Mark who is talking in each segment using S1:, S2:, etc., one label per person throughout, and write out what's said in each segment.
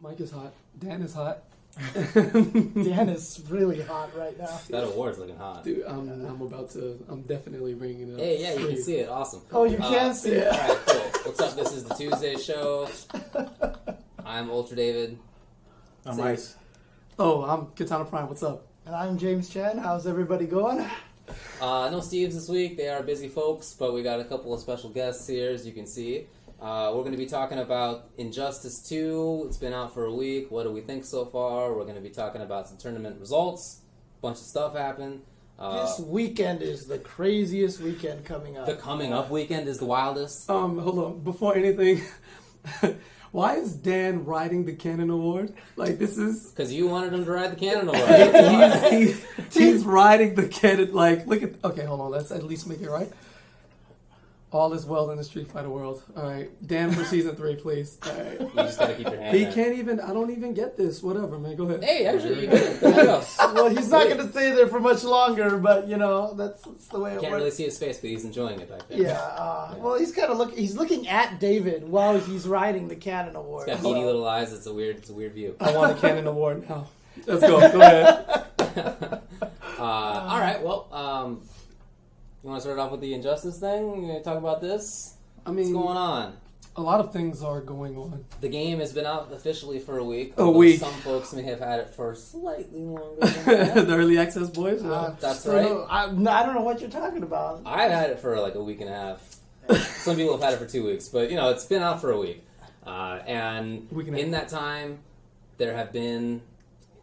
S1: Mike is hot. Dan is hot.
S2: Dan is really hot right now.
S3: That award's looking hot.
S1: Dude, I'm, I'm about to. I'm definitely bringing it up.
S3: Hey, yeah, you
S1: for
S3: can see it. Awesome.
S2: Oh, you
S3: Uh,
S2: can see it.
S3: All right, cool. What's up? This is the Tuesday show. I'm Ultra David.
S4: I'm
S3: See.
S4: Ice.
S1: Oh, I'm Katana Prime. What's up?
S2: And I'm James Chen. How's everybody going?
S3: Uh, no Steves this week. They are busy folks, but we got a couple of special guests here, as you can see. Uh, we're going to be talking about Injustice 2. It's been out for a week. What do we think so far? We're going to be talking about some tournament results. Bunch of stuff happened. Uh,
S2: this weekend is the craziest weekend coming up.
S3: the coming up weekend is the wildest.
S1: Um, hold on. Before anything, why is Dan riding the Cannon Award? Like this is
S3: Because you wanted him to ride the cannon away.
S1: he's, he's, he's riding the Cannon. Like look at. Okay, hold on. Let's at least make it right. All is well in the Street Fighter world. All right, Dan for season three, please. All right.
S3: you just got to keep your hand
S1: He
S3: out.
S1: can't even. I don't even get this. Whatever, man. Go ahead.
S3: Hey, actually, you did. There you go.
S2: well, he's not going to stay there for much longer, but you know that's, that's the way it
S3: Can't
S2: works.
S3: really see his face, but he's enjoying it back there.
S2: yeah, uh, well, he's kind of look. He's looking at David while he's riding the Cannon Award.
S3: He's got
S2: so-
S3: beady little eyes. It's a weird, it's a weird view.
S1: I want a Cannon Award now. Let's go. Go ahead.
S3: Uh, all right. Well, um, you want to start off with the injustice thing? You wanna talk about this?
S1: I
S3: What's
S1: mean,
S3: going on?
S1: a lot of things are going on.
S3: The game has been out officially for a week.
S1: A
S3: although
S1: week.
S3: Some folks may have had it for slightly longer.
S1: the
S3: Than that.
S1: early access boys. yeah.
S2: Uh,
S3: That's
S2: so
S3: right.
S2: no, I, no, I don't know what you're talking about.
S3: I've had it for like a week and a half. Some people have had it for two weeks, but you know, it's been out for a week. Uh, and
S1: Week and a
S3: in
S1: half.
S3: that time, there have been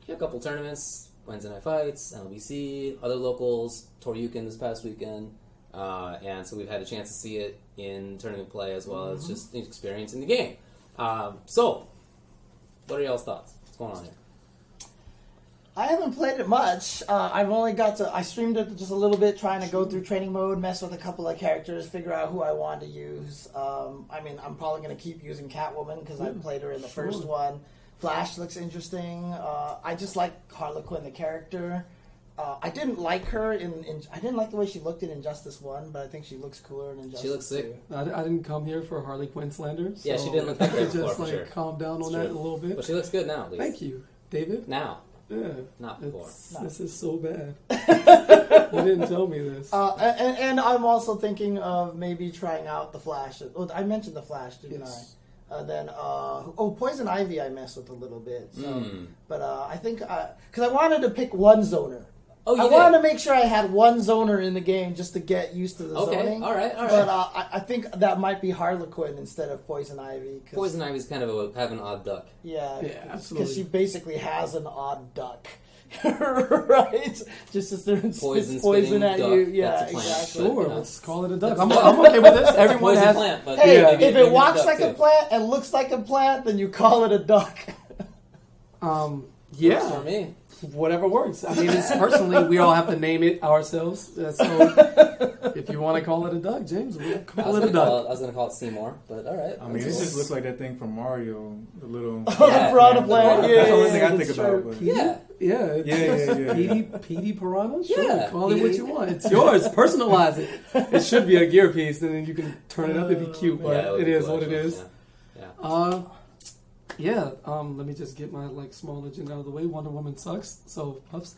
S3: a couple tournaments: Wednesday Night Fights, NLBC, other locals, Toryuken this past weekend. Uh, and so we've had a chance to see it in tournament play as well
S1: Mm-hmm.
S3: as just experiencing the game. Um, so, what are y'all's thoughts? What's going on here?
S2: I haven't played it much. Uh, I've only got to. I streamed it just a little bit, trying to go through training mode, mess with a couple of characters, figure out who I want to use. Um, I mean, I'm probably going to keep using Catwoman because I played her in the first
S1: sure.
S2: one. Flash looks interesting. Uh, I just like Harlequin the character. Uh, I didn't like her in, in. I didn't like the way she looked in Injustice One, but I think she looks cooler in Injustice.
S3: She looks sick.
S2: 2.
S1: I, I didn't come here for Harley Quinn slander. So
S3: Yeah, she didn't look
S1: I
S3: like that
S1: could
S3: before,
S1: just
S3: for
S1: like
S3: sure.
S1: calm down on
S3: It's
S1: that a
S3: true.
S1: little bit.
S3: But she looks good now, at least.
S1: Thank you, David.
S3: Now,
S1: Yeah,
S3: not before.
S1: it's,
S2: No.
S1: this is so bad. you didn't tell me this.
S2: Uh, and, and I'm also thinking of maybe trying out the Flash. Well, I mentioned the Flash, didn't
S1: Yes.
S2: I? Uh, then uh, oh, Poison Ivy I messed with a little bit. So.
S3: Mm.
S2: But uh, I think because I wanted to pick one zoner.
S3: Oh, you
S2: I
S3: did.
S2: wanted to make sure I had one zoner in the game just to get used to the
S3: Okay,
S2: zoning.
S3: all right, all right.
S2: But uh, I, I think that might be Harlequin instead of Poison Ivy. 'cause-
S3: Poison Ivy's kind of a, have an odd duck.
S2: Yeah,
S1: Yeah, absolutely.
S2: Because she basically has an odd duck, right? Just as they're
S3: Poison
S2: poison, poison
S3: spitting
S2: at
S3: duck.
S2: you. Yeah,
S3: That's a plant.
S2: exactly.
S1: sure,
S3: you know.
S1: let's call it a duck. I'm, I'm okay with this. Everyone
S3: Poison
S1: has.
S3: plant, but
S2: Hey,
S1: Yeah.
S3: maybe-
S2: if
S3: maybe it's
S2: it walks
S3: duck,
S2: like a
S3: too.
S2: plant and looks like a plant, then you call it a duck.
S1: Um,
S3: Works
S1: yeah,
S3: for me.
S1: whatever works. I mean, it's personally, we all have to name it ourselves. Uh, So, if you want to call it a duck, James, we'll
S3: I
S1: call
S3: was,
S1: it a
S3: gonna call
S1: duck.
S3: it, I was gonna call it Seymour, but all right.
S4: I mean,
S3: that's
S4: this just
S3: cool.
S4: looks like that thing from Mario, the little.
S2: Oh,
S3: Yeah,
S2: the piranha
S3: yeah,
S2: plant.
S3: the
S2: Yeah,
S4: That's the only
S2: yeah,
S4: thing I
S2: yeah,
S4: think
S2: sure.
S4: about. But
S3: yeah.
S1: Yeah, it's,
S4: Yeah, yeah, yeah, yeah.
S1: Petey, Petey Piranha? Sure,
S3: Yeah,
S1: call it
S3: Petey.
S1: what you want. It's yours. Personalize it. It should be a gear piece, and then you can turn it up. It'd be cute,
S3: Yeah,
S1: but
S3: that would
S1: Oh, it
S3: be
S1: is
S3: cool,
S1: what it
S3: actually,
S1: is.
S3: Yeah.
S1: Uh, yeah. Um, let me just get my like small agenda out of the way. Wonder Woman sucks, so puffs.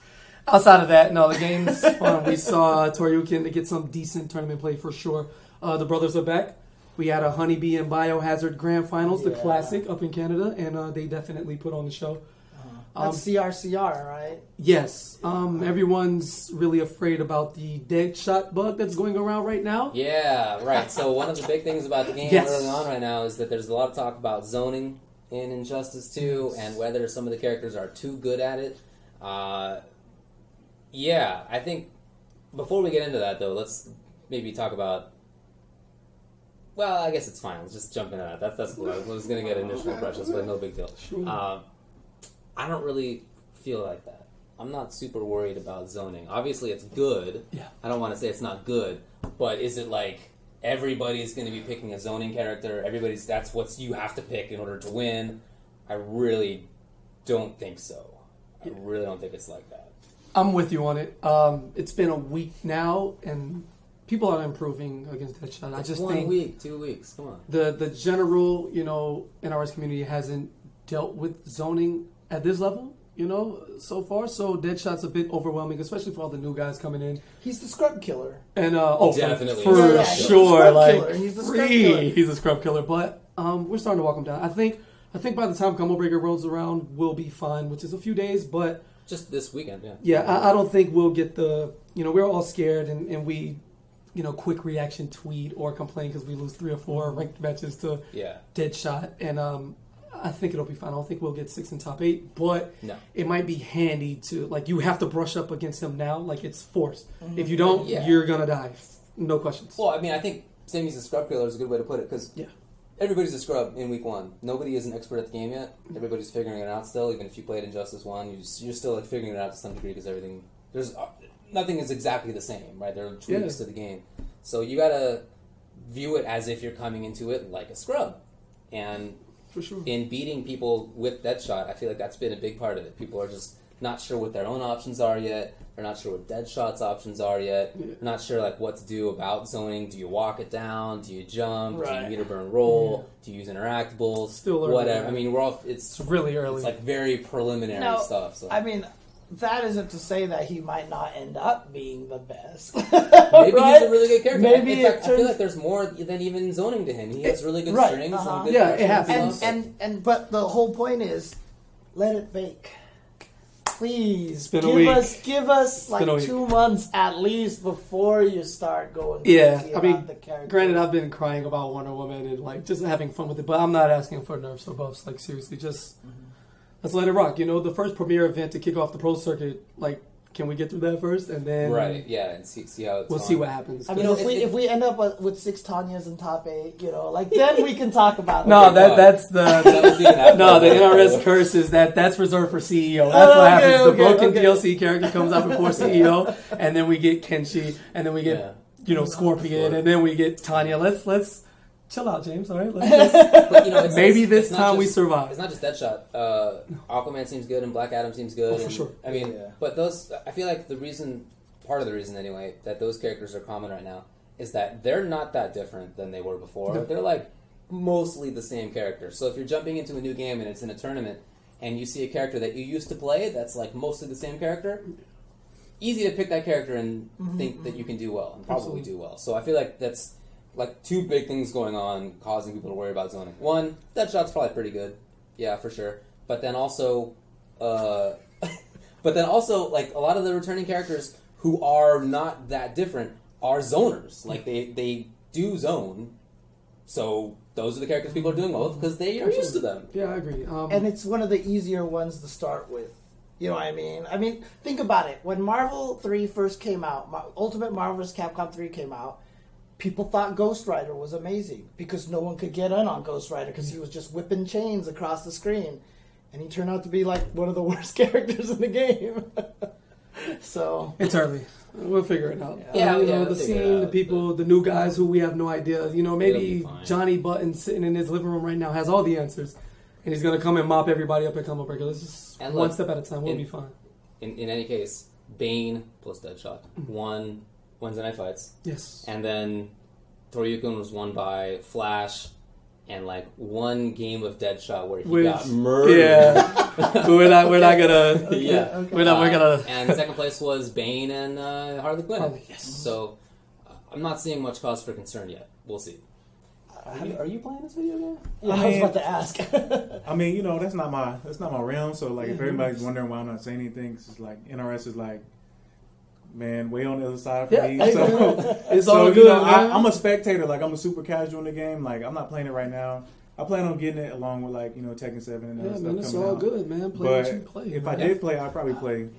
S1: Outside of that, no, the game's fun. We saw Toryuken to get some decent tournament play for sure. Uh, the brothers are back. We had a Honeybee and Biohazard Grand Finals, the
S2: Yeah.
S1: classic up in Canada, and uh, they definitely put on the show. Um,
S2: That's CRCR, right?
S1: Yes, um, everyone's really afraid about the dead shot bug that's going around right now.
S3: Yeah. Yeah, right. So one of the big things about the game
S1: Yes.
S3: early on right now is that there's a lot of talk about zoning in Injustice 2 and whether some of the characters are too good at it. Uh, yeah, I think before we get into that though, let's maybe talk about. Well, I guess it's fine. Let's just jump into that. That's that's cool. I was gonna get initial impressions, but no big deal.
S1: Sure.
S3: Um, I don't really feel like that. I'm not super worried about zoning. Obviously, it's good.
S1: Yeah.
S3: I don't want to say it's not good, but is it like everybody's going to be picking a zoning character? Everybody's that's what's you have to pick in order to win. I really don't think so. I really don't think it's like that.
S1: I'm with you on it. Um, it's been a week now, and people are improving against dead shot. I
S3: It's
S1: just
S3: one
S1: think
S3: week, two weeks. Come on.
S1: the the general, you know, NRS community hasn't dealt with zoning at this level, you know, so far. So Deadshot's a bit overwhelming, especially for all the new guys coming in.
S2: He's the scrub killer.
S1: And uh, oh, for-
S3: Definitely.
S1: for,
S3: Yeah, yeah,
S2: he's a
S1: sure,
S2: scrub
S1: like
S2: killer. He's a scrub
S1: free,
S2: killer.
S1: he's a scrub killer. But um, we're starting to walk him down. I think, I think by the time Breaker rolls around, we'll be fine, which is a few days. But
S3: Just this weekend, yeah.
S1: yeah, I, I don't think we'll get the. You know, we're all scared, and, and we, you know, quick reaction tweet or complain because we lose three or four ranked matches to
S3: Mm-hmm. Yeah.
S1: Deadshot, and um, I think it'll be fine. I don't think we'll get six in top eight, but
S3: No.
S1: it might be handy to like you have to brush up against him now. Like it's forced. If you don't,
S3: Mm-hmm. Yeah.
S1: you're gonna die. No questions.
S3: Well, I mean, I think Sammy's a scrub killer is a good way to put it because
S1: Yeah.
S3: everybody's a scrub in week one. Nobody is an expert at the game yet. Everybody's figuring it out still. Even if you played Injustice one, you just, you're still like figuring it out to some degree because everything there's uh, nothing is exactly the same, right? There are tweaks
S1: Yeah.
S3: to the game, so you gotta view it as if you're coming into it like a scrub, and
S1: for sure.
S3: in beating people with Deadshot, I feel like that's been a big part of it. People are just not sure what their own options are yet. They're not sure what Deadshot's options are yet.
S1: Yeah.
S3: They're not sure like what to do about zoning. Do you walk it down? Do you jump? Do you
S2: Right.
S3: meter burn roll? Do you use interactables?
S1: Still early.
S3: whatever. I mean, we're all it's
S1: It's really early.
S3: it's like very preliminary
S2: No,
S3: stuff. So
S2: I mean, that isn't to say that he might not end up being the best.
S3: maybe he's a
S2: Right?
S3: really good character.
S2: Maybe
S3: In fact,
S2: it
S3: I feel
S2: turns-
S3: like there's more than even zoning to him. He has really good
S2: right,
S3: strings.
S2: uh-huh.
S3: And good
S1: Yeah, it
S3: actions
S1: happens.
S2: and
S3: stuff.
S2: and and but the whole point is, let it bake. Please
S1: been a
S2: give
S1: week.
S2: us give us
S1: been a
S2: like
S1: week.
S2: two months at least before you start going.
S1: Yeah,
S2: crazy
S1: I
S2: about
S1: mean,
S2: the character.
S1: Granted, I've been crying about Wonder Woman and like just having fun with it, but I'm not asking for nerfs or buffs. Like seriously, just
S2: Mm-hmm.
S1: let's let it rock. You know, the first premiere event to kick off the pro circuit. Like, can we get through that first, and then
S3: right, yeah, and see, see how it's
S1: We'll see
S3: going.
S1: what happens.
S2: I mean,
S3: You know,
S2: if we
S3: it-
S2: if we end up uh, with six Tanyas in top eight, you know, like then we can talk about it.
S1: no, that
S3: God.
S1: that's the
S3: That was even after
S1: No, the
S3: that.
S1: NRS curse is that that's reserved for CEO. That's what
S2: Oh, okay,
S1: happens. the
S2: okay,
S1: broken
S2: okay.
S1: DLC character comes out before CEO, and then we get Kenshi, and then we get
S3: Yeah.
S1: you know Scorpion,
S3: Sure.
S1: and then we get Tanya. Let's let's chill out, James. All right, let's just,
S3: But, you know, it's-
S1: maybe
S3: it's-
S1: this
S3: it's not
S1: time we
S3: just- It's
S1: survive.
S3: not just Deadshot. Uh, Aquaman seems good, and Black Adam seems good.
S1: Oh, for
S3: and-
S1: sure.
S3: I mean,
S4: Yeah.
S3: but those. I feel like the reason, part of the reason anyway, that those characters are common right now is that they're not that different than they were before.
S1: No.
S3: They're like mostly the same character. So if you're jumping into a new game and it's in a tournament, and you see a character that you used to play that's like mostly the same character. Easy to pick that character and think that you can do well and probably
S1: Absolutely.
S3: do well. So I feel like that's like two big things going on causing people to worry about zoning. One, that shot's probably pretty good. Yeah, for sure. But then also uh but then also like a lot of the returning characters who are not that different are zoners. Like they they do zone. So those are the characters people are doing well with because they are used to them.
S1: Yeah, I agree. Um,
S2: and it's one of the easier ones to start with. You know what I mean? I mean, think about it. When Marvel 3 first came out, Mar- Ultimate Marvel vs. Capcom 3 came out, people thought Ghost Rider was amazing because no one could get in on Ghost Rider because he was just whipping chains across the screen. And he turned out to be like one of the worst characters in the game. so,
S1: It's early. We'll figure it out.
S3: Yeah,
S1: Uh, you
S3: yeah,
S1: know
S3: we'll
S1: the
S3: figure it
S1: scene, the
S3: out,
S1: people, the new guys who we have no idea. You know,
S3: It'll be
S1: maybe
S3: fine.
S1: Johnny Button sitting in his living room right now has all the answers, and he's gonna come and mop everybody up at Combo Breaker. Let's just
S3: And
S1: one
S3: look,
S1: step at a time. We'll
S3: in-
S1: be fine.
S3: in, in any case, Bane plus Deadshot won Wednesday Night Fights,
S1: Yes.
S3: and then Toryukun was won by Flash, and like one game of Deadshot where he
S1: Which-
S3: got murdered.
S1: Yeah, But we're not. We're not gonna.
S3: Yeah.
S2: okay.
S1: We're not. We're
S3: Uh,
S1: gonna.
S3: and second place was Bane and uh, Harley Quinn.
S1: Harley, Oh, yes.
S3: So uh, I'm not seeing much cause for concern yet. We'll see. Are you, are you playing this video game?
S2: I was about to ask.
S4: I mean, you know, that's not my that's not my realm. So like,
S1: Mm-hmm.
S4: if everybody's wondering why I'm not saying anything, 'cause it's like NRS is like, man, way on the other side for
S1: Yeah,
S4: me.
S1: hey,
S4: So,
S1: It's
S4: so,
S1: all
S4: you
S1: good.
S4: know, I,
S1: man.
S4: I'm a spectator. Like, I'm a super casual in the game. Like, I'm not playing it right now. I plan on getting it along with like you know Tekken Seven and other
S1: yeah,
S4: stuff
S1: man. It's
S4: coming
S1: all
S4: out.
S1: good, man. Play
S4: But
S1: what you play.
S4: if I
S1: man.
S4: did play, I'd probably play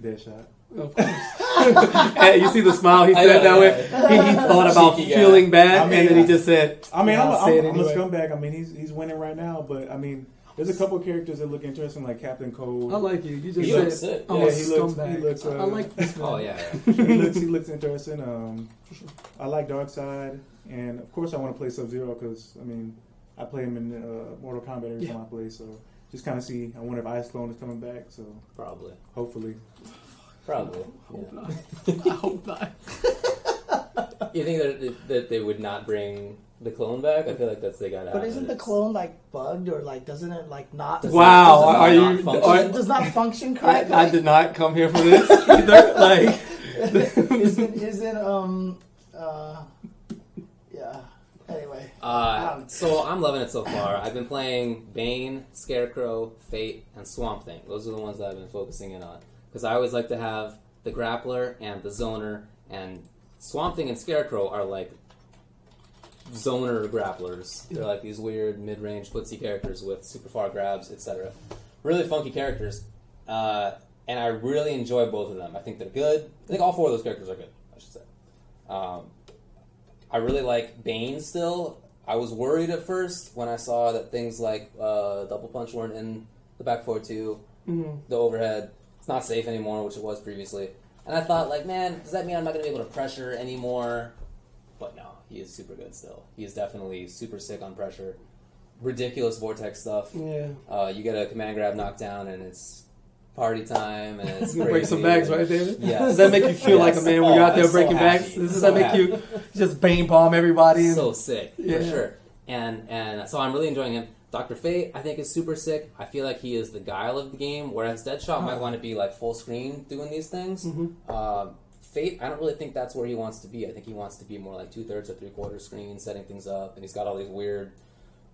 S4: Deadshot.
S1: Of course. hey, you see the smile he
S3: I
S1: said that
S3: know,
S1: way. He, he thought about
S3: Cheeky guy.
S1: feeling bad,
S4: I mean,
S1: and then he
S4: I-
S1: just said,
S4: I mean,
S1: Yeah,
S4: I'm, a,
S1: I'll say
S4: I'm,
S1: it
S4: I'm a
S1: anyway.
S4: scumbag. I mean, he's he's winning right now, but I mean, there's a couple of characters that look interesting, like Captain Cold.
S1: "I like you." You just
S3: He
S1: said,
S3: looks sick.
S1: "I'm
S4: Yeah,
S1: a
S4: he looks-
S1: scumbag."
S4: he looks,
S1: I- I
S4: uh,
S1: like this guy.
S3: Oh yeah. yeah.
S4: he looks he looks interesting. Um, I like Darkseid, and of course, I want to play Sub Zero because I mean, I play him in uh, Mortal Kombat every
S1: Yeah.
S4: time I play. So just kind of see. I wonder if Ice Clone is coming back. So
S3: Probably.
S4: hopefully,
S3: Probably.
S1: I hope not.
S3: You think that that they would not bring the clone back? I feel like that's they got out.
S2: But isn't the clone like bugged or like doesn't it like not? does
S1: Wow,
S2: it- does it
S1: are
S2: not
S1: you-
S2: function-
S1: are-
S2: it does not function
S1: I,
S2: correctly.
S1: I did not come here for this either. Like,
S2: isn't isn't um uh yeah. Anyway,
S3: Uh,
S2: Um,
S3: so I'm loving it so far. I've been playing Bane, Scarecrow, Fate, and Swamp Thing. Those are the ones that I've been focusing in on because I always like to have the Grappler and the Zoner, and Swamp Thing and Scarecrow are like Zoner grapplers. They're like these weird mid-range footsie characters with super far grabs, etc. Really funky characters, uh, and I really enjoy both of them. I think they're good. I think all four of those characters are good. I should say. Um, I really like Bane still. I was worried at first when I saw that things like uh, Double Punch weren't in the back 4 2, the overhead. It's not safe anymore, which it was previously. And I thought, like, man, does that mean I'm not going to be able to pressure anymore? But no, he is super good still. He is definitely super sick on pressure. Ridiculous vortex stuff.
S1: yeah,
S3: Uh, you get a command grab knockdown, and it's party time, and it's crazy.
S1: break some bags, right, David?
S3: Yes.
S1: Does that make you feel like a
S3: Yes.
S1: man when
S3: Oh,
S1: you're out there
S3: I'm so
S1: breaking
S3: happy.
S1: backs? Does
S3: So
S1: that make
S3: happy.
S1: you just bane bomb everybody? And,
S3: so sick
S1: Yeah.
S3: for sure. And and so I'm really enjoying him. Doctor Fate, I think, is super sick. I feel like he is the guile of the game, whereas Deadshot might
S1: Oh.
S3: want to be like full screen doing these things.
S1: Mm-hmm.
S3: Uh, Fate, I don't really think that's where he wants to be. I think he wants to be more like two thirds or three quarter screen, setting things up, and he's got all these weird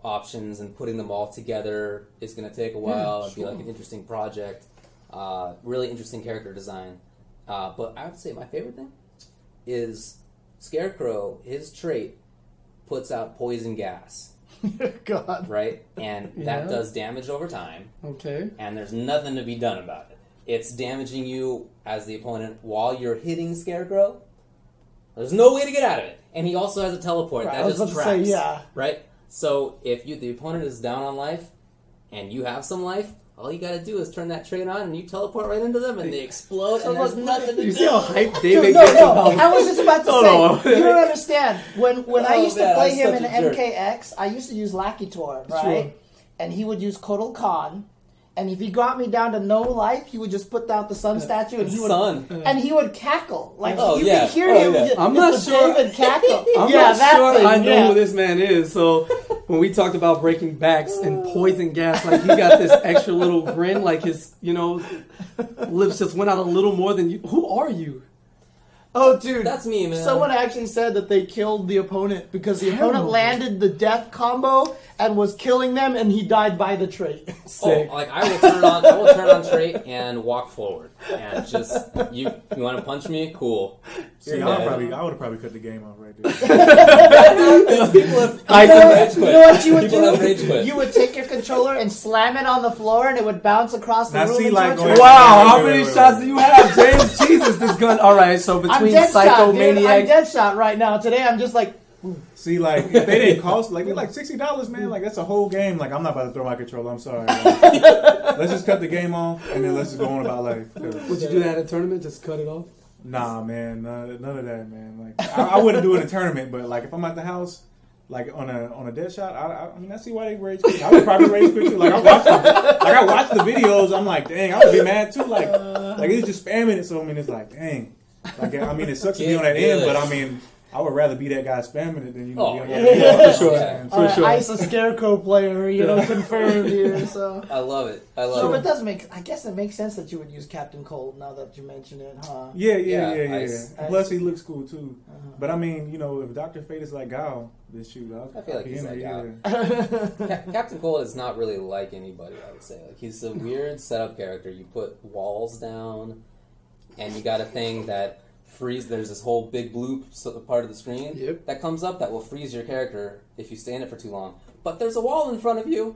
S3: options and putting them all together is going to take a while. It'd be like an interesting project. Uh, really interesting character design. Uh, but I would say my favorite thing is Scarecrow. His trait puts out poison gas,
S2: God,
S3: right? And
S1: Yeah.
S3: that does damage over time,
S1: okay,
S3: and there's nothing to be done about it. It's damaging you as the opponent while you're hitting Scarecrow. There's no way to get out of it. And he also has a teleport
S2: Right, I
S3: that
S2: was
S3: just
S2: about to
S3: tracks.
S2: say, yeah.
S3: Right? So if you the opponent is down on life and you have some life, all you gotta do is turn that trait on and you teleport right into them and they explode and there's nothing to
S1: you
S3: do.
S1: see how hyped
S2: Dude,
S1: David
S2: no,
S1: gets
S2: no.
S1: about
S2: I was just about to
S1: No,
S2: say
S1: no.
S2: you don't understand. When when I
S3: Oh,
S2: used to
S3: man,
S2: play
S3: I'm
S2: him
S3: such
S2: in
S3: a jerk.
S2: MKX, I used to use Lackey Tour, right?
S1: Sure.
S2: And he would use Kotal Khan. And if he got me down to no life, he would just put out the sun statue, and he would
S3: Sun.
S2: and he would cackle like
S3: Oh,
S2: you
S3: yeah.
S2: could hear
S3: Oh,
S2: him.
S3: yeah.
S1: I'm
S2: it's
S1: not
S2: the
S1: sure-
S2: David cackle.
S1: I'm
S2: yeah,
S1: not
S2: that
S1: sure
S2: thing,
S1: I know
S2: yeah.
S1: who this man is. So when we talked about breaking backs and
S2: Oh.
S1: poison gas, like he got this extra little grin, like his you know lips just went out a little more than you. Who are you?
S2: Oh, dude,
S3: That's me, man.
S2: Someone actually said that they killed the opponent because the
S1: Terrible.
S2: opponent landed the death combo and was killing them, and he died by the trait.
S1: Sick.
S3: Oh, like I will turn on, I will turn on trait and walk forward, and just you. You want to punch me? Cool.
S4: See,
S3: You're
S4: I would
S3: dead.
S4: probably, I would have probably cut the game off right there.
S3: People have,
S1: I
S3: people have
S1: said-
S3: rage
S2: you
S3: quit.
S2: know what you would
S3: people have rage
S2: do?
S3: quit.
S2: You would take your controller and slam it on the floor, and it would bounce across the
S4: Now
S2: room.
S4: see,
S2: and
S4: like,
S2: torture
S4: going-
S2: you.
S1: Wow,
S4: Wait,
S1: how
S4: wait,
S1: many
S4: wait, wait,
S1: shots
S4: wait.
S1: do you have, James? Jesus, this gun. All right, so
S2: I'm
S1: between
S2: dead shot, dude. I'm
S1: psychomaniac,
S2: dead shot right now. Today, I'm just like,
S4: See, like if they didn't cost like they're like sixty dollars, man. Like that's a whole game. Like I'm not about to throw my controller. I'm sorry. man. let's just cut the game off and then let's just go on about life. 'Cause-
S1: would you do that at a tournament? Just cut it off.
S4: Nah, man, none, none of that, man. Like I, I wouldn't do it in a tournament, but like if I'm at the house, like on a on a dead shot, I, I, I mean I see why they rage quit. I would probably rage quit too. Like I watched, the, like I watched the videos. I'm like, dang, I would be mad too. Like like it's just spamming it. So I mean, it's like, dang. Like I mean, it sucks to be on that end, but I mean, I would rather be that guy spamming it than you know.
S3: Oh,
S4: be on
S3: yeah,
S4: that end.
S3: yeah, for sure.
S4: Yeah.
S1: For
S2: uh,
S1: sure.
S2: Ice a scarecrow player, you know, confirmed here. So,
S3: I love it. I
S2: so
S3: love
S2: it
S3: it.
S2: does make. I guess it makes sense that you would use Captain Cold now that you mention it, huh?
S4: Yeah,
S3: Yeah,
S4: yeah, yeah, yeah.
S3: ice- Uh-huh.
S4: yeah.
S2: ice.
S4: Plus, he looks cool too. But I mean, you know, if Doctor Fate is like Gal, then shoot, I'll,
S3: I feel like
S4: I'll be
S3: he's
S4: in
S3: like
S4: there,
S3: Gal.
S4: yeah.
S3: Cap- Captain Cole is not really like anybody. I would say like he's a weird setup character. You put walls down, and you got a thing that frees. There's this whole big blue s- part of the screen
S1: Yep.
S3: that comes up that will freeze your character if you stay in it for too long. But there's a wall in front of you,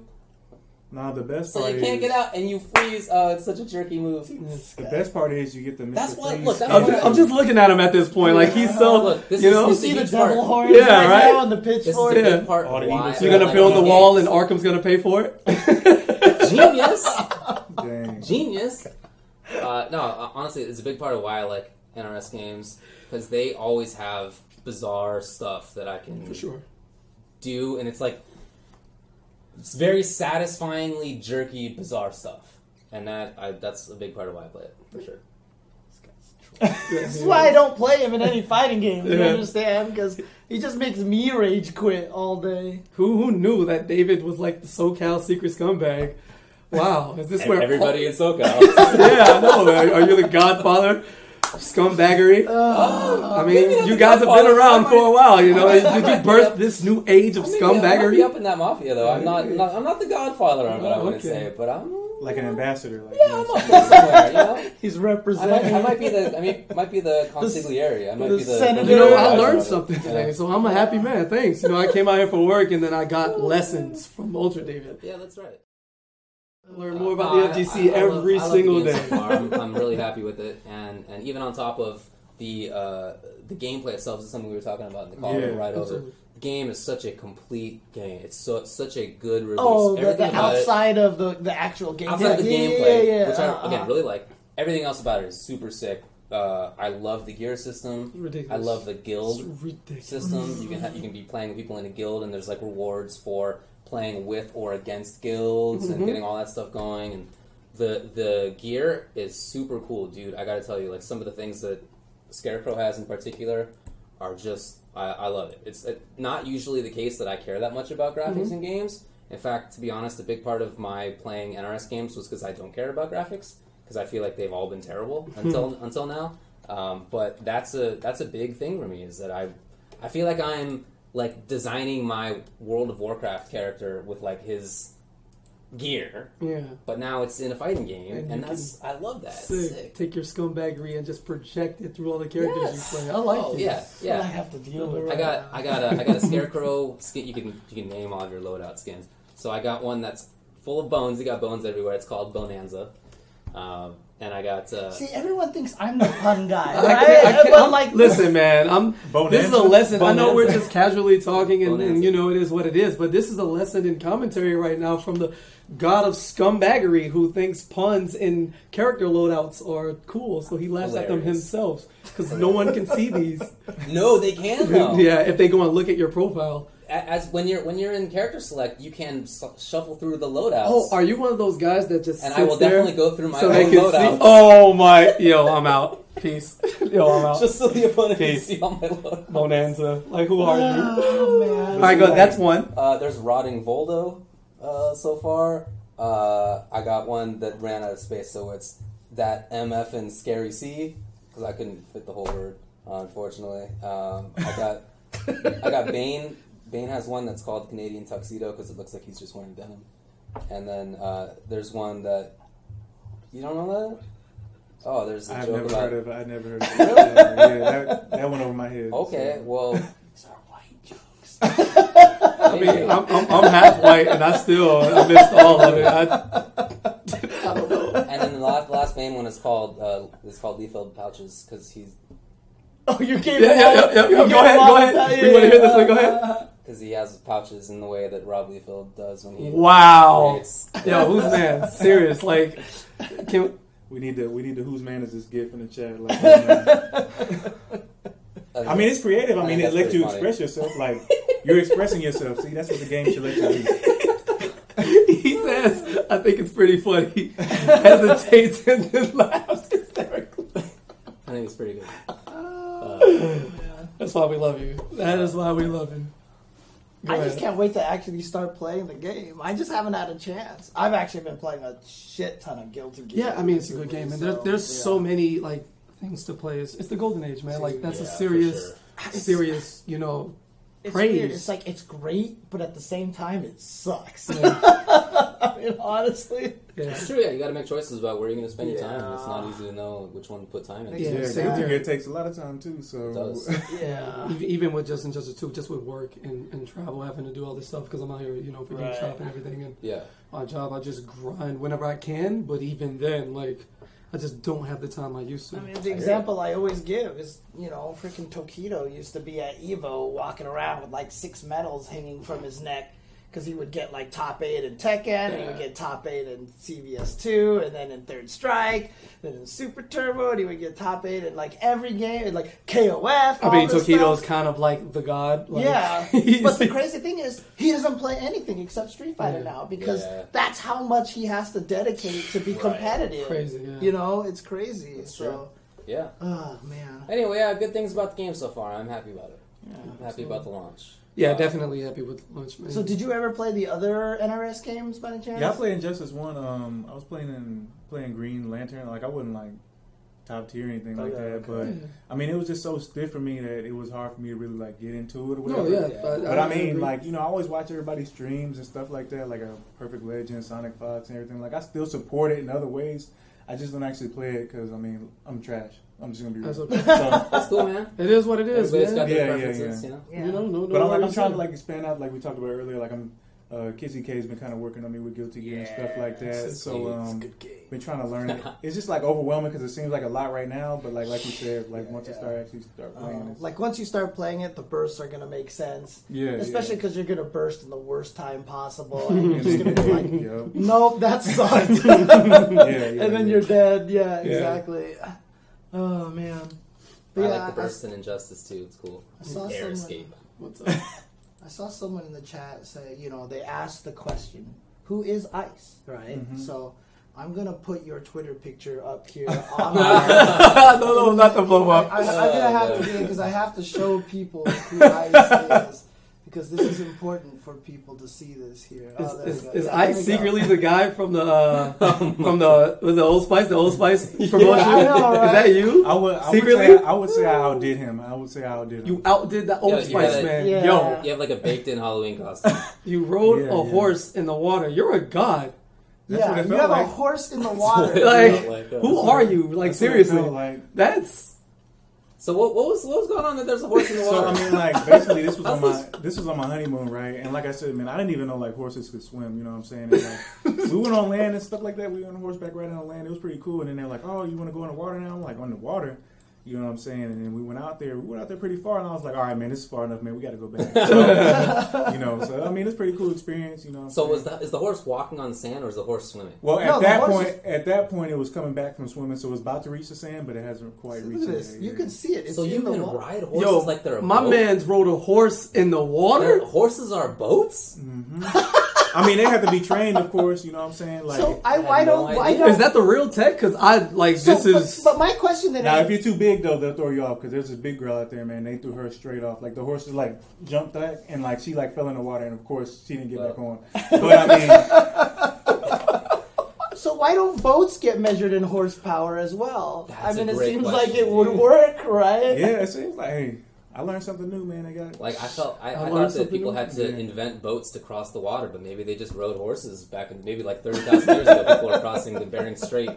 S4: Nah, the best
S3: so
S4: part
S3: you can't
S4: is,
S3: get out, and you freeze. Oh, it's such a jerky move.
S4: The best part is you get the Mr.
S3: That's what-
S4: Freeze
S3: look, that's
S1: I'm
S4: skin.
S1: just, I'm just looking at him at this point. Like he's so
S3: Look, this
S1: you
S3: is-
S1: know.
S3: this is-
S2: See the
S3: Huge
S2: devil
S3: part.
S2: horns
S1: Yeah,
S2: right,
S1: right?
S2: now on the
S3: This is a
S2: pitchfork.
S1: Yeah.
S3: big part.
S4: All the
S3: why
S4: evil-
S1: You're
S3: I
S1: gonna
S3: like
S1: build the
S3: games.
S1: wall, and Arkham's gonna pay for it.
S3: genius,
S4: Dang.
S3: genius. Uh, no, uh, honestly, it's a big part of why I like NRS games because they always have bizarre stuff that I can
S1: For sure.
S3: do, and it's like it's very satisfyingly jerky, bizarre stuff, and that I, that's a big part of why I play it for sure.
S2: This is why I don't play him in any fighting games. You
S1: Yeah.
S2: understand? Because he just makes me rage quit all day.
S1: Who who knew that David was like the SoCal secret scumbag? Wow, is this where
S3: Everybody in SoCal.
S1: yeah, I know. Are, are you the Godfather? Scumbaggery. I
S3: Uh, maybe
S1: mean,
S3: not
S1: you
S3: the
S1: guys have been
S3: Godfather.
S1: around
S3: I
S1: for a while. You know,
S3: I
S1: did
S3: might- I
S1: you
S3: might be
S1: birth
S3: up-
S1: this new age of
S3: I might be up
S1: scumbaggery?
S3: in that mafia though. I'm not, I'm not. I'm not the Godfather of it. I wouldn't
S1: Okay.
S3: say it, but I'm.
S4: like an ambassador. Like,
S3: Yeah, I'm up there somewhere. You know.
S2: He's
S3: I might,
S2: representing.
S3: I might be the I mean, might be the consigliere. I might
S2: the
S3: be the
S2: senator.
S1: You know,
S2: Yeah,
S1: I
S2: I
S1: learned something today, so I'm a happy man. Thanks. You know, I came out here for work, and then I got lessons from Ultra David.
S3: Yeah, that's right.
S1: I learned more about the FGC
S3: I- I love-
S1: every
S3: I love
S1: single
S3: the game
S1: day.
S3: so far. I'm, I'm really happy with it, and and even on top of the uh, the gameplay itself this is something we were talking about in the call
S4: Yeah,
S3: right over.
S1: absolutely.
S3: The game is such a complete game. It's so such a good release.
S2: oh, the,
S3: Everything
S2: the
S3: about it-
S2: outside of the, the actual game.
S3: outside of the
S2: Yeah,
S3: gameplay,
S2: yeah, yeah,
S3: which
S2: uh,
S3: I again
S2: uh.
S3: really like. Everything else about it is super sick. Uh, I love the gear system.
S1: Ridiculous.
S3: I love the guild.
S1: It's ridiculous.
S3: system. You can ha- you can be playing with people in a guild, and there's like rewards for playing with or against guilds and getting all that stuff going. And the the gear is super cool, dude. I got to tell you, like some of the things that Scarecrow has in particular are just I, I love it. It's uh not usually the case that I care that much about graphics in games. In fact, to be honest, a big part of my playing NRS games was because I don't care about graphics because I feel like they've all been terrible until until now. Um, but that's a that's a big thing for me is that I I feel like I'm like designing my World of Warcraft character with like his gear,
S1: Yeah.
S3: but now it's in a fighting game,
S1: And
S3: and,
S1: you
S3: that's I love that. It's
S1: Sick.
S3: sick.
S1: Take your scumbaggery and just project it through all the characters
S3: Yes.
S1: you play. I like
S3: oh,
S1: it.
S3: Yeah,
S2: What I
S3: yeah.
S2: have to deal with.
S3: I got I got a I got a scarecrow skin. You can you can name all of your loadout skins. So I got one that's full of bones. You got bones everywhere. It's called Bonanza, um, and I got uh,
S2: See, everyone thinks I'm the pun
S1: I
S2: guy. right?
S1: can't, I can't,
S2: but
S1: I'm-
S2: like,
S1: listen, man, I'm.
S4: Bonanza?
S1: This is a lesson. I know we're
S3: Bonanza.
S1: just casually talking, and, and
S3: Bonanza.
S1: you know it is what it is. But this is a lesson in commentary right now from the god of scumbaggery who thinks puns in character loadouts are cool, so he laughs at them
S3: Hilarious.
S1: himself because no one can see these.
S3: no, they can though.
S1: Yeah, if they go and look at your profile.
S3: A- As when you're when you're in character select, you can s shuffle through the loadouts.
S1: Oh, are you one of those guys that just
S3: and I
S1: sits
S3: will
S1: there
S3: definitely go through my
S1: so they
S3: own
S1: can see?
S3: loadouts.
S1: Oh my, yo, I'm out. Peace. Yo, I'm
S4: Oh.
S1: out.
S3: Just so the opponent can
S1: Peace.
S3: see all my loadouts.
S1: Bonanza. Like, who are you?
S2: oh, man.
S1: All right, go. That's one.
S3: Uh, there's rotting Voldo uh, so far. Uh, I got one that ran out of space, so it's that MF and Scary C because I couldn't fit the whole word, uh, unfortunately. Um, I got I got Bane. Bane has one that's called Canadian Tuxedo because it looks like he's just wearing denim. And then uh, there's one that you don't know that. Oh, there's a
S4: I've
S3: joke
S4: never
S3: about
S4: heard of it. I've never heard of it. yeah, that, that went over my head.
S3: Okay,
S4: So.
S3: well,
S2: These are white jokes.
S1: I mean, I'm, I'm, I'm half white, and I still I missed all of it. I, I don't know.
S3: and then the last, last main one is called uh, is called Leafield Pouches because he's
S2: Oh, you gave
S1: Yeah,
S2: him
S1: yeah, yeah,
S2: all-
S1: yeah,
S2: you
S1: yeah,
S2: gave
S1: Go ahead,
S2: him all
S1: go
S2: the
S1: ahead.
S2: time.
S1: we
S2: Yeah,
S1: want to hear
S2: yeah.
S1: this one. Go ahead.
S3: because he has pouches in the way that Rob Leafield does when he
S1: Wow.
S3: creates.
S1: Yo, who's man? Serious? Like, can
S4: We need to we need to whose man is this gift in the chat? Like, whose man? I mean, it's creative. I
S3: I
S4: mean,
S3: think
S4: it
S3: that's
S4: lets you
S3: pretty
S4: express yourself. Like you're expressing yourself. See, that's what the game should let you do.
S1: he says? I think it's pretty funny. Hesitates and then laughs hysterically.
S3: I think it's pretty good.
S1: That's why we love you. That is why we love you. Go
S2: I just
S1: ahead.
S2: can't wait to actually start playing the game. I just haven't had a chance. I've actually been playing a shit ton of Guilty Gear.
S1: Yeah, I mean it's a good
S2: recently,
S1: game, and there,
S2: so,
S1: there's
S2: yeah.
S1: so many like things to play. It's, it's the golden age, man. Like that's a
S3: Yeah, for
S1: serious,
S3: sure.
S1: serious, you know,
S2: it's
S1: praise.
S2: Weird. It's like it's great, but at the same time, it sucks. I mean, honestly,
S1: yeah.
S3: It's true. Yeah, you got to make choices about where you're going to spend your time, and it's not
S2: Yeah.
S3: easy to know which one to put time into.
S1: Yeah,
S4: Yeah,
S1: same
S4: guilty
S1: here.
S4: gear takes a lot of time too. So
S3: It does.
S2: yeah.
S1: Even, even with just and Justice 2, just with work and, and travel, having to do all this stuff because I'm out here, you know, for
S2: Right.
S1: GameStop and everything. And
S3: Yeah.
S1: my job, I just grind whenever I can, but even then, like, I just don't have the time I used to.
S2: I mean, the example I always give is, you know, freaking Tokido used to be at Evo walking around with like six medals hanging from his neck because he would get like top eight in Tekken, and he would
S3: Yeah.
S2: get top eight in CVS two, and then in Third Strike, then in Super Turbo, and he would get top eight in like every game, and like KOF.
S1: I mean,
S2: all this
S1: Tokido's
S2: stuff.
S1: kind of like the god. Like,
S2: Yeah,
S1: he's-
S2: but the crazy thing is, he doesn't play anything except Street Fighter
S1: Yeah.
S2: now because
S3: Yeah.
S2: that's how much he has to dedicate to be
S3: Right.
S2: competitive.
S1: Crazy, yeah.
S2: You know, it's crazy. so,
S3: Yeah.
S2: Oh man.
S3: Anyway, yeah, good things about the game so far. I'm happy about it. I'm happy about the launch.
S1: Yeah,
S3: Uh,
S1: definitely happy with launch, man.
S2: So, did you ever play the other NRS games by any chance?
S4: Yeah, I played Injustice One. Um, I was playing in playing Green Lantern. Like I wasn't like top tier or anything
S2: Oh,
S4: like
S2: yeah,
S4: that.
S2: okay.
S4: But I mean, it was just so stiff for me that it was hard for me to really like get into it. Or
S1: no,
S4: whatever.
S1: yeah,
S3: Yeah.
S1: but,
S4: But I mean,
S1: agree.
S4: like you know, I always watch everybody's streams and stuff like that, like a Perfect Legend, Sonic Fox, and everything. Like I still support it in other ways. I just don't actually play it because I mean, I'm trash. I'm just gonna be real.
S1: That's okay.
S4: So,
S3: That's cool, man.
S1: it is what it is,
S3: Everybody's got
S1: man.
S4: Yeah,
S3: their
S4: yeah,
S3: preferences,
S4: yeah.
S3: you know.
S2: Yeah. Um,
S1: You know, no, no.
S4: but I'm like, I'm
S1: worries
S4: trying to
S1: there.
S4: like expand out, like we talked about earlier. Like I'm, uh, Kizzy K's been kind of working on me with Guilty Gear and stuff like that.
S3: It's
S4: So
S3: a
S4: um,
S2: good game.
S4: been trying to learn it. It's just like overwhelming because it seems like a lot right now. But like like you said, like once you start actually start playing,
S2: Um,
S4: it,
S2: like once you start playing it, the bursts are gonna make sense.
S4: yeah,
S2: Especially
S4: yeah.
S2: because you're gonna burst in the worst time possible, and you're
S4: And
S2: just
S4: then-
S2: gonna be like,
S4: Yup.
S2: "Nope, that sucked,"
S4: yeah, yeah,
S2: and then
S4: yeah.
S2: you're dead. Yeah,
S4: Yeah.
S2: exactly. Oh man. But
S3: I
S2: yeah,
S3: like the
S2: I-
S3: burst and injustice too. It's cool.
S2: I saw
S3: Air
S2: someone-
S3: escape.
S1: What's up?
S2: I saw someone in the chat say, you know, they asked the question, "Who is Ice?" Right. So I'm gonna put your Twitter picture up here. on our-
S1: no, no, not the blow
S2: I,
S1: up.
S2: I'm gonna have to do it because I have to show people who Ice is because this is important for people to see this here.
S1: Is,
S2: Oh, there
S1: is,
S2: we go.
S1: is
S2: There
S1: I
S2: we go.
S1: secretly the guy from the uh, from the was the Old Spice the Old Spice promotion?
S2: I know, right?
S1: Is that you?
S4: I would, I would
S1: Secretly?
S4: say, I would say I outdid him. I would say I outdid him.
S1: You outdid the Old
S3: Yeah, you
S1: Spice
S3: gotta-
S1: man.
S2: Yeah.
S1: Yo,
S3: You have like a baked-in Halloween costume.
S1: you rode
S4: Yeah,
S1: a
S4: yeah.
S1: horse in the water. You're a god.
S4: That's
S2: yeah,
S4: what it
S2: you
S4: felt
S2: have
S4: like.
S2: a horse in the water.
S3: That's what it
S1: Like,
S3: felt like, yeah.
S1: who are you? Like,
S4: That's what it
S1: seriously,
S4: felt like.
S1: that's
S3: So what, what was what was going on that there's a horse in the
S4: So
S3: water?
S4: I mean, like basically, this was on my this was on my honeymoon, right? And like I said, man, I didn't even know like horses could swim. You know what I'm saying? And, like, we went on land and stuff like that. We went on horseback riding on land. It was pretty cool. And then they're like, "Oh, you want to go in the water now?" I'm like, "On the water." You know what I'm saying? And then we went out there. We went out there pretty far, and I was like, "All right, man, this is far enough, man. We got to go back." So, you know, so I mean, it's a pretty cool experience. You know. What I'm
S3: so
S4: saying?
S3: was the, is the horse walking on sand or is the horse swimming?
S4: Well,
S2: No,
S4: at
S2: the
S4: that
S2: horse
S4: point,
S2: is-
S4: at that point, it was coming back from swimming, so it was about to reach the sand, but it hasn't quite
S2: Look
S4: reached.
S2: at
S4: the
S2: this.
S4: sand
S2: You
S4: yet.
S2: can see it. It's
S3: So you
S2: in the
S3: can
S2: water.
S3: ride horses
S1: yo.
S3: like they're a
S1: my
S3: boat?
S1: man's rode a horse in the water.
S3: They're- Horses are boats.
S4: I mean, they have to be trained, of course. You know what I'm saying? Like,
S2: So I,
S3: had
S2: why
S3: no
S2: don't why
S3: idea.
S2: don't
S1: Is that the real tech? Because I like
S2: so,
S1: this is.
S2: but, but my question then
S4: Now,
S2: is
S4: if you're too big though, they'll throw you off because there's this big girl out there, man. They threw her straight off. Like the horses like jumped back and like she like fell in the water, and of course she didn't get back on. But I mean,
S2: So why don't boats get measured in horsepower as well?
S3: That's
S2: I mean,
S3: a
S2: it
S3: great
S2: seems
S3: question,
S2: like it would
S3: dude.
S2: work, right?
S4: yeah, it seems like hey, I learned something new, man. I got
S3: Like I felt, I,
S1: I
S3: I,
S1: learned
S3: thought that
S1: something
S3: people
S1: new.
S3: had to
S4: Yeah.
S3: invent boats to cross the water, but maybe they just rode horses back in maybe like thirty thousand years ago. People were crossing the Bering Strait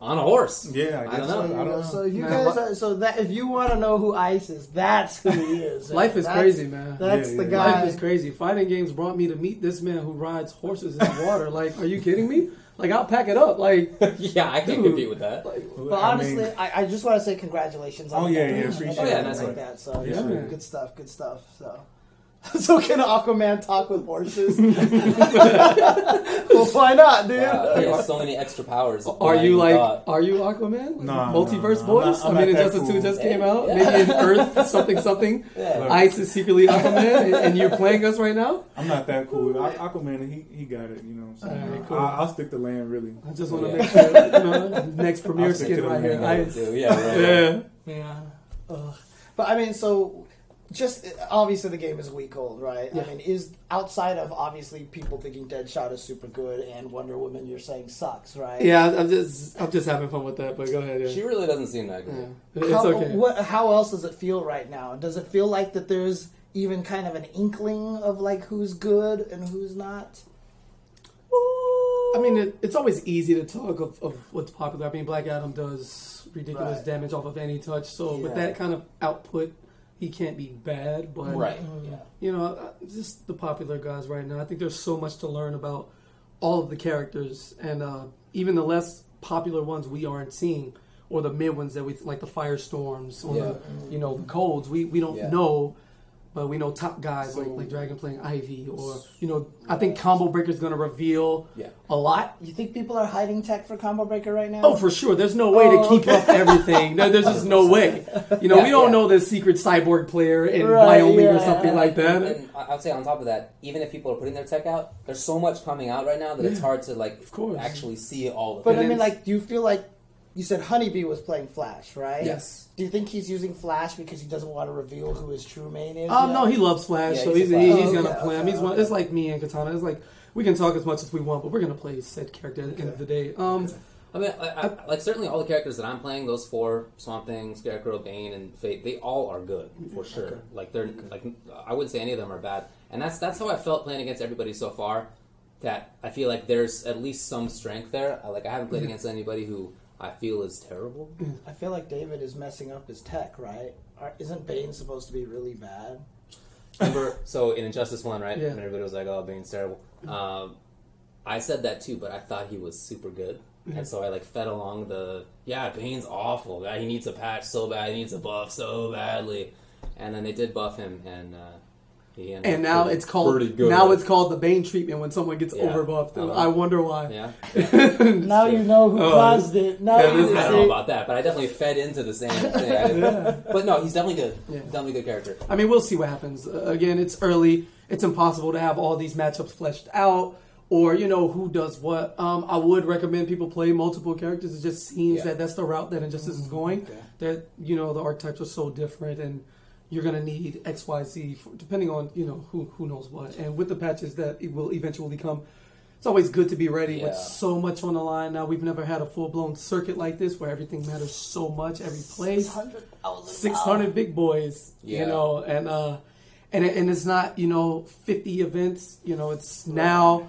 S3: on a horse.
S4: yeah,
S3: I
S4: I,
S3: don't know.
S4: guess so. I don't know.
S2: So if you
S1: Man,
S2: guys,
S1: what-
S2: are, so that if you want to know who Ice is, that's who he is.
S1: Life is
S2: That's-
S1: crazy, man.
S2: That's
S4: Yeah,
S2: the
S4: yeah.
S2: guy.
S1: Life is crazy. Fighting games brought me to meet this man who rides horses in the water. Like, are you kidding me? Like, I'll pack it up. Like,
S3: yeah, I can't
S1: Dude.
S3: compete with that.
S1: like
S2: But
S4: I
S2: honestly,
S4: mean,
S2: I, I just want to say congratulations. on
S4: Oh,
S2: the
S4: yeah,
S2: game.
S4: yeah,
S2: Like,
S4: appreciate
S3: it.
S2: everything
S3: That's
S2: like
S4: right.
S2: that. So
S4: Yeah.
S2: yeah, good stuff. Good stuff. So. So can Aquaman talk with horses? well, why not, dude?
S3: Wow, Uh, he has so many extra powers. uh,
S1: Are you
S3: Blind
S1: like
S3: thought.
S1: are you Aquaman? Like, Multiverse
S4: Nah, nah, nah, I'm
S1: boys?
S4: not- I'm
S1: I mean
S4: not that
S1: Injustice
S4: cool.
S1: 2 just
S3: Hey,
S1: came out.
S3: yeah.
S1: Maybe in Earth something something.
S3: Yeah.
S1: Ice is secretly Aquaman and, and you're playing us right now?
S4: I'm not that cool. I, Aquaman, he he got it. You know what I'm saying?
S1: Alright, cool.
S4: I, I'll stick to land, really.
S1: I just wanna
S3: Yeah.
S1: make sure you know, next premiere
S4: I'll stick to
S1: skit
S4: the
S1: right here.
S4: man.
S3: Yeah,
S1: Ice.
S3: too. yeah, right, right.
S1: Yeah.
S2: Man. Ugh. But I mean, so just obviously the game is a week old, right? I
S1: Yeah.
S2: mean, is outside of obviously people thinking Deadshot is super good and Wonder Woman you're saying sucks, right?
S1: Yeah, I'm just I'm just having fun with that, but go ahead. Yeah.
S3: She really doesn't seem that
S1: Yeah.
S3: great.
S1: It's
S2: how,
S1: okay.
S2: What, how else does it feel right now? Does it feel like that there's even kind of an inkling of like who's good and who's not?
S1: I mean, it, it's always easy to talk of, of what's popular. I mean, Black Adam does ridiculous
S2: Right.
S1: damage off of any touch, so with
S2: Yeah.
S1: that kind of output, he can't be bad. But
S3: Right. Yeah.
S1: you know, uh, just the popular guys right now. I think there's so much to learn about all of the characters, and uh, even the less popular ones we aren't seeing, or the mid ones that we like the firestorms or the, you know the colds. We we don't
S3: Yeah.
S1: know, but we know top guys like like Dragon playing Ivy, or you know, I think Combo Breaker's going to reveal
S3: Yeah.
S1: a lot.
S2: You think people are hiding tech for Combo Breaker right now?
S1: Oh, for sure. There's no way to
S2: Oh,
S1: keep up everything. No, there's just no way. You know,
S3: Yeah,
S1: we don't
S3: yeah.
S1: know the secret cyborg player in
S2: Right,
S1: Wyoming
S2: yeah.
S1: or something like that.
S3: And I- I'd say on top of that, even if people are putting their tech out, there's so much coming out right now that it's hard to like
S1: course.
S3: actually see all of
S2: But
S3: it.
S2: I mean,
S1: it's-
S2: like, do you feel like you said Honeybee was playing Flash, right?
S3: Yes.
S2: Do you think he's using Flash because he doesn't want to reveal who his true main is?
S1: Um,
S2: yet?
S1: no, he loves Flash,
S3: Yeah,
S1: so he's
S3: he's a
S1: he-
S3: Flash.
S1: he's
S2: Oh,
S1: gonna
S2: okay,
S1: play him.
S2: okay,
S1: He's one.
S2: okay.
S1: It's like me and Katana. It's like we can talk as much as we want, but we're gonna play said character at the end of the day. Um,
S3: I mean, I, I, like certainly all the characters that I'm playing, those four Swamp Thing, Scarecrow, Bane, and Fate, they all are good for sure. Like they're like I wouldn't say any of them are bad, and that's that's how I felt playing against everybody so far. That I feel like there's at least some strength there. I- Like I haven't played against anybody who I feel is terrible.
S2: I feel like David is messing up his tech, right? Are- Isn't Bane supposed to be really bad?
S3: Remember, so in Injustice One, right?
S1: Yeah.
S3: And everybody was like, "Oh, Bane's terrible." Um, I said that too, but I thought he was super good, and so I like fed along the, "Yeah, Bane's awful. Guy, he needs a patch so bad. He needs a buff so badly." And then they did buff him, and uh, he ended
S1: and
S3: up
S1: now
S3: pretty-
S1: it's called
S3: pretty good.
S1: now it's called the Bane treatment when someone gets
S3: Yeah.
S1: overbuffed.
S3: Uh-huh.
S1: I wonder why.
S3: yeah.
S2: Now you know who
S1: Oh,
S2: caused it. Now
S1: yeah,
S3: I
S2: you
S1: this
S3: don't
S1: is-
S3: know
S2: see.
S3: about that, but I definitely fed into the same thing. I didn't- But no, he's definitely good.
S1: Yeah.
S3: Definitely good character.
S1: I mean, we'll see what happens. Uh, again, it's early. It's impossible to have all these matchups fleshed out or, you know, who does what. Um, I would recommend people play multiple characters. It just seems
S3: Yeah. Mm-hmm.
S1: that that's the route that Injustice is going. That, you know, the archetypes are so different and you're going to need X, Y, Z, for, depending on, you know, who, who knows what. And with the patches that it will eventually come, it's always good to be ready
S3: Yeah.
S1: with so much on the line. Now, we've never had a full blown circuit like this where everything matters so much, every place six hundred big boys, you
S3: Yeah.
S1: know, and uh, and it- and it's not you know fifty events, you know, it's now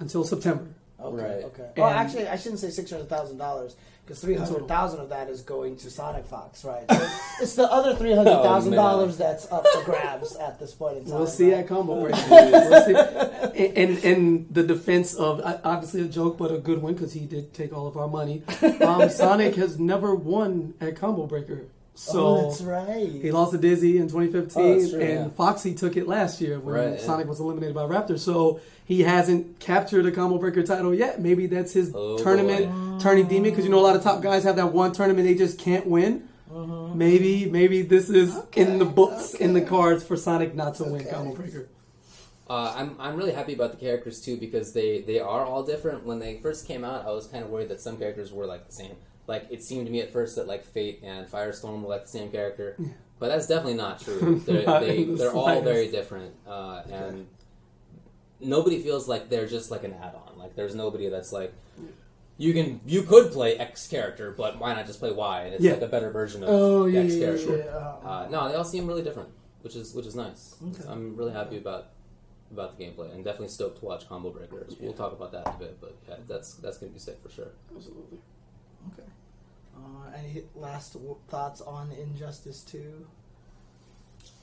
S1: until September.
S2: Okay.
S3: Right.
S2: Okay. Well,
S1: And-
S2: actually, I shouldn't say six hundred thousand dollars because three hundred thousand of that is going to Sonic Fox, right? So it's the other three hundred thousand dollars that's up for grabs at this point in time.
S1: Oh, We'll see that
S2: right?
S1: combo. break. we'll see. And, and and the defense of uh, obviously a joke, but a good one because he did take all of our money. Um, Sonic has never won at Combo Breaker, so.
S2: oh, that's right.
S1: He lost to Dizzy in 2015,
S3: Oh, that's true,
S1: and
S3: yeah.
S1: Foxy took it last year when
S3: Right, yeah.
S1: Sonic was eliminated by Raptor. So he hasn't captured a combo breaker title yet. Maybe that's his
S3: Oh,
S1: tournament, turning demon. Because you know a lot of top guys have that one tournament they just can't win.
S3: Mm-hmm.
S1: Maybe, maybe this is in the books, in the cards for Sonic not to win combo breaker.
S3: Uh, I'm I'm really happy about the characters too because they they are all different. When they first came out, I was kind of worried that some characters were like the same. Like it seemed to me at first that like Fate and Firestorm were like the same character, but that's definitely not true. They're
S1: Not
S3: they,
S1: in the
S3: they're all very
S1: slightest.
S3: different, uh, and nobody feels like they're just like an add-on. Like there's nobody that's like. You can you could play X character, but why not just play Y? And it's
S1: Yeah.
S3: like a better version of
S2: oh yeah,
S3: X
S2: yeah,
S3: character.
S2: yeah,
S1: Um,
S2: yeah.
S3: Uh, no, they all seem really different, which is which is nice. I'm really happy about about the gameplay, and definitely stoked to watch Combo Breakers. We'll talk about that in a bit, but yeah, that's that's gonna be sick for sure.
S1: Absolutely.
S2: Okay. Uh, any last w- thoughts on Injustice Two?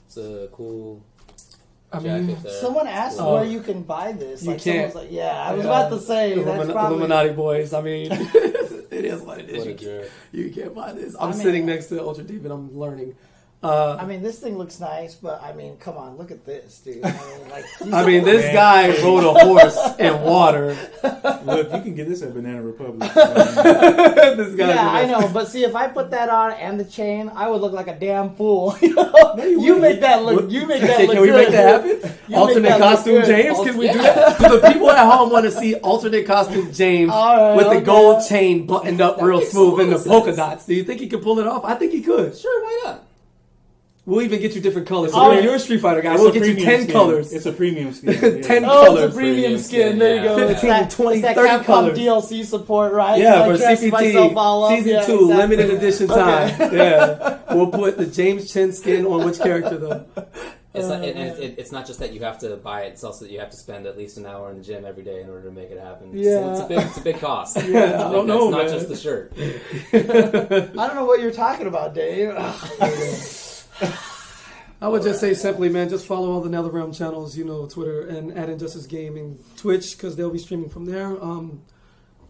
S3: It's a cool
S1: I
S3: jacket
S1: mean,
S3: there.
S2: Someone asked
S1: Oh.
S2: where you can buy this.
S1: You
S2: like, someone
S1: can't.
S2: was Like, yeah, I was
S1: Yeah.
S2: about to say that's
S1: Illumi-
S2: probably.
S1: Illuminati boys. I mean, it is what it is.
S3: What
S1: You
S3: a
S1: can't,
S3: jerk.
S1: you can't buy this. I'm
S2: I mean-
S1: sitting next to Ultra Deep and I'm learning. Uh,
S2: I mean, this thing looks nice, but I mean, come on, look at this, dude. I mean, like, you
S1: I mean, this
S4: Man.
S1: guy rode a horse in water.
S4: Look, you can get this at Banana Republic. Um,
S1: this guy.
S2: Yeah, I know, but see, if I put that on and the chain, I would look like a damn fool. you know? You make that look. You make that
S1: Okay,
S2: look.
S1: can we
S2: good.
S1: make that happen?
S2: You make
S1: alternate
S2: that look
S1: costume
S2: good.
S1: James? Can we do that? Do the people at home want to see alternate costume James
S2: All right,
S1: with the
S2: okay.
S1: gold chain buttoned up real
S3: makes
S1: smooth and the
S3: total
S1: polka
S3: sense.
S1: dots? Do you think he could pull it off? I think he could.
S3: Sure, why not?
S1: We'll even get you different colors.
S2: All
S1: So
S2: right.
S1: you're a Street Fighter guy.
S4: it's
S1: We'll
S4: a
S1: get you
S4: premium
S1: ten
S4: skin.
S1: colors.
S4: It's a premium skin. yeah.
S1: 10
S2: Oh, it's
S1: Colors.
S2: a premium
S3: Premium
S2: skin.
S3: skin,
S2: There
S3: yeah.
S2: you go. It's
S1: 15,
S2: that,
S1: 20,
S2: it's that
S1: 30
S2: Capcom
S1: colors.
S2: DLC support, right?
S1: Yeah,
S2: I
S1: for
S2: dress myself all
S1: CPT
S2: up.
S1: season
S2: Yeah,
S1: two,
S2: exactly.
S1: limited edition time. Yeah, we'll put the James Chen skin on which character though?
S3: It's not, and
S1: Uh,
S3: it's, it, it's not just that you have to buy it; it's also that you have to spend at least an hour in the gym every day in order to make it happen. It's-
S1: Yeah.
S3: it's, a big it's a big cost. yeah,
S1: I don't know,
S3: It's not
S1: man.
S3: just the shirt.
S2: I don't know what you're talking about, Dave.
S1: I would just say simply, man, just follow all the NetherRealm channels, you know, Twitter and at Injustice Game and Twitch because they'll be streaming from there. Um,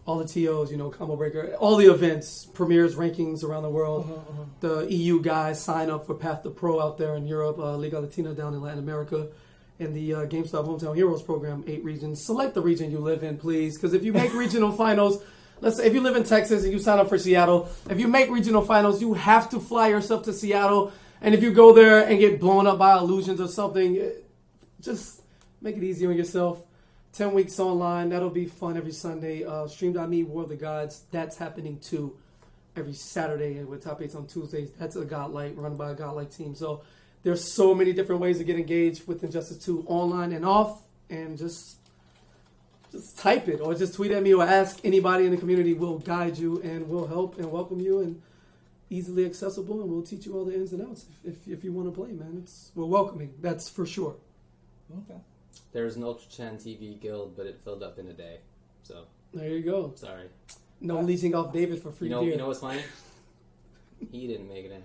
S1: all the TOs, you know, Combo Breaker, all the events, premieres, rankings around the world. The EU guys sign up for Path to Pro out there in Europe, uh, Liga Latina down in Latin America, and the uh, GameStop Hometown Heroes program, eight regions. Select the region you live in, please, because if you make regional finals, let's say if you live in Texas and you sign up for Seattle, if you make regional finals, you have to fly yourself to Seattle. And if you go there and get blown up by illusions or something, eh, just make it easy on yourself. 10 weeks online. That'll be fun every Sunday. Uh, Stream.me, War of the Gods. That's happening too. every Saturday and with top eights on Tuesdays. That's a godlike run by a godlike team. So there's so many different ways to get engaged with Injustice 2 online and off, and just just type it or just tweet at me or ask anybody in the community. We'll guide you and we'll help and welcome you and easily accessible and we'll teach you all the ins and outs if, if, if you want to play, man. It's we're welcoming. That's for sure.
S2: Okay.
S3: There was an Ultra Chan TV guild, but it filled up in a day. So
S1: There you go.
S3: sorry.
S1: No leeching off David for free
S3: You know,
S1: beer.
S3: you know what's funny? he didn't make it in.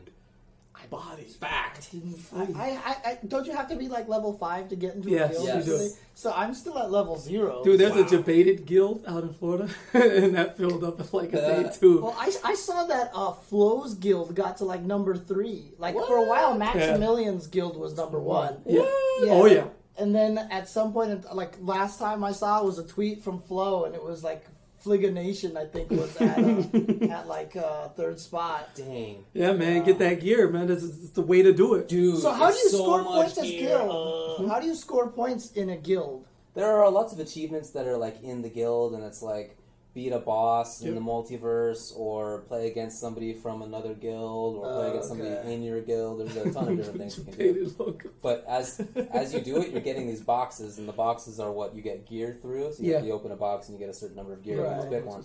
S1: I bought it.
S3: Fact.
S2: I, I, I don't you have to be like level five to get into
S1: Yes,
S2: a guild?
S3: you
S2: or
S3: do.
S2: something? So I'm still at level zero.
S1: Dude, there's
S2: Wow.
S1: a debated guild out in Florida, and that filled up in like a
S3: Uh,
S1: day too.
S3: oh,
S2: Well, I, I saw that uh, Flo's guild got to like number three. Like for a while, Maximilian's guild was number one.
S1: yeah.
S2: Yeah.
S1: Oh yeah.
S2: And then at some point, like last time I saw it was a tweet from Flo, and it was like Fligga Nation, I think, was at, uh, at like uh, third spot.
S3: Dang.
S1: Yeah, man, get that gear, man. That's it's the way to do it.
S3: Dude,
S2: So how do
S3: it's
S2: you score
S3: much
S2: points as
S3: gear.
S2: guild? How do you score points in a guild?
S3: There are lots of achievements that are like in the guild, and it's like beat a boss in
S1: Yep.
S3: the multiverse, or play against somebody from another guild, or play against
S2: Oh, Okay.
S3: somebody in your guild. There's a ton of different things you can do.
S1: Debated logo.
S3: But as as you do it, you're getting these boxes, and the boxes are what you get gear through. So you,
S1: Yeah.
S3: you open a box and you get a certain number of gear.
S2: Right.
S3: You pick one.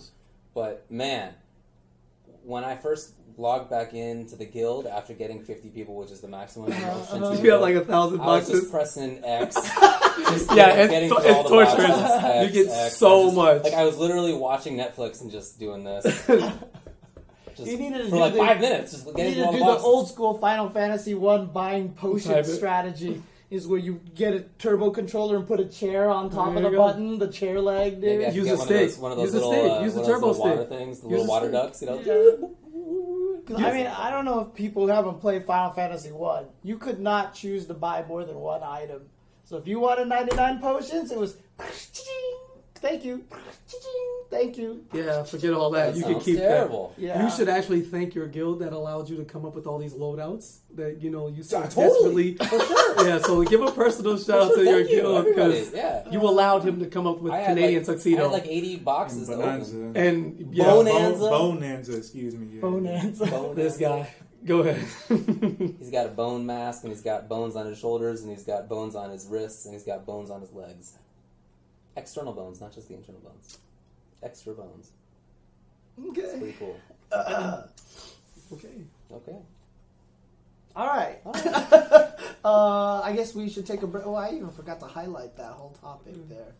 S3: But man, when I first logged back into the guild after getting 50 people, which is the maximum, in the Ocean
S2: Uh-huh.
S3: City
S1: You got
S3: guild,
S1: like a thousand
S3: I was just
S1: boxes.
S3: pressing X. just
S1: Yeah,
S3: like,
S1: it's
S3: getting
S1: so-
S3: through all
S1: it's
S3: the
S1: torturous.
S3: boxes, X,
S1: You get
S3: X.
S1: so
S3: I just-
S1: much.
S3: Like I was literally watching Netflix and just doing this. Just
S2: You needed to
S3: for
S2: do
S3: like
S2: the-
S3: five minutes, just
S2: You
S3: getting
S2: need
S3: through
S2: to
S3: all
S2: do
S3: the
S2: the
S3: boxes.
S2: old school Final Fantasy One buying potion
S1: Type it.
S2: strategy. Is where you get a turbo controller and put a chair on top
S1: There
S2: of
S1: you
S2: the
S1: go.
S2: button, the chair leg, dude.
S3: Maybe I could
S1: Use a
S3: get one of those,
S1: stick.
S3: one of those
S1: Use a
S3: little,
S1: stick.
S3: Uh,
S1: Use a
S3: one of those
S1: turbo
S3: little water
S1: stick.
S3: things, the
S1: Use
S3: little
S1: a
S3: water
S1: stick.
S3: ducks, you know.
S2: Yeah. 'Cause, I mean, I don't know if people who haven't played Final Fantasy One, you could not choose to buy more than one item. So if you wanted 99 potions, it was thank you, thank you.
S1: Yeah, forget all that.
S3: That
S1: you can
S3: sounds
S1: keep
S3: terrible.
S1: that.
S2: Yeah.
S1: You should actually thank your guild that allowed you to come up with all these loadouts that you know you so
S4: Yeah, totally.
S1: desperately. yeah, so give a personal shout out
S3: Sure,
S1: to your
S3: thank you,
S1: guild
S3: everybody.
S1: because
S3: yeah.
S1: you allowed him to come up with
S3: I had
S1: Canadian
S3: like,
S1: tuxedo
S3: I had like 80 boxes to open.
S4: Bonanza.
S1: and yeah,
S3: Bone
S1: Bo-
S3: Bonanza.
S4: Bonanza, excuse me. Yeah.
S2: Bonanza.
S3: Bone-
S1: this guy. Go ahead.
S3: He's got a bone mask, and he's got bones on his shoulders, and he's got bones on his wrists, and he's got bones on his legs. External bones, not just the internal bones. Extra bones. It's
S2: Okay.
S3: pretty cool.
S1: okay.
S3: Okay.
S2: All right. uh, I guess we should take a break. Oh, I even forgot to highlight that whole topic there.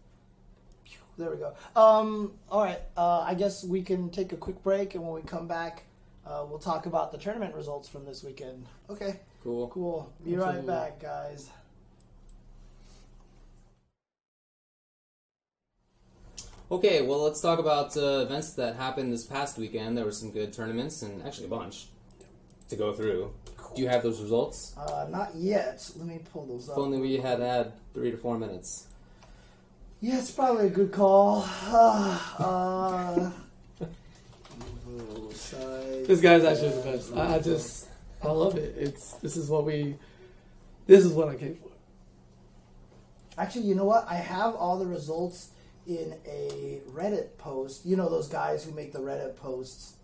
S2: Phew, There we go. Um, all right. Uh, I guess we can take a quick break, and when we come back, uh, we'll talk about the tournament results from this weekend. Okay.
S3: Cool.
S2: Cool. Be right
S1: Absolutely.
S2: back, guys.
S3: Okay, well, let's talk about uh, events that happened this past weekend. There were some good tournaments, and actually a bunch to go through. Do you have those results?
S2: Uh, not yet. Let me pull those
S3: If
S2: up.
S3: only we had had three to four minutes.
S2: Yeah, it's probably a good call. uh, side.
S1: This guy's actually the best. I, I just, I love it. It's this is what we, this is what I came for.
S2: Actually, you know what? I have all the results in a Reddit post. You know those guys who make the Reddit posts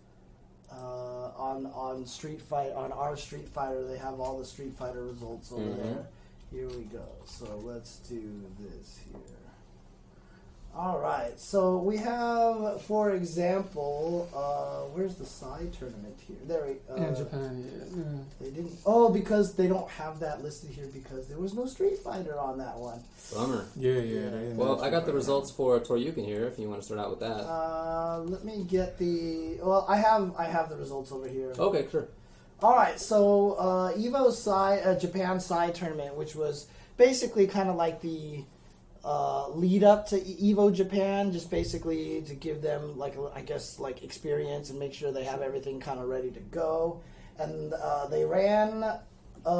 S2: uh, on on Street Fight on our Street Fighter. They have all the Street Fighter results over there. Here we go. So let's do this here. All right. So we have, for example, uh, where's the side tournament here? There we. Uh,
S1: In Japan, yeah. yeah.
S2: They didn't. Oh, because they don't have that listed here because there was no Street Fighter on that one.
S3: Bummer.
S4: Yeah, yeah. that is
S3: Well, I got the
S4: actually-
S3: results for Toryukin here, if you want to start out with that.
S2: Uh, let me get the. Well, I have I have the results over here.
S3: Okay, sure.
S2: All right, so uh, Evo Sai uh, Japan Sai tournament, which was basically kind of like the uh, lead up to E- Evo Japan, just basically to give them like a- I guess like experience and make sure they have everything kind of ready to go. And uh, they ran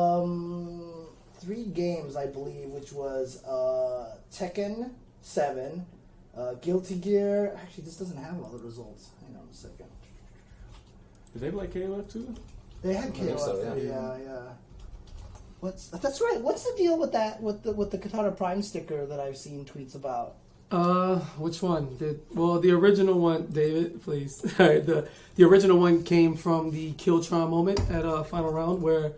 S2: um, three games, I believe, which was uh, Tekken Seven, uh, Guilty Gear. Actually, this doesn't have all the results. Hang on a second.
S4: Did they play KOF too?
S2: They had
S3: think
S2: KOF.
S3: so,
S2: there,
S3: yeah.
S2: yeah, yeah. What's that's right? What's the deal with that with the with the Katana Prime sticker that I've seen tweets about?
S1: Uh, which one? The, well, the original one, David, please. All right, the the original one came from the Kiltron moment at uh, final round where,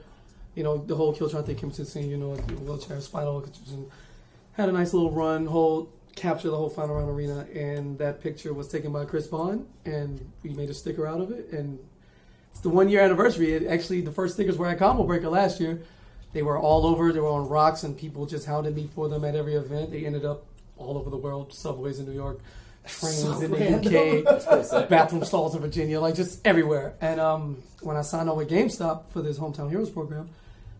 S1: you know, the whole Kiltron thing came to scene. You know, the wheelchair, spinal contusion, had a nice little run, whole capture the whole final round arena, and that picture was taken by Chris Bond, and we made a sticker out of it, and it's the one year anniversary. It actually the first stickers were at Combo Breaker last year. They were all over. They were on rocks, and people just hounded me for them at every event. They ended up all over the world, subways in New York, trains
S2: So
S1: in
S2: random.
S1: the
S3: pretty sick.
S1: UK, bathroom stalls in Virginia, like just everywhere. And um, when I signed on with GameStop for this Hometown Heroes program,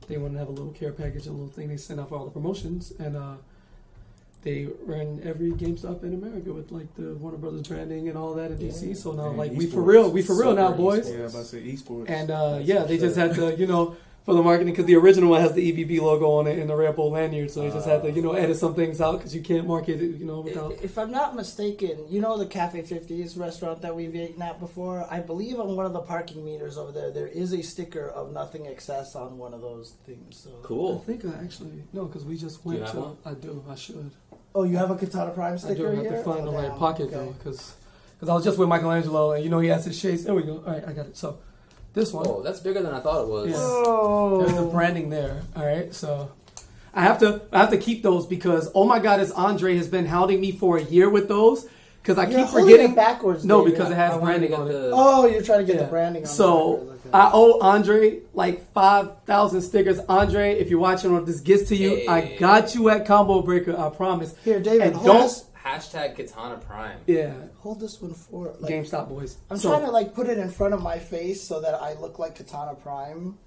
S1: they wanted to have a little care package, a little thing they sent out for all the promotions, and uh, they ran every GameStop in America with like the Warner Brothers branding and all that in DC. So now,
S4: And
S1: like we for
S4: esports.
S1: real, we for real
S3: Super
S1: now, boys.
S4: Yeah, I was about to say esports.
S1: And uh, yeah, they just had to, you know, for the marketing because the original one has the EBB logo on it and the Red Bull lanyard, so they just had to,
S3: Ah.
S1: you know, edit some things out because you can't market it, you know,
S3: Eh,
S1: without.
S2: If I'm not mistaken, you know the Cafe 50s restaurant that we've eaten at before? I believe on one of the parking meters over there, there is a sticker of nothing excess on one of those things. So.
S1: I
S3: Cool.
S1: think I actually no, because we just
S3: you
S1: went
S3: have
S1: to.
S3: one?
S1: I do. I should.
S2: Oh, you have a Katana Prime
S1: I do
S2: sticker
S1: have
S2: here?
S1: to find
S2: oh,
S1: the right
S2: damn.
S1: pocket
S2: Okay.
S1: though, because because I was just with Michelangelo and you know he has his shades. There we go. All right, I got it. So this one.
S3: Oh, that's bigger than I thought it was.
S1: Yeah.
S2: Oh.
S1: There's the branding there. All right, so I have to I have to keep those because oh my God, it's Andre has been hounding me for a year with those because I
S2: You're
S1: keep
S2: holding
S1: forgetting.
S2: it backwards.
S1: No,
S2: dude.
S1: because it
S3: I
S1: has
S3: wanted to
S1: branding
S3: get
S1: on it.
S3: the-
S2: Oh, you're trying to get
S1: Yeah.
S2: the branding on
S1: so
S2: backwards, okay.
S1: I owe Andre like five thousand stickers. Andre, if you're watching or if this gets to you, I
S3: Hey.
S1: got you at Combo Breaker. I promise.
S2: Here, David,
S1: and
S2: hold
S1: don't-
S2: this.
S3: Hashtag Katana Prime.
S1: Yeah,
S2: Hold this one for. Like,
S1: GameStop boys.
S2: I'm
S1: So-
S2: trying to like put it in front of my face so that I look like Katana Prime.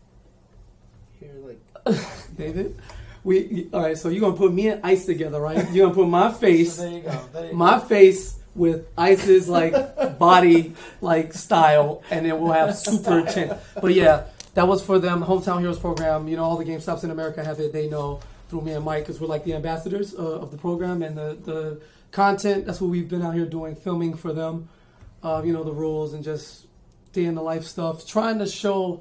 S2: Here, like
S1: David. We all right. So you're gonna put me and Ice together, right? You're gonna put my face.
S2: so there you go. There you
S1: my face with Ice's like body like style, and it will have super chin. But yeah, that was for them hometown heroes program. You know, all the GameStops in America have it. They know through me and Mike because we're like the ambassadors uh, of the program and the the content. That's what we've been out here doing, filming for them. Uh, you know, the rules and just day in the life stuff, trying to show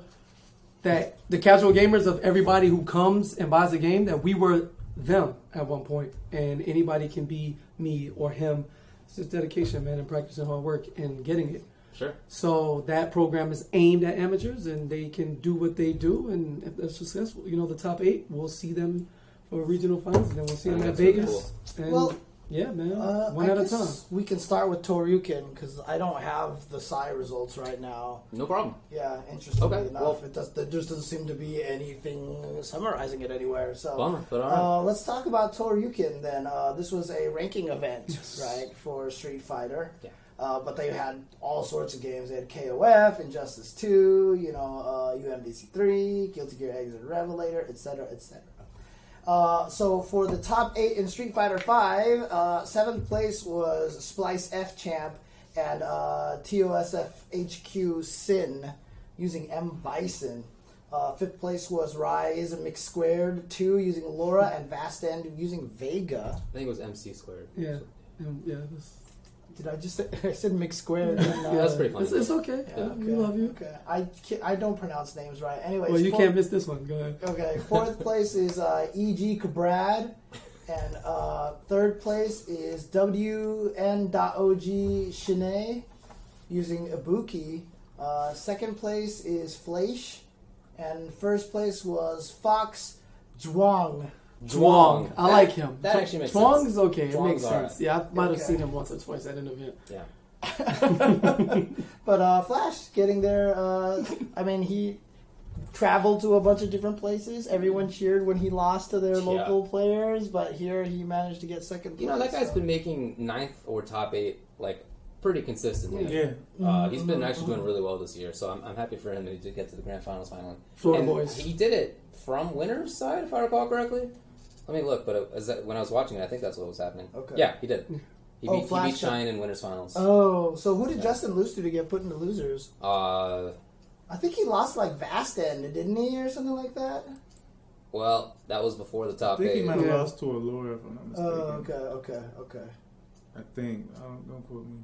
S1: that the casual gamers of everybody who comes and buys a game that we were them at one point and anybody can be me or him it's just dedication man and practice and hard work and getting it
S3: Sure.
S1: so that program is aimed at amateurs and they can do what they do and if they're successful you know the top eight we'll see them for regional finals and then we'll see them at
S3: That's
S1: vegas and
S2: Well,
S1: yeah man
S2: go. Uh,
S1: one
S2: I
S1: at a time
S2: guess We can start with Torukin because I don't have the Psy results right now.
S3: No problem.
S2: Yeah, interestingly
S3: Okay,
S2: enough,
S3: well-
S2: it does, there just doesn't seem to be anything summarizing it anywhere. So
S3: Bummer, but all right.
S2: Uh, let's talk about Torukin then. Uh, this was a ranking event, right, for Street Fighter.
S3: Yeah.
S2: Uh, but they had all sorts of games. They had KOF, Injustice 2, you know, uh, UMBC 3, Guilty Gear Exit Revelator, etc., etc. Uh, so for the top eight in Street Fighter Five, uh, seventh place was Splice F Champ and uh, TOSF HQ Sin using M Bison. Uh, fifth place was Rise Mix Squared Two using Laura and Vast End using Vega.
S3: I think it was MC squared.
S1: yeah And, yeah that's,
S2: Did I just say, I said Mix Squared?
S3: Yeah, that's pretty funny.
S1: it's, it's okay we love you
S2: Okay, I ca- I don't pronounce names right. Anyways,
S1: well you
S2: four-
S1: can't miss this one go ahead
S2: Okay, fourth place is uh, E.G. Cabrad. And uh, third place is WN.OG Shine using Ibuki. Uh, second place is Fleisch. And first place was Fox Zhuang.
S1: Dwong. I
S3: That-
S1: like him.
S3: That actually makes
S1: Dwong
S3: sense.
S1: is okay. it
S3: Dwong's
S1: makes
S3: alright.
S1: sense. Yeah, I might have
S2: Okay.
S1: seen him once or twice at an event.
S3: Yeah.
S2: But uh, Flash getting there, uh, I mean, he traveled to a bunch of different places. Everyone cheered when he lost to their
S3: Yeah.
S2: local players, but here he managed to get second place.
S3: You know, that guy's
S2: so-
S3: been making ninth or top eight, like, pretty consistently.
S4: yeah,
S3: Uh, he's been actually doing really well this year, so I'm, I'm happy for him that he did get to the grand finals finally.
S1: Florida
S3: And
S1: boys.
S3: He did it from winner's side, if I recall correctly. Let me look, but it, is that, when I was watching it, I think that's what was happening.
S2: Okay.
S3: Yeah, he did. He
S2: Oh,
S3: beat, he beat
S2: Flash-
S3: Shine in winner's finals.
S2: Oh, so who did Justin lose to to get put into losers?
S3: Uh,
S2: I think he lost like Vasten, didn't he, or something like that?
S3: well, that was before the
S4: I
S3: top
S4: think he
S3: eight.
S4: might have
S1: Yeah.
S4: lost to a lawyer if I'm not
S2: Oh,
S4: mistaken.
S2: okay, okay, okay.
S4: I think. I don't, don't quote me.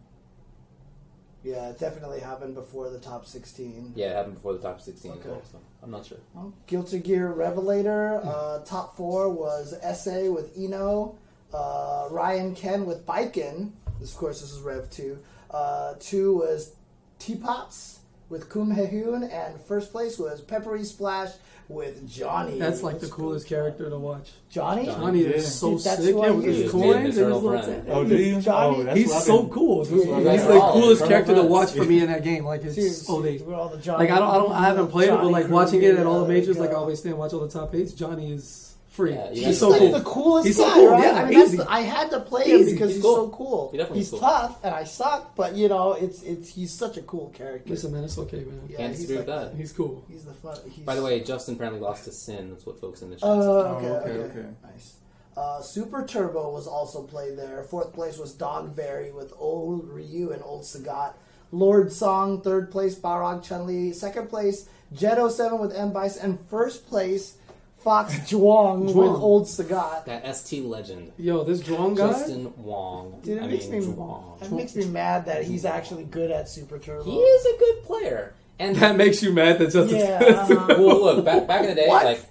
S2: Yeah, it definitely happened before the top 16.
S3: Yeah, it happened before the top 16 as
S2: Okay.
S3: well, so I'm not sure.
S2: Guilty Gear Revelator, uh, top four was SA with Eno, uh, Ryan Ken with Biken. This, of course, this is Rev 2. Uh, 2 was Teapots with Kum Hehyun, and first place was Peppery Splash with Johnny.
S1: That's like the
S2: Let's go.
S1: coolest character to watch.
S2: Johnny?
S1: Johnny
S4: Yeah.
S1: is so
S2: Dude, that's
S1: sick.
S2: who I
S1: Yeah, with
S2: use.
S1: his
S3: He's
S1: coins
S3: an
S1: and his
S3: eternal
S1: little
S3: friend.
S1: thing.
S4: Oh, did he?
S2: Johnny-
S4: Oh, that's
S1: He's
S4: what I've
S1: so
S4: been-
S1: cool. He's
S2: Yeah,
S1: the
S2: yeah. Oh,
S1: coolest
S4: Eternal
S1: character to
S4: Friends.
S1: watch for
S4: Yeah.
S1: me in that game. Like it's
S2: Dude,
S1: so deep.
S2: we're all the Johnny.
S1: Like I don't, I don't, I haven't played it, but
S2: Johnny
S1: like watching it at all the
S2: Kruger,
S1: majors, like I
S2: uh,
S1: always stay and watch all the top eights. Johnny is free.
S3: Yeah,
S1: he's
S3: yeah.
S1: so
S2: like
S1: cool.
S2: the coolest
S1: He's so
S2: guy,
S1: cool,
S2: right?
S1: yeah,
S2: I mean, that's
S1: easy.
S2: the, I had to play him
S1: Easy.
S2: because he's,
S3: He's cool.
S2: so cool.
S3: He definitely
S2: he's
S3: is cool.
S2: tough, and I suck, but you know, it's it's he's such a cool character.
S1: Listen, man, it's okay, man.
S2: Yeah,
S3: Can't
S2: he's
S3: disagree with
S2: like
S3: that.
S1: He's cool.
S2: He's the fun. He's,
S3: By the way, Justin apparently lost to Sin. That's what folks in the chat.
S2: Oh,
S3: said.
S2: okay,
S4: Oh,
S2: okay,
S4: okay, okay.
S2: nice. Uh, Super Turbo was also played there. Fourth place was Dogberry with Old Ryu and Old Sagat. Lord Song, third place, Barog Chun-Li. Second place, Jet 07 with M. Bice. And first place, Fox Zhuang with
S1: Zhuang.
S2: Old Sagat.
S3: that ST legend,
S1: Yo, this drone guy.
S3: Justin Wong.
S2: Dude, it
S3: I
S2: makes
S3: mean,
S2: me
S3: Wong.
S2: it makes me mad that he's actually good at Super Turbo.
S3: He is a good player, and
S1: That makes you mad that Justin.
S2: Yeah, uh-huh.
S3: well, look back, back in the day,
S2: What?
S3: like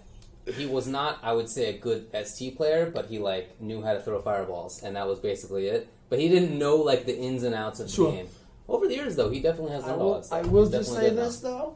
S3: he was not, I would say, a good ST player, but he like knew how to throw fireballs, and that was basically it. But he didn't know like the ins and outs of the
S1: Sure.
S3: game. Over the years, though, he definitely has
S2: I
S3: learned all
S2: will,
S3: that
S2: I
S3: stuff.
S2: will
S3: He's
S2: just
S3: definitely
S2: say
S3: good now.
S2: this though,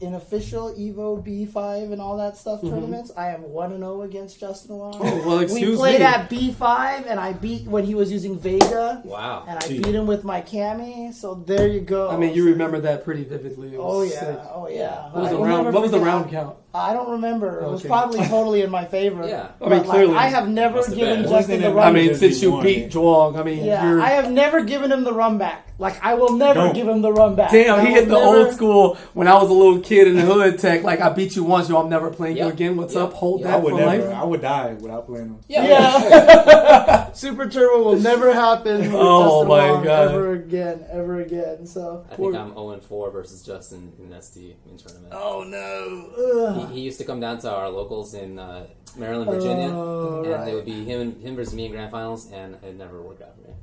S2: in official Evo B5 and all that stuff tournaments, I am one and zero against Justin Wong.
S1: Mm-hmm. Oh, well,
S2: we
S1: excuse
S2: played
S1: me.
S2: at B5 and I beat when he was using Vega.
S3: Wow.
S2: And I
S4: Gee.
S2: beat him with my Cami. So there you go.
S1: I mean, you remember that pretty vividly. It
S2: Oh
S1: was
S2: yeah,
S1: sick.
S2: oh yeah.
S1: What was
S2: I
S1: the
S2: will
S1: round?
S2: never
S1: What was the
S2: forget.
S1: round count?
S2: I don't remember. It was
S1: Okay.
S2: probably totally in my favor.
S3: Yeah.
S1: I mean,
S2: But, like,
S1: clearly.
S2: I have never
S3: Must have
S2: given
S3: been.
S2: Justin the
S4: Wasn't it-
S2: run.
S1: I mean,
S4: Just
S1: since
S4: you
S1: you
S4: won.
S1: beat Zhuang, I mean,
S2: Yeah,
S1: you're,
S2: I have never given him the run back. Like I will never
S4: Don't.
S2: give him the run back.
S1: damn,
S2: I
S1: he
S2: will
S1: hit the
S2: never-
S1: old school when I was a little kid in the hood tech. Like, I beat you once, yo, I'm never playing you
S3: Yeah.
S1: again. What's
S3: Yeah.
S1: up? Hold
S3: Yeah.
S4: I
S1: that
S4: would
S1: for
S4: never.
S1: life.
S4: I would die without playing him.
S3: Yeah.
S2: Yeah. Super Turbo will never happen. with
S1: Oh,
S2: Justin
S1: my
S2: Wong
S1: God.
S2: Ever again, ever again. So.
S3: I think I'm 0 4 versus Justin in SD in tournament.
S2: Oh no. Ugh.
S3: He, he used to come down to our locals in uh, Maryland, Virginia,
S2: Oh,
S3: and
S2: right.
S3: it would be him him versus me in grand finals, and it never worked out for me.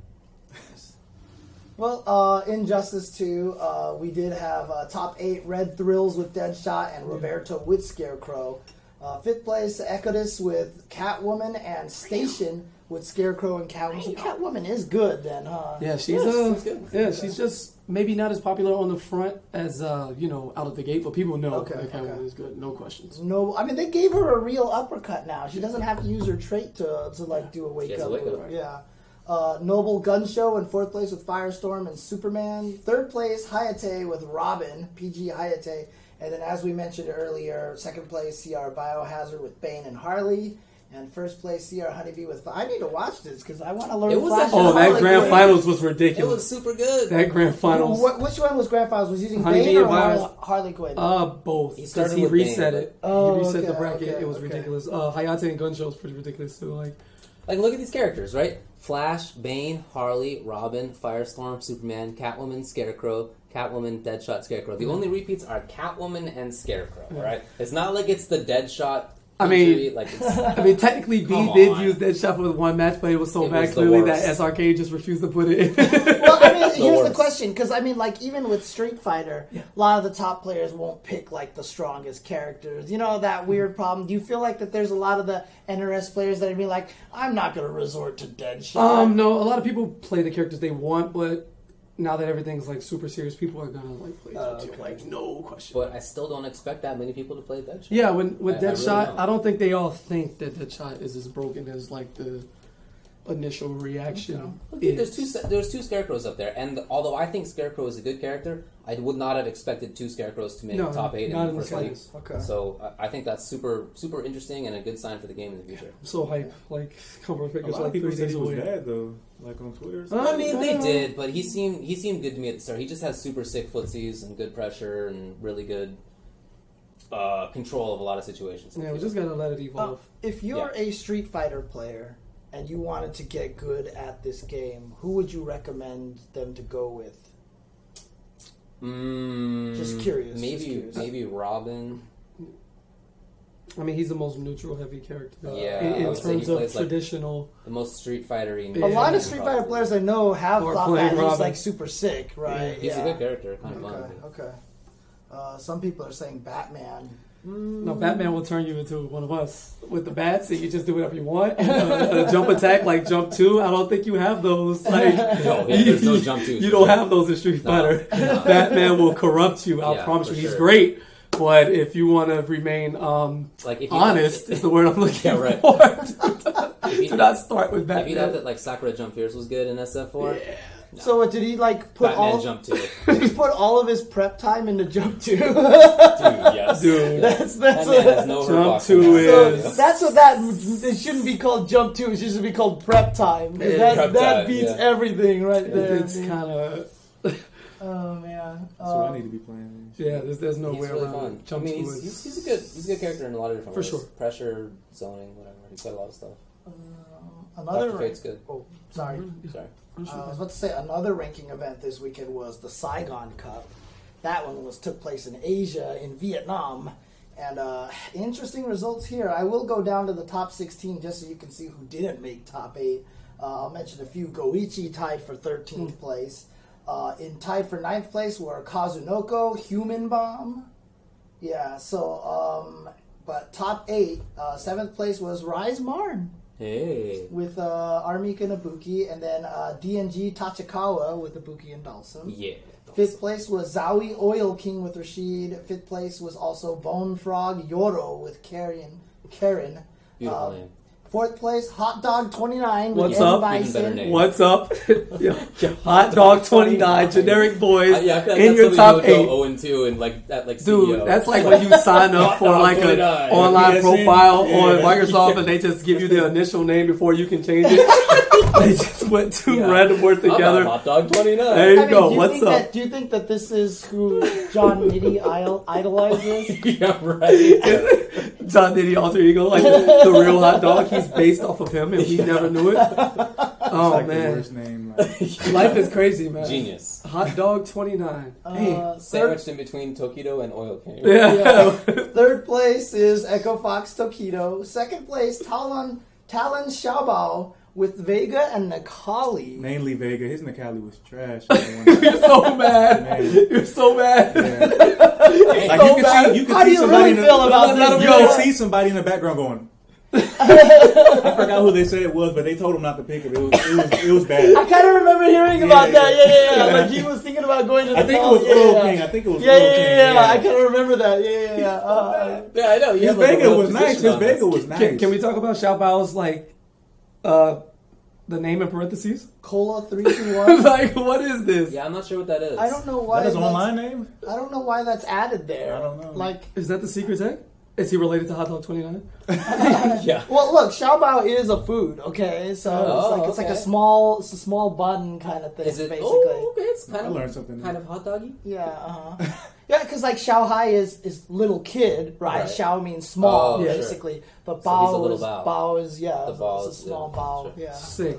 S2: Well, uh, Injustice 2, uh, we did have uh, top eight Red Thrills with Deadshot and Roberto with Scarecrow. Uh, fifth place, Ecodus with Catwoman and Station with Scarecrow and Catwoman. So Catwoman is good then, huh?
S1: Yeah, she's uh, yeah, she's just maybe not as popular on the front as uh, you know, out of the gate, but people know
S2: Okay,
S1: that Catwoman
S2: okay.
S1: is good, no questions.
S2: No, I mean they gave her a real uppercut now. She doesn't have to use her trait to, to like do a wake
S3: has a
S2: up.
S3: wake-up,
S2: move.
S3: right.
S2: Yeah. Uh, Noble Gun Show in fourth place with Firestorm and Superman. Third place Hayate with Robin, PG Hayate, and then as we mentioned earlier, second place CR Biohazard with Bane and Harley. And first place, CR Honeybee with. I need to watch this because I want to learn.
S3: It was
S2: Flash
S3: actually-
S2: and
S1: Oh, that
S2: Harley
S1: grand
S2: Quinn.
S1: finals was
S3: It was
S1: ridiculous.
S3: super good.
S1: That grand finals,
S2: Wh- Which one was grand finals? Was using
S1: Honeybee
S2: Bane or
S1: and Bio-
S2: Harley, Harley Quinn?
S1: uh, both
S3: He started
S1: because he
S3: with Bane,
S1: reset
S3: but-
S1: it.
S2: Oh,
S1: he reset the
S2: okay,
S1: bracket.
S2: okay,
S1: it was
S2: okay.
S1: ridiculous. Uh, Hayate and Gun Show was pretty ridiculous too. Like,
S3: Like, look at these characters, right? Flash, Bane, Harley, Robin, Firestorm, Superman, Catwoman, Scarecrow, Catwoman, Deadshot, Scarecrow.
S1: Mm-hmm.
S3: The only repeats are Catwoman and Scarecrow, all right? It's not like it's the Deadshot.
S1: I mean-
S3: injury, like it's,
S1: I mean, technically, B
S3: Come
S1: did
S3: on.
S1: use that shot with one match, but it was so
S3: It
S1: bad
S3: was the
S1: clearly
S3: worst.
S1: that SRK just refused to put it in.
S2: well, I mean,
S3: The
S2: here's the
S3: worst.
S2: question because I mean, like, even with Street Fighter, a lot of the top players won't pick like the strongest characters. You know that weird problem. Do you feel like that there's a lot of the NRS players that are being like, I'm not going to resort to Deadshot.
S1: um, no, a lot of people play the characters they want, but now that everything's like super serious, people are gonna like play Tokyo, like no question.
S3: Uh, but I still don't expect that many people to play Deadshot.
S1: Yeah, when with
S3: I- I really
S1: Deadshot, I,
S3: don't.
S1: don't think they all think that Deadshot is as broken as like the initial reaction.
S3: Look, dude,
S1: is.
S3: there's two se- there's two scarecrows up there, and although I think Scarecrow is a good character, I would not have expected two scarecrows to make
S1: No,
S3: the top eight
S1: not
S3: in
S1: in
S3: the
S1: the
S3: first league.
S1: slightest.
S2: Okay.
S3: So I I think that's super super interesting and a good sign for the game in the future.
S1: I'm so hype, like cover
S4: A
S1: figures
S4: lot
S1: like
S4: of people
S1: three
S4: said
S1: days
S4: he was
S1: away.
S4: bad though, like on Twitter. or
S1: Huh?
S3: I mean, they
S2: uh,
S1: Yeah.
S3: did, but he seemed he seemed good to me at the start. He just has super sick footsies and good pressure and really good uh, control of a lot of situations.
S1: Yeah, we just gotta let it
S2: Uh,
S1: evolve.
S2: if you're a Street Fighter player and you wanted to get good at this game, who would you recommend them to go with?
S3: Mm,
S2: Just curious, just
S3: Maybe
S2: curious.
S3: maybe Robin. Oh.
S1: I mean, he's the most neutral heavy character uh,
S3: Yeah,
S1: in,
S3: I
S1: in
S3: would say he
S1: terms of
S3: plays, like,
S1: traditional.
S3: The most Street Fighter.
S1: Yeah.
S2: A lot of Street Fighter players I know have
S1: Or
S2: thought
S1: playing
S2: that he's
S1: Robin.
S2: like super sick, right?
S3: He's
S2: Yeah.
S3: a good character, kind of
S2: Okay,
S3: fun.
S2: okay. Uh, some people are saying Batman
S1: No, Batman will turn you into one of us with the bats, and you just do whatever you want. And, uh, the jump attack, like jump two, I don't think you have those. Like,
S3: No, yeah, there's no jump twos.
S1: You don't have those in Street
S3: No,
S1: Fighter.
S3: no.
S1: Batman will corrupt you. I will
S3: Yeah,
S1: promise
S3: for
S1: you, he's
S3: sure.
S1: great. But if you want to remain um,
S3: Like if you,
S1: honest, is the word I'm looking
S3: Yeah, right.
S1: for.
S3: If you,
S1: do not start with
S3: if you thought
S1: Batman.
S3: that like Sakura Jump Fierce was good in SF4,
S2: So what, did he like put
S3: Batman
S2: all?
S3: Jump Two, dude,
S2: Did he put all of his prep time into jump two?
S3: yes,
S1: Dude.
S3: Yeah.
S2: that's that's
S3: That man
S2: what-
S3: has no
S1: Jump
S3: Reebok
S1: Two
S3: in
S2: So
S3: that.
S1: is- Yes.
S2: that's what that it shouldn't be called jump two. It should just be called prep time. 'Cause
S1: Yeah.
S2: That
S3: Prep
S2: that
S3: time,
S2: beats
S3: yeah.
S2: everything right there.
S1: It's
S2: dude.
S1: kind of
S2: oh man.
S4: That's what I
S2: Um,
S4: need to be playing.
S1: yeah. There's, there's no
S3: he's
S1: way
S3: really
S1: around
S3: fun.
S1: it.
S3: I
S1: Jump
S3: mean,
S1: two
S3: he's,
S1: is-
S3: he's, he's a good he's a good character in a lot of different
S1: For
S3: ways.
S1: sure.
S3: Pressure, zoning, whatever. He's got a lot of stuff.
S2: um,
S3: Doctor
S2: another.
S3: Fate's good.
S2: Oh,
S1: Mm-hmm.
S2: sorry.
S3: Sorry.
S2: Uh, I was about to say another ranking event this weekend was the Saigon Cup. That one was took place in Asia in Vietnam, and uh, interesting results here. I will go down to the top 16 just so you can see who didn't make top eight. Uh, I'll mention a few. Goichi tied for 13th place. Uh, in tied for ninth place were Kazunoko, Human Bomb. Yeah. So, um, but top eight, uh, seventh place was Rise Marn
S3: Hey.
S2: with uh, Armika Nabuki, and then uh, DNG Tachikawa with Nabuki and Dalsum.
S3: Yeah.
S2: Fifth place was Zawi Oil King with Rashid. Fifth place was also Bone Frog Yoro with Karen. Karen.
S3: Beautiful
S2: Um,
S3: name.
S2: Fourth place, Hot Dog 29
S1: What's
S2: with M.
S1: up?
S3: Even better
S2: Bison.
S3: name.
S1: What's up? Yo, Hot dog twenty nine, generic boys
S3: I, yeah, I feel like
S1: in
S3: that's
S1: your top
S3: somebody who would
S1: eight.
S3: go 0 and 2 and like that, like
S1: Dude,
S3: CEO.
S1: that's like when you sign up for
S3: Hot
S1: like
S3: dog
S1: an
S3: 29.
S1: online
S4: Yes,
S1: profile
S4: yeah.
S1: on
S4: Yeah.
S1: Microsoft, and they just give you the initial name before you can change it. they just put two
S3: Yeah.
S1: random words
S3: I'm
S1: together.
S3: Hot Dog 29.
S1: Hey. There you go.
S2: do you
S1: What's
S2: think
S1: up?
S2: That, do you think that this is who John Mitty idol- idolizes?
S3: yeah, right.
S1: John Diddy alter ego, like the, the real hot dog. He's based off of him, and we never knew it. Oh
S4: It's like the
S1: man,
S4: worst name. Like,
S1: life is crazy, man.
S3: Genius.
S1: Hot dog twenty nine.
S2: Uh, third
S3: Sandwiched in between Tokido and Oil King.
S1: yeah.
S2: Third place is Echo Fox Tokido. Second place, Talon Talon Xiaobao with Vega and Nakali.
S4: mainly Vega. His Nakali was trash.
S1: You're so mad.
S4: Man.
S1: You're so mad.
S4: Yeah.
S1: You're
S4: Like
S1: so
S4: you can
S1: bad.
S4: see, you can
S2: How do
S4: see
S2: you
S4: somebody
S2: really
S4: in the,
S2: feel about
S4: no, no,
S2: this
S4: no, You
S2: guy?
S4: can see somebody in the background going. I forgot who they said it was, but they told him not to pick him. It was, it was, it was
S2: I
S4: bad.
S2: kind of remember hearing about
S4: Yeah.
S2: that. Yeah, yeah, yeah. Like he was thinking about going to.
S4: I
S2: the
S4: think it
S2: call.
S4: was
S2: yeah,
S4: Earl
S2: yeah.
S4: King. I think it was
S2: Yeah,
S4: Earl
S2: yeah,
S4: King.
S2: yeah, yeah, I kind of remember that. Yeah, yeah, yeah. Uh,
S3: Yeah, I know. You
S4: His
S3: have, like, a
S4: Vega
S3: real
S4: was
S3: position
S4: nice. His
S3: on
S4: Vega
S3: this.
S4: was nice.
S1: Can, can we talk about Xiaobao's like uh the name in parentheses?
S2: Cola three two one.
S1: like what is this?
S3: Yeah, I'm not sure what that is.
S2: I don't know why.
S4: That is
S2: that's-
S4: online name.
S2: I don't know why that's added there.
S4: I don't know.
S2: Like,
S1: Is that the secret egg? Is he related to Hot Dog 29?
S3: Yeah.
S2: Well, look, xiaobao is a food, okay? So
S3: Oh,
S2: it's like it's like a
S3: okay.
S2: small, it's a small bun kind of thing,
S3: Is it?
S2: basically.
S3: Oh, okay. It's kind
S4: I
S3: of
S4: learned something.
S3: Kind of hot doggy.
S2: Yeah, uh-huh. yeah, because like Xiaohai is is little kid, right?
S3: Right.
S2: Xiao means small,
S3: Oh, Yeah.
S2: basically. But
S3: So he's a
S2: Bao
S3: little
S2: is
S3: Bao.
S2: Bao is yeah,
S3: The Bao
S2: it's
S3: is-
S2: a small
S3: yeah,
S2: Bao.
S3: sure.
S2: Yeah.
S1: Sick.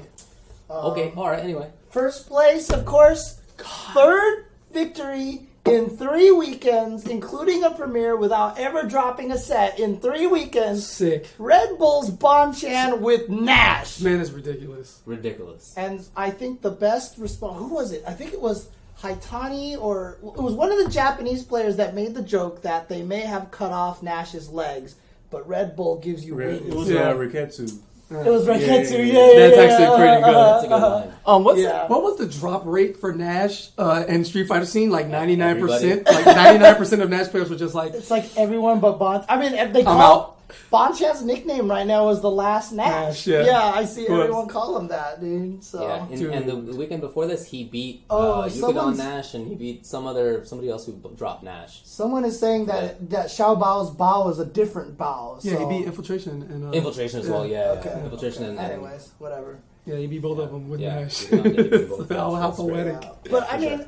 S2: Uh,
S3: okay. All right. Anyway.
S2: First place, of course, third victory in three weekends, including a premiere without ever dropping a set in three weekends.
S1: Sick.
S2: Red Bull's Bonchan with Nash.
S1: Man is ridiculous.
S3: Ridiculous.
S2: And I think the best response, who was it? I think it was Haitani or it was one of the Japanese players that made the joke that they may have cut off Nash's legs, but Red Bull gives you
S4: It
S2: wings.
S4: was
S1: Yeah.
S4: uh, Riketsu.
S2: It was Raketsu, yeah,
S4: Yeah,
S2: yeah,
S1: That's
S2: yeah,
S1: actually pretty good.
S3: That's a
S2: uh-huh.
S3: good line.
S1: Um, what's
S2: Yeah.
S1: what was the drop rate for Nash uh, and Street Fighter scene? Like ninety nine percent.
S3: Everybody.
S1: Like ninety nine percent of Nash players were just like,
S2: It's like everyone but Bon. I mean, if they call
S1: out.
S2: Bonchan's nickname right now is the last Nash.
S1: Nash, yeah.
S2: I see
S1: Of course.
S2: everyone call him that, dude. So
S3: Yeah, and,
S1: Dude.
S3: and the, the weekend before this, he beat
S2: Oh,
S3: uh, Yukidon
S2: someone's-
S3: Nash, and he beat some other somebody else who b- dropped Nash.
S2: someone is saying that that Xiao Bao's Bao is a different Bao. So.
S1: yeah, he beat infiltration and uh,
S3: Infiltration as well, yeah.
S2: Okay.
S3: yeah. Infiltration
S2: okay.
S3: and, and
S2: Anyways, whatever.
S1: Yeah, he beat both of them with
S3: Yeah,
S1: Nash.
S3: he did beat both of them.
S1: how, how
S3: That's great.
S1: poetic.
S2: Yeah.
S3: Yeah,
S2: But I
S3: for sure.
S2: mean,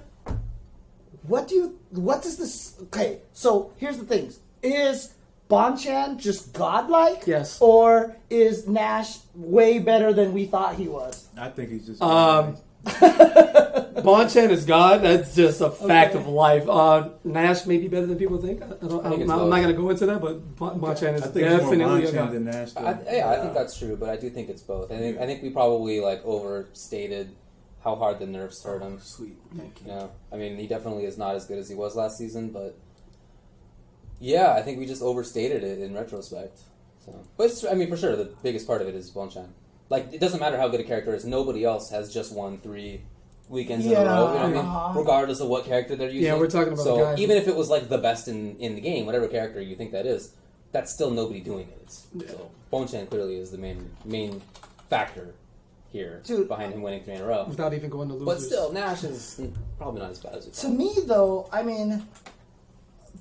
S2: what do you? What does this? Okay, so here's the things: is Bonchan just godlike?
S1: Yes.
S2: Or is Nash way better than we thought he was?
S4: I think he's just.
S1: Um, Bonchan is God. That's just a fact
S2: Okay.
S1: of life. Uh, Nash may be better than people think. I, I don't, I
S3: think
S1: am
S3: it's
S1: not, I'm
S3: low.
S1: not going to go into that, but Bon- Bonchan is
S4: I think it's more
S1: definitely a
S4: Bonchan
S1: God.
S4: than Nash. though.
S3: I, yeah, I think that's true, but I do think it's both. I think I think we probably like overstated how hard the nerves hurt him.
S4: Sweet. Thank you.
S3: You know, I mean, he definitely is not as good as he was last season, but Yeah, I think we just overstated it in retrospect. So, but it's, I mean, for sure, the biggest part of it is Bonchan. Like, it doesn't matter how good a character is. Nobody else has just won three weekends in a
S2: Yeah,
S3: row. You know what I
S2: uh-huh.
S3: mean? Regardless of what character they're using.
S1: we're talking about
S3: So
S1: the guy who-
S3: even if it was like the best in in the game, whatever character you think that is, that's still nobody doing it. It's, So Bonchan clearly is the main main factor here
S2: Dude.
S3: behind him winning three in a row.
S1: without even going to losers.
S3: But still, Nash is probably not as bad as we
S2: To me, though, I mean,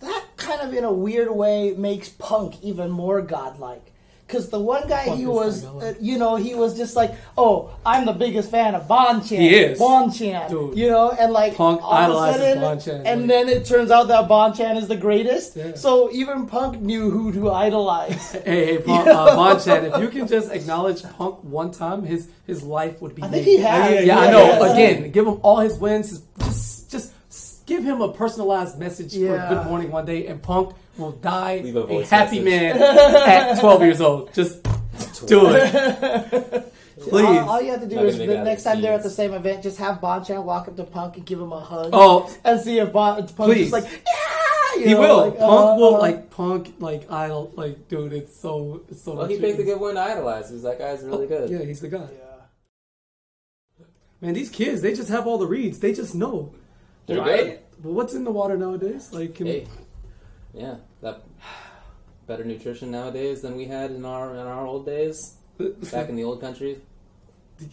S2: that kind of in a weird way makes Punk even more godlike. Because the one guy
S1: Punk
S2: he
S1: is
S2: was, uh,
S1: godlike.
S2: you know, he was just like, oh, I'm the biggest fan of Bonchan.
S1: He is.
S2: Bonchan.
S1: Dude.
S2: You know, and like,
S1: Punk
S2: all of a
S1: idolizes
S2: sudden,
S1: Bonchan,
S2: And
S1: like-
S2: then it turns out that Bonchan is the greatest.
S1: Yeah.
S2: So even Punk knew who to idolize.
S1: Hey, hey, Punk, uh, Bonchan, if you can just acknowledge Punk one time, his his life would be.
S2: I think he
S1: made.
S2: had.
S4: Yeah,
S1: Yeah, I
S4: yeah,
S1: know.
S4: yeah.
S1: Again, give him all his wins. His, just, just s- give him a personalized message
S2: Yeah.
S1: for Good Morning one day, and Punk will die
S3: Leave a
S1: a,
S3: voice
S1: happy
S3: message.
S1: man at 12 years old. Just do it, please.
S2: All, all you have to do
S3: Not
S2: is
S3: gonna
S2: the
S3: make
S2: next
S3: out of
S2: time they're at the
S3: scenes.
S2: same event, just have Bonchan walk up to Punk and give him a hug.
S1: oh,
S2: and see if Bon, Punk's
S1: Please.
S2: just like, yeah, you
S1: he
S2: know,
S1: will.
S2: like,
S1: punk
S2: uh,
S1: will
S2: uh,
S1: like Punk like idol like dude. It's so it's so.
S3: Well, he
S1: much-
S3: picked a good one to idolize. He's that guy's really good.
S1: Yeah, he's the guy.
S2: Yeah.
S1: Man, these kids, they just have all the reads. They just know.
S3: They're
S1: Well, I-
S3: great.
S1: well, what's in the water nowadays? Like, can,
S3: Hey, yeah, that better nutrition nowadays than we had in our in our old days back in the old country.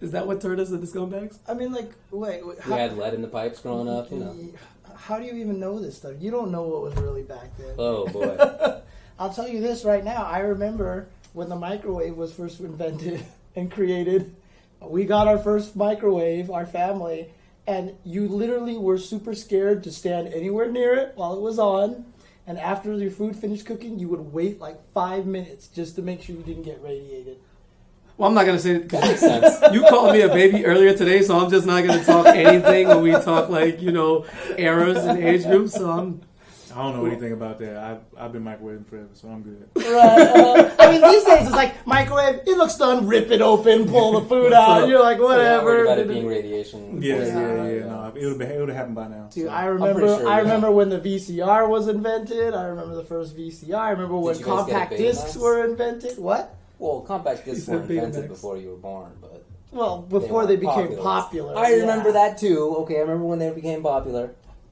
S1: is that what turned us into scumbags?
S2: I mean, like, wait, wait
S3: We
S2: how,
S3: had lead in the pipes growing up. You know.
S2: how do you even know this stuff? You don't know what was really back then.
S3: Oh boy.
S2: I'll tell you this right now. I remember when the microwave was first invented and created. We got our first microwave, our family, and you literally were super scared to stand anywhere near it while it was on. And after your food finished cooking, you would wait like five minutes just to make sure you didn't get radiated.
S1: Well, I'm not gonna say it
S3: Makes
S1: 'cause
S3: sense.
S1: you called me a baby earlier today, so I'm just not gonna talk anything when we talk like you know eras and age groups. So I'm
S4: I don't know anything about that. I've, I've been microwaving forever, so I'm good.
S2: Right. uh, I mean, these days it's like microwave. It looks done. Rip it open. Pull the food out.
S1: up?
S2: You're like,
S3: Yeah, worried
S2: whatever.
S3: about it being radiation.
S4: Yeah, yeah,
S3: poisoning,
S4: yeah.
S3: you know.
S4: No, it would have it would have happened by now.
S2: Dude,
S4: so.
S2: I
S3: pretty
S2: remember.
S3: sure,
S2: I
S3: yeah.
S2: remember when the VCR was invented. I remember the first VCR. I remember when
S3: you guys get a
S2: compact
S3: Betamax?
S2: discs were invented. What?
S3: Well, compact discs
S1: said
S3: were invented
S1: Betamax.
S3: before you were born, but
S2: Well, before they,
S3: weren't
S2: became popular.
S3: I remember
S2: yeah.
S3: that too. Okay, I remember when they became popular.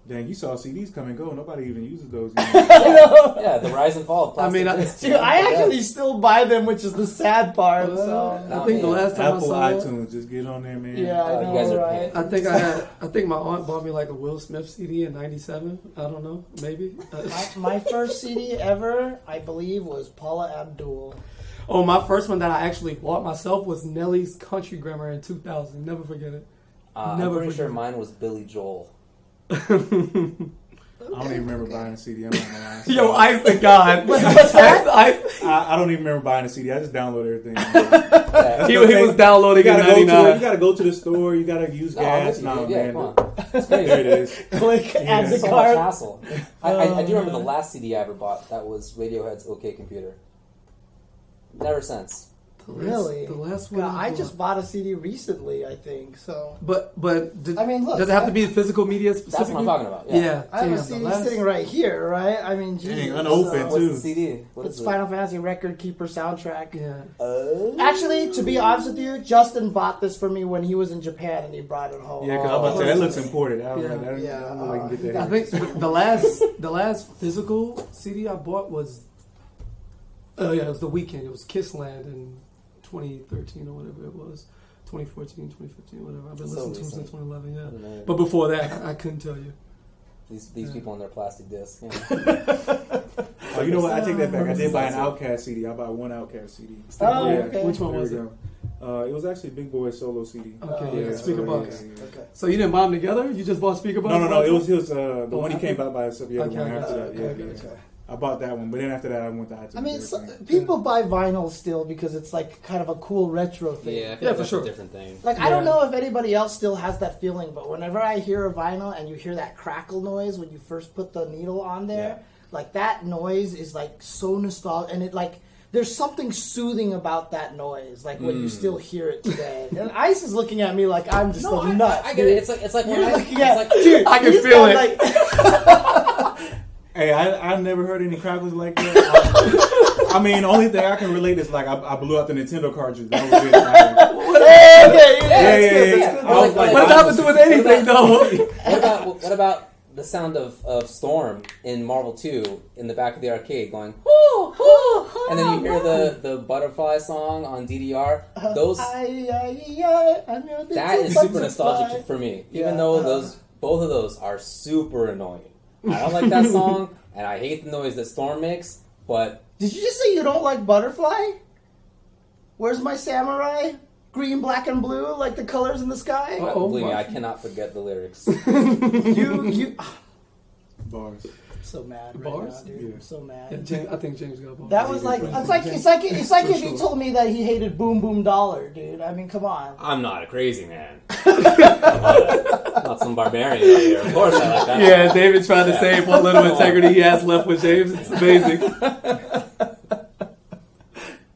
S4: Dang, you saw CDs come and go. Nobody even uses those. anymore.
S3: Yeah, the rise and fall of
S1: I
S3: plastic.
S1: mean, I-
S3: discs.
S2: Dude, I actually still buy them, which is the sad part.
S1: I
S2: So
S1: think the last time
S4: Apple
S1: I saw. it-
S4: iTunes, just get on there, man.
S2: yeah, I
S3: Oh, Uh, you
S2: know,
S3: guys are
S2: right?
S1: I think I had, I think my aunt bought me like a Will Smith CD in '97. I don't know, maybe. Uh,
S2: My, my first CD ever, I believe, was Paula Abdul.
S1: oh, my first one that I actually bought myself was Nelly's Country Grammar in 2000. Never forget it.
S3: uh, I'm
S1: Never
S3: pretty sure
S1: forget.
S3: mine was Billy Joel.
S4: I don't even remember buying a CD. I'm not gonna lie.
S1: Yo, Ice the God.
S2: what's that?
S1: Ice,
S4: I, I don't even remember buying a CD. I just download everything. you
S1: he, he was downloading in
S4: gotta go to you
S1: '99.
S4: gotta go to the store. You gotta use
S3: No, I'm
S4: gas.
S3: with you,
S4: Nah,
S3: dude. yeah,
S4: man.
S3: come on. It's crazy.
S4: There it is.
S2: Click add the
S3: so much
S2: card.
S3: hassle. I, I, I do remember the last CD I ever bought. That was Radiohead's OK Computer. Never since.
S2: Really?
S1: The last one.
S2: God, I
S1: bought.
S2: just bought a CD recently, I think. So
S1: But but did,
S2: I mean, look,
S1: does it have to
S2: I-
S1: be physical media specifically?
S3: That's what I'm talking about.
S1: Yeah,
S3: Yeah.
S2: I have
S1: damn,
S2: a
S1: the
S2: CD
S1: last-
S2: sitting right here, right? I mean, Jesus,
S4: unopened,
S2: so-
S3: What's
S4: Dude.
S3: the CD? What
S2: It's
S3: is it? Uh,
S2: Final Fantasy Record Keeper soundtrack.
S1: Yeah,
S3: Oh.
S2: Actually, to be honest with you, Justin bought this for me when he was in Japan and he brought it home.
S4: Yeah, 'cause I'm about to say that looks imported. I don't
S1: Yeah.
S4: know. That, I don't know if I can get
S2: Yeah.
S4: that.
S1: I think the the last the last physical CD I bought was oh yeah, it was the weekend. It was Kissland in 2013 or whatever it was, 2014, 2015, whatever. I've been
S3: So
S1: listening to him
S3: recent.
S1: since
S2: Mm.
S1: 2011. Yeah,
S3: Yeah.
S1: but before that, I, I couldn't tell you.
S3: These, these
S1: Yeah.
S3: people on their plastic discs. Yeah.
S4: Oh, you know what? I take that back. I did buy an
S3: That's it.
S4: Outcast CD. I bought one Outcast CD.
S2: Oh,
S4: Yeah.
S2: okay.
S1: Which one
S4: There
S1: was
S4: we
S1: it?
S4: go. Uh, it was actually Big Boy solo CD.
S1: Okay,
S2: Yeah,
S1: yeah, Speaker
S4: so,
S1: Box.
S4: yeah, yeah.
S2: Okay.
S1: So you didn't buy them together? You just bought Speaker Box?
S4: No, no, no. It was his. Uh, the
S1: Oh,
S4: one he
S1: okay.
S4: came out by himself. The other
S1: Okay,
S4: one
S1: okay,
S4: after that.
S1: okay,
S4: Yeah,
S1: okay,
S4: yeah.
S2: okay.
S4: I bought that one, but then after that, I went to iTunes.
S2: I mean,
S4: and
S2: so,
S4: everything.
S2: people buy vinyl still because it's like kind of a cool retro thing.
S3: Yeah, I feel like
S1: Yeah, for
S3: that's
S1: sure.
S3: a different thing.
S2: Like I don't
S1: Yeah.
S2: know if anybody else still has that feeling, but whenever I hear a vinyl and you hear that crackle noise when you first put the needle on there,
S3: Yeah.
S2: like that noise is like so nostalgic, and it like there's something soothing about that noise, like when
S3: Mm.
S2: you still hear it today. and Ice is looking at me like I'm just
S3: No,
S2: a
S3: I,
S2: nut.
S3: I, I get it. It's like it's like when
S2: You're
S3: I,
S2: looking
S3: it's
S2: at
S3: like
S2: dude,
S1: I can
S2: he's
S1: feel
S2: got,
S1: it.
S2: Like,
S4: Hey, I, I never heard any crackers like that. I, I mean, the only thing I can relate is like I, I blew out the Nintendo cartridge. That was it. Like,
S2: okay, yeah. that's
S4: yeah, yeah,
S2: good,
S4: yeah.
S2: that's good.
S4: I
S3: Like,
S4: was like,
S3: like-
S1: But that would do with anything, though.
S3: What about what about the sound of, of Storm in Marvel Two in the back of the arcade going, "Hoo, hoo, hoo," and then
S1: Oh,
S3: you hear the, the butterfly song on DDR?
S1: Uh,
S3: Those
S2: Ay, ay, ay, I know
S3: that
S2: it's
S3: is
S2: a
S3: super nostalgic
S2: butterfly.
S3: for me.
S2: Yeah,
S3: Even
S1: Uh-huh.
S3: though
S2: uh.
S3: those both of those are super annoying. I don't like that song, and I hate the noise that Storm makes. But
S2: Did you just say you don't like butterfly? Where's my samurai? Green, black, and blue, like the colors in the sky.
S1: Oh.
S3: believe me,
S1: my.
S3: I cannot forget the lyrics.
S2: You, you. ah,
S4: bars.
S2: I'm so mad right
S1: Bars?
S2: now, dude.
S4: Yeah.
S2: I'm so mad.
S1: Yeah, James, I think James got both.
S2: That was like it's like it's like it's like if he told me that he hated Boom Boom Dollar, dude. I mean, come on.
S3: I'm not a crazy man. I'm not, a- not some barbarian out here. Of course, I like that.
S1: Yeah, David trying to save what little
S3: Come on.
S1: integrity he has left with James. It's amazing.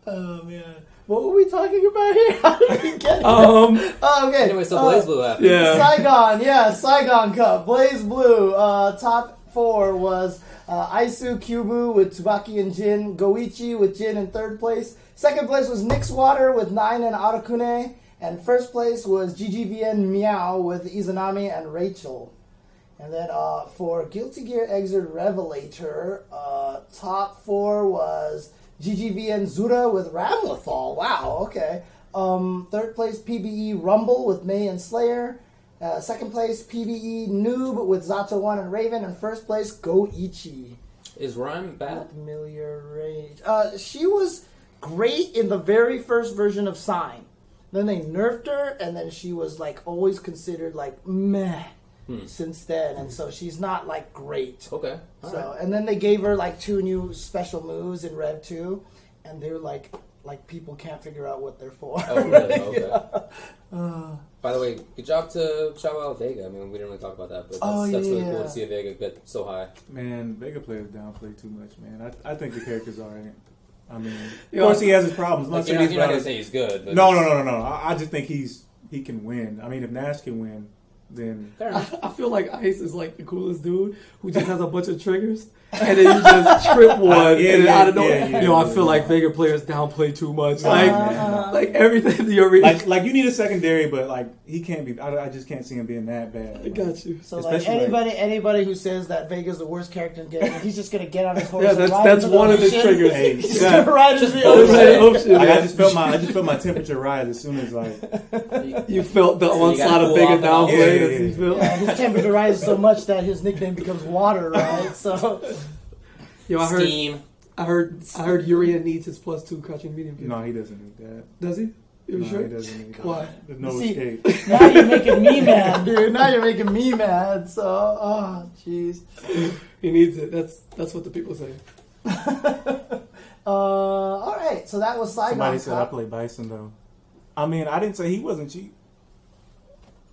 S2: Oh man, what were we talking about here? How did we get? here?
S1: Um,
S2: oh, okay.
S3: Anyway, so
S2: Uh,
S3: Blaze Blue happened.
S1: yeah.
S2: Saigon, yeah, Saigon Cup, Blaze Blue. Uh, top four was uh, Isu Kubu with Tsubaki and Jin, Goichi with Jin in third place. Second place was Nix Water with Nine and Arakune, and first place was GGVN Meow with Izanami and Rachel. And then uh, for Guilty Gear Exit Revelator, uh, top four was GGVN Zura with Ramlethal. Wow, okay. Um, third place, PBE Rumble with May and Slayer. Uh, second place, PBE Noob with Zato One and Raven. And first place, Goichi.
S3: Is rhyme bad?
S2: Ameliorate. Uh, she was great in the very first version of Sign. Then they nerfed her, and then she was like always considered like meh
S1: Hmm.
S2: since then, and so she's not like great.
S1: Oh,
S3: Okay. All right.
S2: So and then they gave her like two new special moves in Rev Two, and they were like like people can't figure out what they're for.
S3: Oh, really? Okay. Uh, By the way, good job to shout out Vega. I mean, we didn't really talk about that, but that's,
S2: Oh,
S3: that's really
S2: yeah.
S3: cool to see a Vega get so high.
S4: Man, Vega players downplay too much, man. I, I think the character's alright. I mean, of
S1: Yeah.
S4: course he has his problems. I'm not
S3: Like, you're
S4: saying
S3: not,
S4: he's
S3: you're not
S4: bad.
S3: gonna say he's good. But
S4: No, no,
S3: it's-
S4: no, no, no. I, I just think he's he can win. I mean, if Nash can win, then
S3: Fair enough.
S1: I feel like Ice is like the coolest dude who just has a bunch of triggers, and then you just trip one,
S4: Uh, yeah,
S1: and then
S4: yeah,
S1: out of nowhere,
S4: yeah, yeah,
S1: yo, I
S4: yeah,
S1: feel like
S4: yeah.
S1: Vega players downplay too much.
S4: Nah,
S1: Like,
S2: Uh-huh.
S4: man.
S1: like everything you're reading.
S4: like like you need a secondary, but like he can't be. I, I just can't see him being that bad.
S1: I got you.
S2: So like
S4: Especially, like-
S2: anybody, anybody who says that Vega's the worst character in the game, he's just gonna get on his horse.
S1: Yeah,
S2: and
S1: that's
S2: ride
S1: that's
S2: into the
S1: one of the
S2: ocean.
S1: triggers.
S4: Hey,
S2: He's just
S1: yeah.
S2: gonna ride into the
S1: That was
S2: ocean.
S1: that option,
S4: Like, I
S1: yeah.
S4: just felt my I just felt my temperature rise as soon as like
S1: You felt the
S3: So you
S1: onslaught
S3: gotta
S1: of
S3: cool
S1: Vega
S3: off and all
S1: downplay.
S4: that. Yeah,
S1: as
S4: yeah,
S1: you feel.
S2: Yeah, his temperature rises so much that his nickname becomes water, right? So
S1: Yo, I heard,
S3: Steam.
S1: I heard, I heard Uria needs his plus two crouching medium. kick.
S4: no, he doesn't need that.
S1: Does he? You
S4: no,
S1: sure?
S4: he doesn't need that.
S1: Why?
S4: There's no
S2: See-
S4: escape.
S2: now you're making me mad, dude. Now you're making me mad. So, oh, jeez.
S1: He needs it. That's that's what the people say.
S2: Uh, all right. So that was Saigon
S4: Somebody said I
S2: Cup.
S4: play Bison though. I mean, I didn't say he wasn't cheap.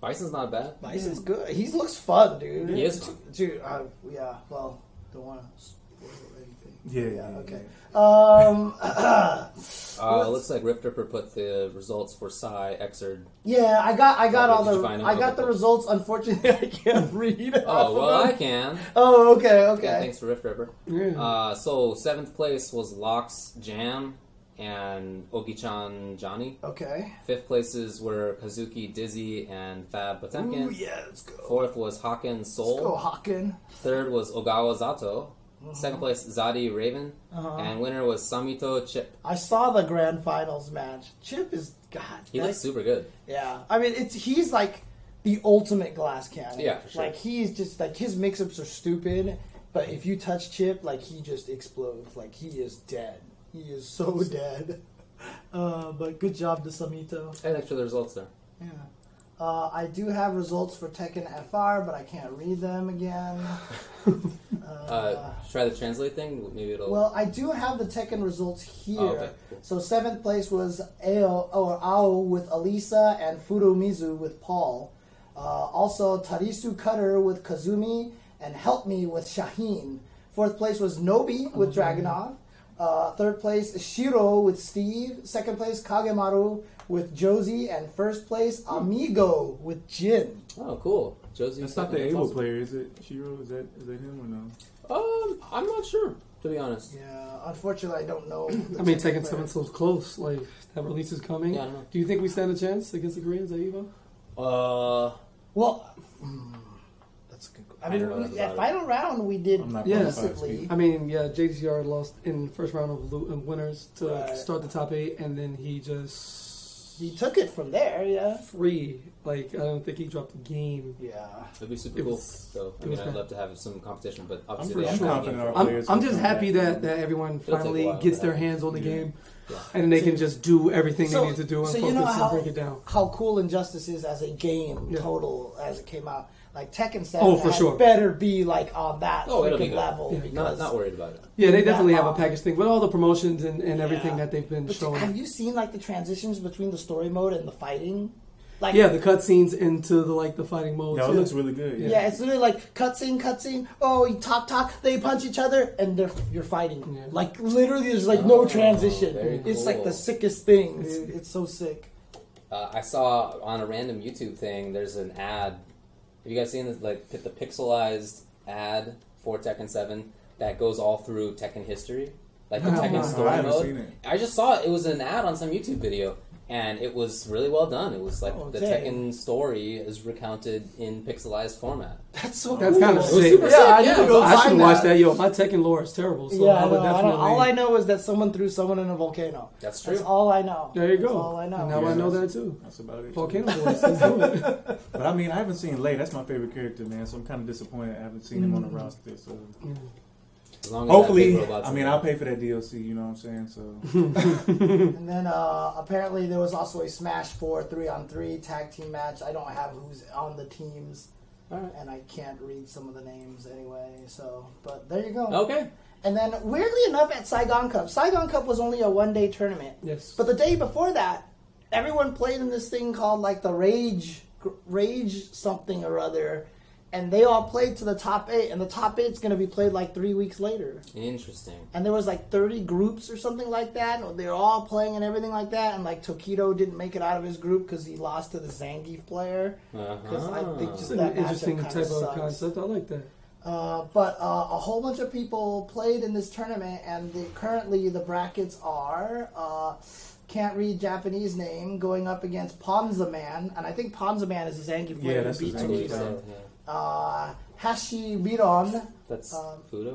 S3: Bison's not bad.
S2: Bison's good. He looks fun, dude.
S3: He is fun.
S2: Dude, uh, yeah. Well, don't want to spoil anything.
S4: Yeah, yeah,
S2: Yeah.
S4: yeah,
S2: Okay. Um.
S3: Uh, it looks like Rift Ripper put the results for Psy, Exerd.
S2: Yeah, I got I got
S3: Okay,
S2: all
S3: did
S2: the
S3: you find them?
S2: I got the
S3: Okay.
S2: results. Unfortunately, I can't read. off
S3: Oh
S2: of
S3: well, I
S2: them.
S3: can.
S2: Oh, okay,
S3: Yeah,
S2: okay.
S3: thanks for Rift Ripper.
S1: Yeah.
S3: Uh, so seventh place was Locks Jam and Ogi-chan Johnny.
S2: Okay.
S3: Fifth places were Kazuki Dizzy and Fab Potemkin.
S2: Ooh, yeah, let's go.
S3: Fourth was Haken
S2: Let's go,
S3: Soul.
S2: Hawking.
S3: Third was Ogawa Zato.
S2: Uh-huh.
S3: Second place, Zadi Raven. And winner was Samito Chip.
S2: I saw the grand finals match. Chip is God.
S3: He
S2: that-
S3: looks super good.
S2: yeah, I mean, it's he's like the ultimate glass cannon.
S3: Yeah, for sure.
S2: Like he's just like his mix-ups are stupid, but if you touch Chip, like he just explodes. Like he is dead. He is so dead. Uh, but good job to Samito.
S3: And actually, the results there.
S2: Yeah. Uh, I do have results for Tekken FR, but I can't read them again.
S3: Uh, try the translate thing. Maybe it'll.
S2: Ah. Well, I do have the Tekken results here.
S3: Oh, okay, cool.
S2: So seventh place was Ao or Ao with Elisa and Furumizu with Paul. Uh, also Tarisu Cutter with Kazumi and Help Me with Shaheen. Fourth place was Nobi with Dragonov. Uh, third place Shiro with Steve. Second place Kagemaru with Josie, and first place Amigo with Jin.
S3: oh, cool. Josie.
S4: That's not the
S3: Second,
S4: able
S3: awesome.
S4: player, is it? Shiro, is that is that him or no?
S3: Um, I'm not sure to be honest.
S2: Yeah, unfortunately, I don't know. the
S1: I mean,
S2: Czech
S1: taking
S2: player.
S1: seven so close, like that release is coming.
S3: Yeah, I know.
S1: Do you think we stand a chance against the Koreans at Evo?
S3: Uh,
S2: Well, mm, that's a good. I
S3: I
S2: mean,
S3: don't know
S2: we,
S3: enough
S2: yeah,
S3: about it.
S2: final round we did
S4: I'm not
S1: Yeah.
S4: qualified to
S2: decently.
S4: speak.
S1: I mean, yeah, JGR lost in first round of lo- of winners to
S2: Right.
S1: start the top eight, and then he just
S2: He took it from there. Yeah.
S1: free. Like I don't think he dropped a game.
S2: Yeah.
S3: it'd be super
S1: It
S3: cool.
S1: was-
S3: So
S1: it
S3: I mean,
S1: was
S3: I'd
S1: bad.
S3: love to have some competition, but
S4: pretty
S3: obviously they
S4: sure
S3: have
S4: confident
S3: to
S4: our
S1: I'm,
S4: players
S1: I'm
S4: will
S1: just
S4: come back.
S1: happy that, that everyone
S3: take a
S1: finally
S3: while,
S1: gets
S3: but
S1: their
S3: happens.
S1: hands on the
S4: Yeah.
S1: game,
S3: Yeah.
S1: and they can just do everything
S2: So-
S1: they need to do and
S2: so you
S1: focus
S2: know
S1: and
S2: how-
S1: break it down.
S2: How cool Injustice is as a game
S1: Yeah.
S2: total as it came out. Like Tekken 7
S1: Oh, for
S2: had
S1: sure.
S2: better be like on that
S3: Oh, it'll be
S2: freaking
S3: good.
S2: level
S1: Yeah,
S3: Not,
S2: because
S3: not worried about it.
S1: Yeah, they
S2: that
S1: definitely have a
S2: long.
S1: package thing with all the promotions and, and
S2: Yeah.
S1: everything that they've been
S2: But
S1: showing.
S2: have you seen like the transitions between the story mode and the fighting? Like
S1: Yeah, the cutscenes into the like the fighting mode.
S4: No, it
S1: too.
S4: looks really good.
S2: yeah, it's literally like cutscene, cutscene. Oh, you talk, talk. They punch each other, and they're you're fighting.
S1: Yeah.
S2: Like literally, there's like no
S3: Oh,
S2: transition.
S3: very
S2: It's like the
S3: cool.
S2: sickest thing. dude. It's so sick.
S3: Uh, I saw on a random YouTube thing. There's an ad. Have you guys seen this? Like the pixelized ad for Tekken Seven that goes all through Tekken history, like the
S1: No,
S3: Tekken
S1: no,
S3: story
S4: I haven't
S3: mode.
S4: seen it.
S3: I just saw it. It was an ad on some YouTube video, and it was really well done. It was like
S2: Oh,
S3: the
S2: dang.
S3: Tekken story is recounted in pixelized format.
S2: That's so.
S1: That's
S2: cool.
S1: kind of
S3: was
S1: sick.
S2: Yeah,
S3: super sick,
S2: I need
S3: yeah.
S2: to go
S1: I should
S2: find
S1: watch that. Yo, my Tekken lore is terrible, so
S2: yeah,
S1: I
S2: I
S1: would
S2: know, I
S1: definitely.
S2: know. all I know is that someone threw someone in a volcano.
S3: That's true.
S2: That's all I know.
S1: there you go.
S2: That's all I know.
S1: Now
S4: Yeah.
S1: I know that too.
S4: That's about it.
S1: Volcano Boys, let's do it.
S4: But I mean, I haven't seen Lay. That's my favorite character, man. So I'm kind of disappointed I haven't seen him on the roster. So
S3: As long as that big
S4: hopefully,
S3: robot's
S4: I
S3: in
S4: mean,
S3: there.
S4: I'll pay for that DLC. You know what I'm saying? So
S2: And then uh, apparently there was also a Smash Four three on three tag team match. I don't have who's on the teams,
S1: Alright.
S2: and I can't read some of the names anyway. So, but there you go.
S3: Okay.
S2: And then weirdly enough, at Saigon Cup, Saigon Cup was only a one day tournament.
S1: Yes.
S2: But the day before that, everyone played in this thing called like the Rage, Rage something or other, and they all played to the top eight, and the top eight's going to be played like three weeks later.
S3: Interesting.
S2: And there was like thirty groups or something like that. and They're all playing and everything like that. And like Tokido didn't make it out of his group because he lost to the Zangief player. Because I think
S1: It's
S2: just
S1: an
S2: that
S1: interesting
S2: matchup
S1: type
S2: kind
S1: of
S2: of sucks.
S1: concept. I like that.
S2: Uh, but uh, a whole bunch of people played in this tournament, and the, currently the brackets are uh, can't read Japanese name going up against Ponza Man, and I think Ponza Man is his Zangief player.
S4: Yeah,
S2: who
S4: that's
S2: beat
S4: his
S3: That's what you
S4: Zangief.
S2: Tokido.
S3: said, yeah.
S2: Uh, Hashi Miron.
S3: That's
S2: Um,
S3: Fudo.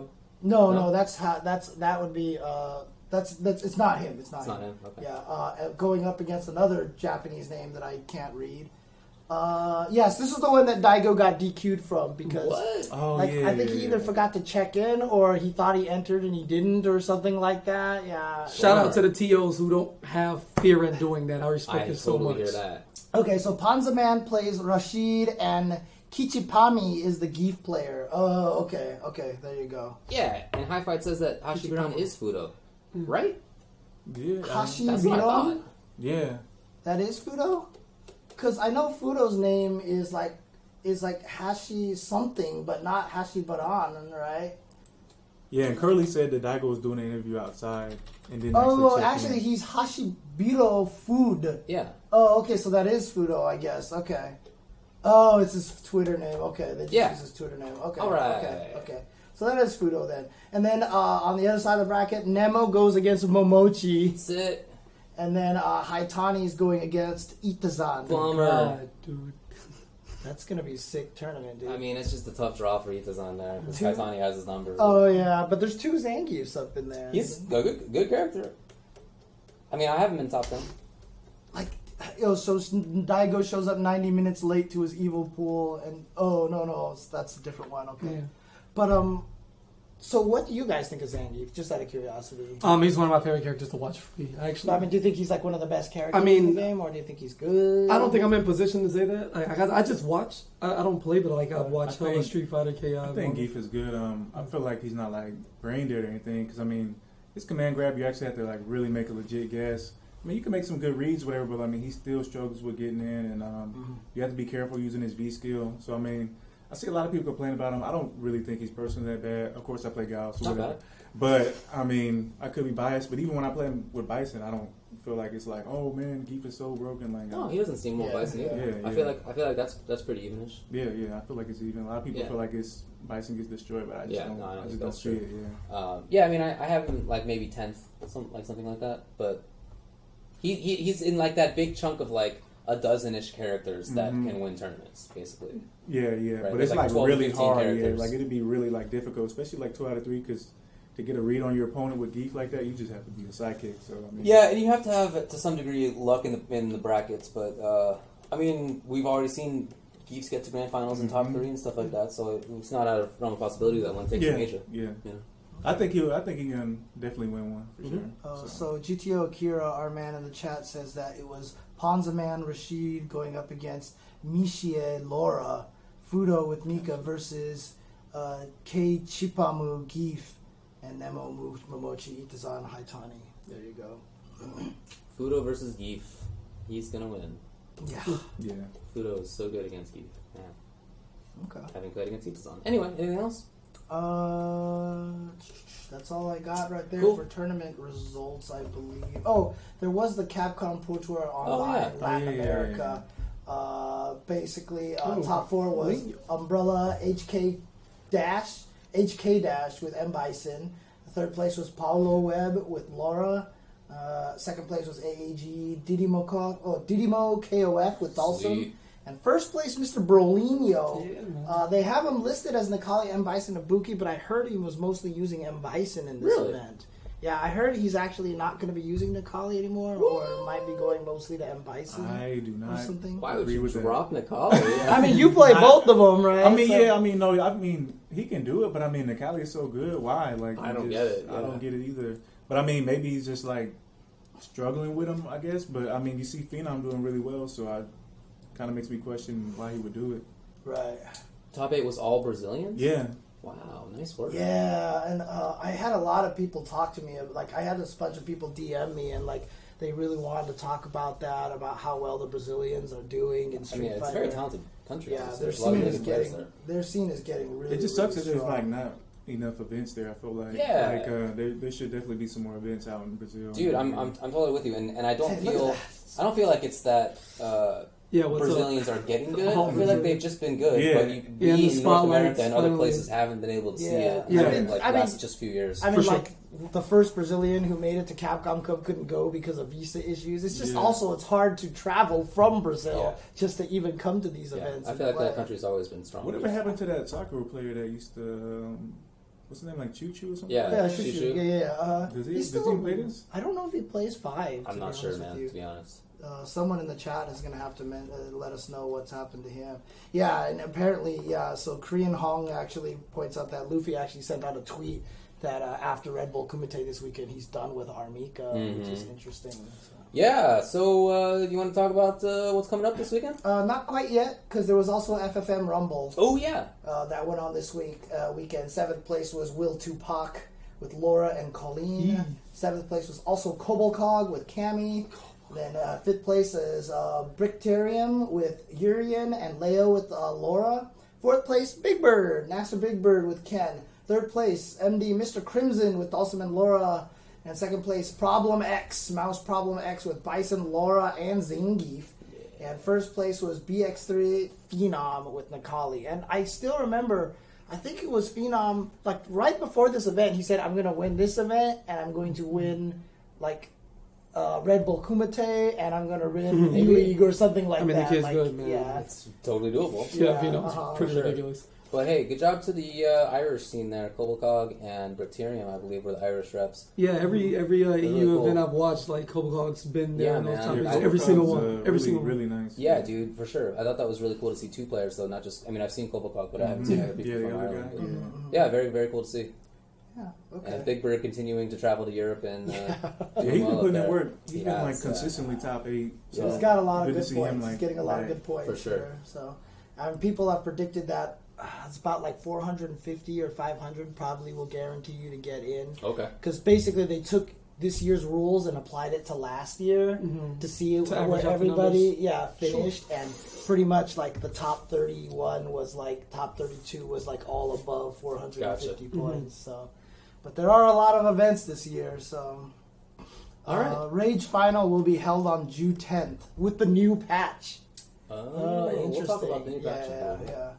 S2: No, no,
S3: No.
S2: that's how, that's that would be uh, that's that's it's not him. It's not
S3: It's
S2: him.
S3: not him. Okay.
S2: Yeah, uh, going up against another Japanese name that I can't read. Uh, yes, this is the one that Daigo got DQ'd from because
S4: oh
S2: like
S4: yeah,
S2: I think
S4: yeah,
S2: he either
S4: yeah.
S2: forgot to check in or he thought he entered and he didn't or something like that. Yeah.
S1: Shout out to the TOs who don't have fear in doing that. I
S3: I
S1: respect it so
S3: totally
S1: much.
S3: hear that.
S2: Okay, so Panza Man plays Rashid and Kichipami is the Geef player. Oh, okay, okay, there you go.
S3: Yeah, and High Fight says that Hashibiran is Fudo, right?
S4: yeah, I-
S2: Kashi
S3: That's what I thought.
S2: Biron?
S4: yeah.
S2: That is Fudo? Because I know Fudo's name is like is like Hashi something, but not Hashi Baran, right?
S4: Yeah, and Curly said that Daigo was doing an interview outside and didn't
S2: Oh,
S4: actually,
S2: actually,
S4: check in.
S2: he's Hashi Biro Food.
S3: Yeah.
S2: Oh, okay, so that is Fudo, I guess. Okay. Oh, it's his Twitter name. Okay, they just
S3: Yeah.
S2: use his Twitter name. Okay.
S3: All right.
S2: Okay. Okay. So that is Fudo then. And then uh, on the other side of the bracket, Nemo goes against Momochi,
S3: That's it.
S2: and then uh, Haitani's going against Itazan.
S3: Bummer.
S1: Um, God, dude.
S2: That's gonna be a sick tournament, dude.
S3: I mean, it's just a tough draw for Ita's on there because
S2: Dude.
S3: Kaitani has his number.
S2: oh yeah, but there's two Zangiefs up in there.
S3: He's a good, good character. I mean, I haven't been top ten.
S2: like, yo, so Daigo shows up 90 minutes late to his evil pool, and oh no no, that's a different one. Okay.
S1: Yeah.
S2: But um, so what do you guys think of Zangief? Just out of curiosity.
S1: Um, he's one of my favorite characters to watch. Free. I actually,
S2: I mean, do you think he's like one of the best characters
S1: I mean-
S2: in the game, or do you think he's good?
S1: I don't think I'm in position to say that. Like, I, got- I just watch. I, I don't play, but like I watch
S4: I
S1: hella
S4: think-
S1: Street Fighter KI.
S4: I think Geef is good. Um, I feel like he's not like brain dead or anything because I mean, his command grab you actually have to like really make a legit guess. I mean, you can make some good reads, whatever, but I mean, he still struggles with getting in, and
S2: Mm-hmm.
S4: um, you have to be careful using his V skill. So I mean, I see a lot of people complain about him. I don't really think he's personally that bad. Of course, I play Gauss, so
S3: Not
S4: whatever.
S3: bad.
S4: But I mean, I could be biased. But even when I play him with Bison, I don't feel like it's like, oh man, Geef is so broken. Like,
S3: No, Oh, he doesn't seem more
S2: Yeah,
S3: bison either.
S4: yeah. Yeah,
S3: I
S4: yeah.
S3: feel like I feel like that's that's pretty evenish.
S4: yeah, yeah. I feel like it's even. A lot of people
S3: Yeah.
S4: feel like it's Bison gets destroyed, but I just
S3: Yeah,
S4: don't.
S3: no, I don't
S4: just
S3: think
S4: don't
S3: that's
S4: see
S3: true.
S4: it. Yeah,
S3: Um, yeah, I mean, I, I have him like maybe tenth, some, like something like that. But he, he he's in like that big chunk of like a dozen-ish characters that
S4: Mhm.
S3: can win tournaments, basically.
S4: yeah, yeah.
S3: Right,
S4: but
S3: there's
S4: it's
S3: like
S4: like,
S3: 12 to
S4: really
S3: 15
S4: hard.
S3: characters.
S4: Yeah, like it'd be really like difficult, especially like two out of three, because to get a read on your opponent with Geef like that, you just have to be a sidekick. So I mean,
S3: Yeah, and you have to have to some degree luck in the in the brackets, but uh, I mean, we've already seen Geefs get to grand finals and top
S4: Mhm.
S3: three and stuff like that, so it's not out of realm of possibility that one takes
S4: yeah,
S3: a major.
S4: yeah.
S3: Yeah.
S4: I think he'll. I think he can definitely win one for
S3: Mhm.
S4: sure.
S2: Uh,
S4: So-
S2: so GTO Akira, our man in the chat, says that it was Ponzaman Rashid going up against Mishie Laura, Fudo with Mika versus uh, K Chipamu Gif, and Nemo moved Momochi Itazan Haitani. There you go.
S3: Fudo versus Geef, he's gonna win.
S2: Yeah.
S4: yeah.
S3: Fudo is so good against Geef. Yeah,
S2: Okay.
S3: having played against Geef is on. Anyway, anything else?
S2: Uh, that's all I got right there
S3: Cool.
S2: for tournament results, I believe. Oh, there was the Capcom Pro Tour online,
S3: yeah.
S2: Latin
S4: Oh, yeah, yeah,
S2: America. Uh, basically, uh,
S1: Oh,
S2: top four was
S1: wait.
S2: Umbrella, HK Dash, HK Dash with M Bison. The third place was Paulo Webb with Laura. Uh, second place was AAG Didimo, Co- oh, Didimo KOF with Dalsum.
S3: Sweet.
S2: And first place, Mr. Brolinio.
S1: Yeah, man.
S2: Uh, they have him listed as Nikali M. Bison Ibuki, but I heard he was mostly using M. Bison in this
S3: Really?
S2: event. Yeah, I heard he's actually not going to be using Nikali anymore, or might be going mostly to M. Bison. I,
S4: I do not.
S2: something.
S3: Why would
S4: Agree
S3: you
S4: with that.
S3: drop Nicole? Yeah.
S2: mean, you play
S4: I-
S2: both of them, right?
S4: I mean,
S2: So-
S4: yeah, I mean, no, I mean, he can do it, but I mean, Nikali is so good. Why? Like,
S3: I
S4: you
S3: don't
S4: just-
S3: get it,
S4: I
S3: yeah.
S4: don't get it either. But I mean, maybe he's just like struggling with him, I guess. But I mean, you see Phenom doing really well, so I kind of makes me question why he would do it.
S2: Right.
S3: Top eight was all Brazilians.
S4: Yeah,
S3: Wow, nice work.
S2: Yeah, and uh, I had a lot of people talk to me. Like, I had this bunch of people DM me, and like, they really wanted to talk about that, about how well the Brazilians are doing in
S3: I
S2: Street
S3: mean, it's a
S2: Fighter.
S3: very talented country.
S2: Yeah,
S3: There's-
S2: their
S3: there's a lot of
S2: scene is
S3: really good players
S2: getting
S3: there.
S2: their scene is getting really.
S4: it just sucks that
S2: really
S4: there's
S2: strong.
S4: like not enough events there. I feel like,
S3: Yeah.
S4: like uh, there, there should definitely be some more events out in Brazil.
S3: Dude, I'm, I'm, I'm totally with you, and, and I don't
S2: Look at
S3: feel
S2: that.
S3: I don't feel like it's that uh,
S1: Yeah, what's up?
S3: Brazilians are getting good.
S1: Oh,
S3: I feel like
S1: Brazil.
S3: they've just been good,
S4: Yeah.
S3: but you, we
S1: Yeah, and the
S3: in North America
S1: spotlights,
S3: and other
S1: finally.
S3: places haven't been able to see it.
S2: Yeah.
S1: Yeah.
S3: I mean, like
S2: I mean-
S3: last just few years.
S2: I mean,
S1: For sure.
S2: like the first Brazilian who made it to Capcom Cup couldn't go because of visa issues. It's just
S4: Yeah.
S2: also it's hard to travel from Brazil
S3: Yeah.
S2: just to even come to these
S3: yeah,
S2: events.
S3: I
S2: and
S3: feel like
S2: play.
S3: that country's always been strong.
S4: Whatever happened to that soccer player that used to, um, what's his name, like Choo Choo or something?
S3: Yeah.
S2: Yeah, sure,
S3: Shishu.
S2: sure. yeah, yeah. yeah. Uh,
S4: Does he-
S2: he's
S4: does
S2: still,
S4: he play this?
S2: I don't know if he plays five.
S3: I'm
S2: to
S3: not
S2: be honest
S3: sure,
S2: with
S3: man.
S2: you.
S3: To be honest,
S2: Uh, someone in the chat is going to have to men- uh, let us know what's happened to him. Yeah, and apparently, yeah, so Korean Hong actually points out that Luffy actually sent out a tweet that uh, after Red Bull Kumite this weekend, he's done with Armika, which
S3: Mm-hmm.
S2: is interesting. So.
S3: yeah. So uh, you want to talk about uh, what's coming up this weekend?
S2: Uh, not quite yet, because there was also FFM Rumble
S3: Oh yeah,
S2: uh, that went on this week uh, weekend. Seventh place was Will Tupac with Laura and Colleen. Seventh place was also Cobblecog with Cammy. Then uh, fifth place is uh, Brictarium with Urian and Leo with uh, Laura. Fourth place, Big Bird, NASA Big Bird with Ken. Third place, MD Mr. Crimson with Dawson and Laura. And second place, Problem X, Mouse Problem X with Bison, Laura, and Zangief. And first place was BX3 Phenom with Nikali. And I still remember, I think it was Phenom, like right before this event, he said, I'm going to win this event and I'm going to win, like, uh, Red Bull Kumite and I'm going to win the league or something like
S1: I mean, the
S2: that.
S1: kid's
S2: like,
S1: good, man.
S2: Yeah.
S3: it's totally doable.
S1: Yeah,
S2: Yeah,
S1: you know, it's
S2: uh-huh,
S1: pretty
S3: sure.
S1: ridiculous.
S3: But hey, good job to the uh, Irish scene there. Cobblecog and Bracterium, I believe, were the Irish reps.
S1: Yeah, every every uh, EU
S3: Mm-hmm. cool.
S1: event I've watched, like Cobblecog's been there
S3: Yeah,
S1: on those
S3: man.
S1: topics.
S3: Yeah,
S1: every single one,
S4: Uh,
S1: every
S4: really,
S1: single one.
S4: really nice.
S3: Yeah, dude, for sure. I thought that was really cool to see two players, though, not just. I mean, I've seen Cobblecog, but I
S4: Mm-hmm.
S3: haven't seen other people
S4: Yeah, the
S3: from
S4: other
S3: Ireland.
S4: guy.
S3: Yeah.
S2: Mm-hmm.
S4: Yeah.
S3: Yeah, very, very cool to see.
S2: yeah.
S3: And
S2: Okay.
S3: Big Bird continuing to travel to Europe and uh,
S4: Yeah,
S3: doing
S4: he's been
S3: well up
S4: putting in
S3: there.
S4: work. He's
S3: He
S4: been
S3: has,
S4: like
S3: uh,
S4: consistently top eight.
S2: So
S3: Yeah.
S2: he's got a lot of
S4: Good to
S2: good,
S4: see him,
S2: points. he's
S4: like,
S2: getting a lot of
S4: that.
S2: good points.
S3: For sure.
S2: there. So, and people have predicted that uh, it's about like 450 or 500 probably will guarantee you to get in.
S3: Okay.
S2: because basically they took this year's rules and applied it to last year to see
S1: Mm-hmm. average
S2: where
S1: out the
S2: everybody
S1: numbers.
S2: yeah finished and pretty much like the top 31 was like top 32 was like all above 450
S3: Gotcha.
S1: Mm-hmm.
S2: points so but there are a lot of events this year so
S3: All right.
S2: Uh, Rage Final will be held on June 10th with the new patch.
S3: Oh, We'll talk about the new
S2: yeah,
S3: patch in a
S2: yeah,
S3: little bit.
S2: yeah.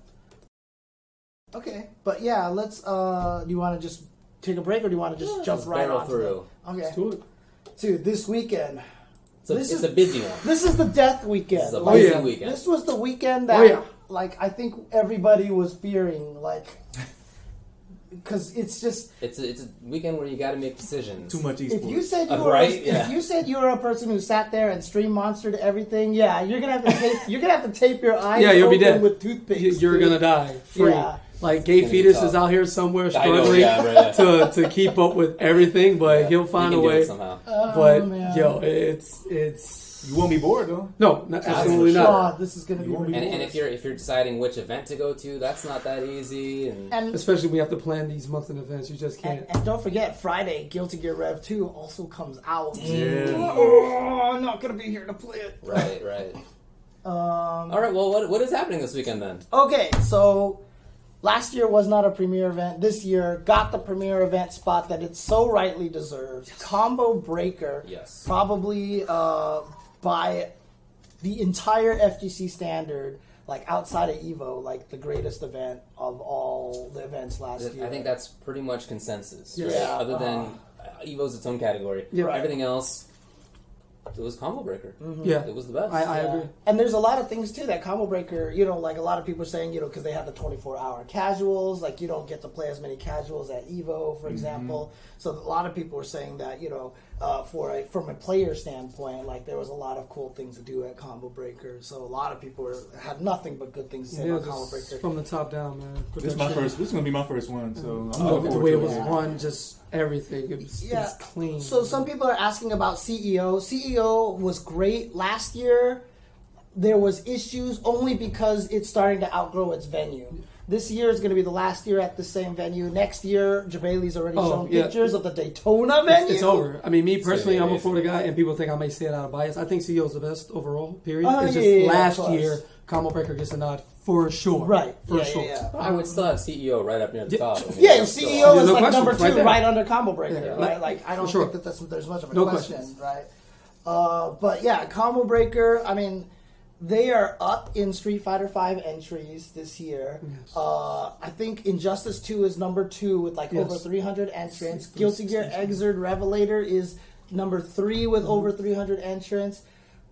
S2: Okay, but yeah, let's. uh Do you want to just take a break, or do you want to just jump
S3: Just
S2: right
S3: barrel
S2: on
S3: through.
S2: Okay,
S1: Let's do it.
S2: dude, this weekend.
S3: It's a,
S2: This
S3: it's
S2: is-
S3: a busy one.
S2: This is the death weekend.
S3: It's a
S2: Like,
S3: busy
S1: yeah.
S3: weekend.
S2: This was the weekend that,
S1: Oh, yeah.
S2: like, I think everybody was fearing, like, because it's just
S3: It's a, it's a weekend where you got to make decisions.
S4: Too much esports.
S2: if you said you
S3: Uh,
S2: were
S3: right?
S2: if
S3: Yeah.
S2: you said you were a person who sat there and stream monstered everything, yeah, you're gonna have to tape you're gonna have to tape your eyes
S1: Yeah, you'll be
S2: open
S1: dead.
S2: with toothpicks.
S1: You- You're
S2: dude.
S1: gonna die free.
S2: Yeah.
S1: Like gay
S3: gonna be
S1: fetus
S3: tough.
S1: is out here somewhere
S3: I know,
S1: struggling
S3: yeah, right,
S1: to to keep up with everything, but
S3: Yeah,
S1: he'll
S3: you
S1: find
S3: can
S1: a
S3: do it
S1: way.
S3: somehow.
S1: But
S2: Oh, man.
S1: yo, it's it's
S4: You won't be bored though.
S1: no, no
S3: for
S1: absolutely
S3: sure.
S1: not.
S2: God, this is gonna
S4: You
S2: be
S4: won't be
S2: ridiculous.
S3: And, and if you're if you're deciding which event to go to, that's not that easy. And
S2: and,
S1: Especially when you have to plan these monthly events, you just can't.
S2: and, and don't forget Friday, Guilty Gear Rev Two also comes out.
S4: Yeah.
S2: Oh, I'm not gonna be here to play it.
S3: right, right.
S2: Um,
S3: All right. Well, what what is happening this weekend then?
S2: Okay, so last year was not a premier event. This year got the premier event spot that it so rightly deserves. Combo Breaker,
S3: Yes.
S2: probably uh, by the entire FGC standard, like outside of Evo, like the greatest event of all the events last year.
S3: I think that's pretty much consensus.
S1: Yeah.
S3: Right?
S2: Yeah.
S3: Other than uh, Evo's its own category.
S1: Yeah.
S2: Right.
S3: Everything else, it was combo breaker.
S1: Yeah,
S3: It was the best.
S1: I, I
S2: Yeah.
S1: agree.
S2: And there's a lot of things too that Combo Breaker, you know, like a lot of people are saying, you know, because they have the 24 hour casuals, like you don't get to play as many casuals at Evo,
S1: Mm-hmm.
S2: for example. So a lot of people are saying that, you know, uh, for a, from a player standpoint, like there was a lot of cool things to do at Combo Breaker. So a lot of people are, have nothing but good things to say
S1: Yeah,
S2: about Combo
S1: just
S2: Breaker.
S1: from the top down, man.
S4: This is my first. This is gonna be my first one. So I'm
S1: No,
S4: looking
S1: Uh, the
S4: forward
S1: way
S4: to
S1: it was
S4: yeah.
S1: run, just everything. It was, it
S2: Yeah.
S1: was clean.
S2: So some people are asking about E CEO. CEO was great last year. There was issues only because it's starting to outgrow its venue. This year is going to be the last year at the same venue. Next year, Jabali's already
S1: Oh,
S2: shown
S1: yeah.
S2: pictures of the Daytona
S1: it's,
S2: venue.
S1: it's over. I mean, me personally, I'm a
S3: amazing.
S1: Florida guy, and people think I may say it out of bias. I think CEO's the best overall. Period.
S2: Oh,
S1: it's
S2: yeah,
S1: just
S2: yeah, yeah, of
S1: last
S2: course.
S1: year, Combo Breaker gets a nod for sure.
S2: Right.
S1: for
S2: yeah,
S1: sure.
S2: yeah, yeah.
S3: I would still have CEO right up near
S1: Yeah.
S3: the
S1: E
S3: top. I mean,
S2: Yeah,
S3: it's still-
S2: CEO
S1: There's
S2: is
S1: no
S2: like
S1: question,
S2: number two,
S1: right
S2: right,
S1: there.
S2: under Combo Breaker,
S1: Yeah,
S2: right?
S1: like-
S2: Like I don't
S1: for sure.
S2: think that that's there's much of a
S1: No
S2: question,
S1: questions.
S2: right? Uh, but yeah, Combo Breaker. I mean, they are up in Street Fighter Five entries this year. Uh, I think Injustice Two is number two with like
S1: Yes.
S2: over 300 entrants. Guilty Gear Exord Revelator is number three with over
S1: Mm-hmm.
S2: 300 entrants.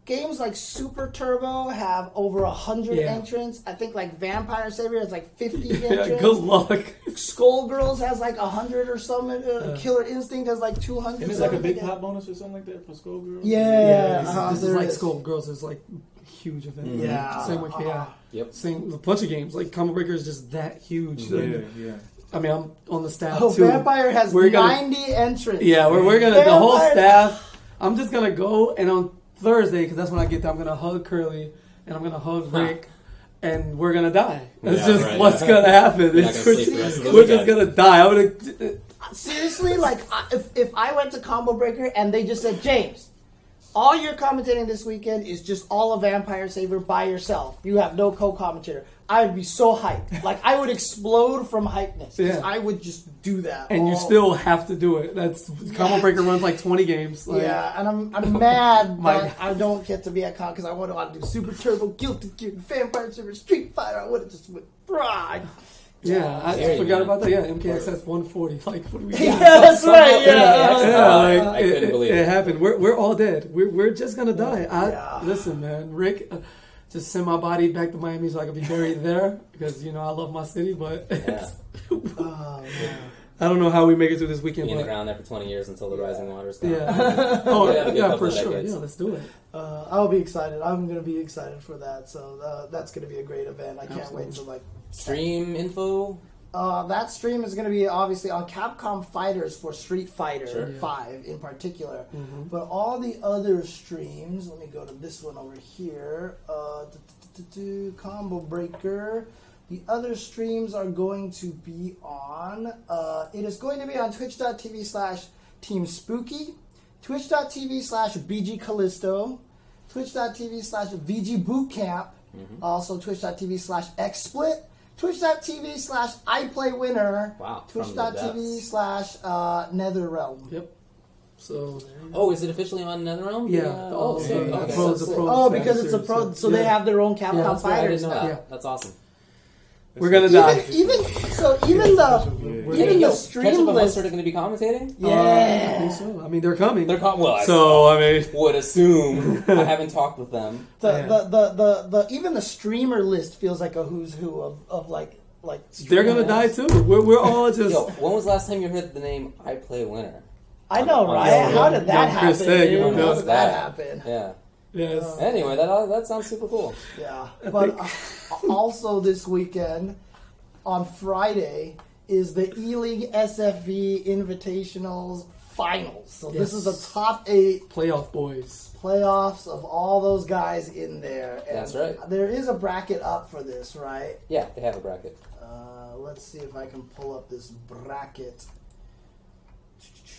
S2: Games like Super Turbo have over 100
S1: Yeah.
S2: entrants. I think like Vampire Savior is like 50
S1: Yeah,
S2: entrants.
S1: good luck.
S2: Skullgirls has like a hundred or something. Uh, Killer Instinct has like two hundred.
S4: And it's like a big pop bonus or something like that for Skullgirl.
S2: Yeah.
S1: Yeah,
S2: uh-huh,
S1: this is
S2: there
S1: like
S2: is.
S1: Skull Girls is like huge event.
S4: Mm-hmm.
S2: Yeah. uh-huh.
S1: same with yeah,
S3: Yep.
S1: same a bunch of games. Like Combo Breaker is just that huge.
S4: Mm-hmm. Yeah, yeah.
S1: I mean, I'm on the staff
S2: Oh,
S1: too.
S2: Vampire has
S1: We're gonna-
S2: ninety entrants.
S1: Yeah, we're, we're gonna the whole
S2: Vampire-
S1: staff. I'm just gonna go and on Thursday because that's when I get there. I'm gonna hug Curly and I'm gonna hug Rick, and we're gonna die. That's
S3: Yeah,
S1: just
S3: right.
S1: what's gonna happen.
S3: You're not
S1: It's-
S3: gonna
S1: we're
S3: sleep the rest of the
S1: we're just
S3: weekend.
S1: gonna die. I would.
S2: Seriously, like I- if if I went to Combo Breaker and they just said James. All you're commentating this weekend is just all of Vampire Saver by yourself. You have no co-commentator. I would be so hyped. Like I would explode from hypeness. 'cause
S1: Yeah.
S2: I would just do that.
S1: And you
S2: all-
S1: still have to do it. That's Combo Breaker runs like 20 games. Like,
S2: yeah, and I'm I'm mad
S1: My
S2: that I don't get to be at con because I want to want to do Super Turbo, Guilty Gear, Vampire Super Street Fighter. I would have just went, bruh. I-
S1: Yeah, I
S3: Scary,
S1: forgot
S3: man.
S1: about that. Yeah, MKXS 140. Like, what do we?
S2: Yeah, that's right.
S3: yeah,
S2: Yeah.
S3: yeah.
S1: Yeah, like,
S3: Oh, I
S1: it,
S3: couldn't
S1: it-
S3: believe
S1: it
S3: it.
S1: happened. We're, we're all dead. We're, we're just gonna die. I
S2: Yeah.
S1: listen, man. Rick, uh, just send my body back to Miami so I can be buried there because you know I love my city, but
S3: Yeah.
S2: Oh, man.
S1: I don't know how we make it through this
S3: Be
S1: weekend.
S3: in the
S1: But,
S3: ground there for 20 years until the rising waters come.
S1: yeah. oh
S3: We'll have
S1: yeah,
S3: a good couple
S1: for
S3: of
S1: sure.
S3: decades.
S1: Yeah, let's do it.
S2: Uh, I'll be excited. I'm gonna be excited for that. So uh, that's gonna be a great event. I can't wait
S1: Absolutely.
S2: to like.
S3: Stream info.
S2: Uh, that stream is going to be obviously on Capcom Fighters for Street Fighter
S3: Sure.
S1: Yeah.
S2: Five in particular, but all the other streams. Let me go to this one over here. Uh, du- du- du- du- du, Combo Breaker. The other streams are going to be on. Uh, it is going to be on Twitch.tv slash Team Spooky, Twitch.tv slash BG Callisto, Twitch.tv slash VG Bootcamp,
S3: Mm-hmm.
S2: also Twitch.tv slash XSplit. Twitch.tv slash I Play Winner.
S3: Wow, from the
S2: Twitch.tv
S3: depths.
S2: slash uh, Netherrealm.
S1: Yep. So
S3: Oh, is it officially on NetherRealm?
S1: yeah,
S3: Oh,
S1: the-
S3: so,
S1: the
S3: okay.
S1: pros,
S3: so
S1: the
S3: sick.
S1: pros,
S2: Oh,
S1: the
S2: because it's a
S1: amateurs,
S2: pro, so
S1: yeah.
S2: they have their own Capcom
S1: Yeah, that's
S3: That's what I
S2: fighters
S3: didn't know
S2: now.
S3: that.
S1: Yeah.
S3: That's awesome.
S1: We're gonna
S4: die.
S1: die.
S2: Even, even so, even the
S4: Yeah.
S1: We're
S2: even
S1: gonna-
S2: the
S3: Yo, Ketchup
S2: stream
S3: and
S2: list.
S3: mustard are going to be commentating.
S1: Uh, I
S2: Yeah,
S1: think so. I mean, they're coming.
S3: They're com- well. I
S1: so I mean,
S3: would assume I haven't talked with them.
S2: the,
S1: Yeah.
S2: the, the, the, the even the streamer list feels like a who's who of, of like like.
S1: they're gonna
S2: streamers.
S1: die too. We're, we're all just.
S3: Yo, when was the last time you heard the name I Play Winner?
S2: I know,
S3: Yo,
S2: right?
S3: yo,
S2: How did that
S1: yo,
S2: happen?
S1: Chris Egg,
S2: dude?
S1: you know,
S2: How
S1: Chris
S2: did that
S3: Egg.
S2: happen?
S3: Yeah.
S1: Yes.
S3: Anyway, that that sounds super cool.
S2: Yeah, but uh, also this weekend on Friday is the E League SFV Invitationals Finals. So this is
S1: Yes.
S2: the top eight
S1: Playoff boys.
S2: playoffs of all those guys in there. And
S3: That's right.
S2: There is a bracket up for this, right?
S3: Yeah, they have a bracket.
S2: Uh, let's see if I can pull up this bracket.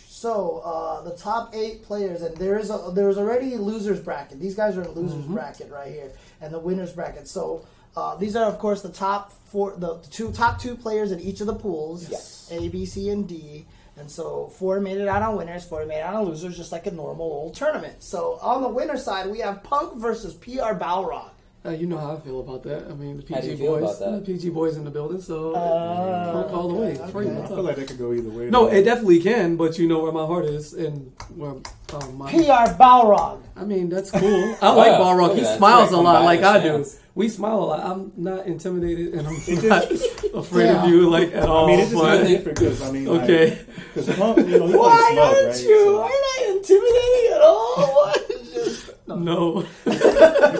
S2: So uh, the top eight players, and there is a there is already losers bracket. These guys are in losers bracket right here, and the winners bracket. So uh, these are of course the top four, the two top two players in each of the pools,
S3: Yes.
S2: A, B, C, and D. And so four made it out on winners, four made it out on losers, just like a normal old tournament. So on the winner side, we have Punk versus PR Balrog.
S1: Uh, you know how I feel about that. I mean, the PG
S3: How do you feel
S1: boys,
S3: about that?
S1: the PG boys in the building, so
S2: Uh,
S1: punk all the way.
S2: okay,
S1: Free,
S2: okay.
S1: what's
S4: I
S1: up?
S4: feel like that could go either way.
S1: no,
S4: though.
S1: it definitely can, but you know where my heart is and where um, my.
S2: PR Balrog.
S1: I mean, that's cool. I like
S3: Yeah,
S1: Balrog.
S3: look at
S1: He
S3: that.
S1: smiles a
S3: Straight
S1: lot, like
S3: combined
S1: I do.
S3: stance.
S1: We smile a lot. I'm not intimidated, and I'm
S4: just-
S1: not afraid
S2: Yeah.
S1: of you, like at all.
S4: I mean, it's just
S1: but-
S4: kind of different because I mean,
S1: okay.
S4: Because Pump, you know, he
S2: Why
S4: like smug,
S2: aren't
S4: right?
S2: you? Aren't I intimidating at all? What is this?
S1: No,
S4: So you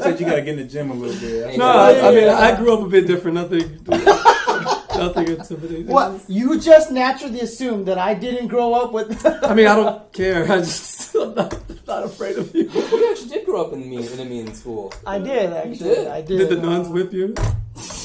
S4: said you got to get in the gym a little bit.
S1: no. I, I mean, I grew up a bit different. Nothing, nothing intimidating.
S2: What? You just naturally assumed that I didn't grow up with.
S1: I mean, I don't care. I just, I'm not, I'm not afraid of you.
S3: You actually did grow up in the mean, in a mean school.
S2: I did actually.
S3: did.
S2: I did.
S1: Did the nuns whip you?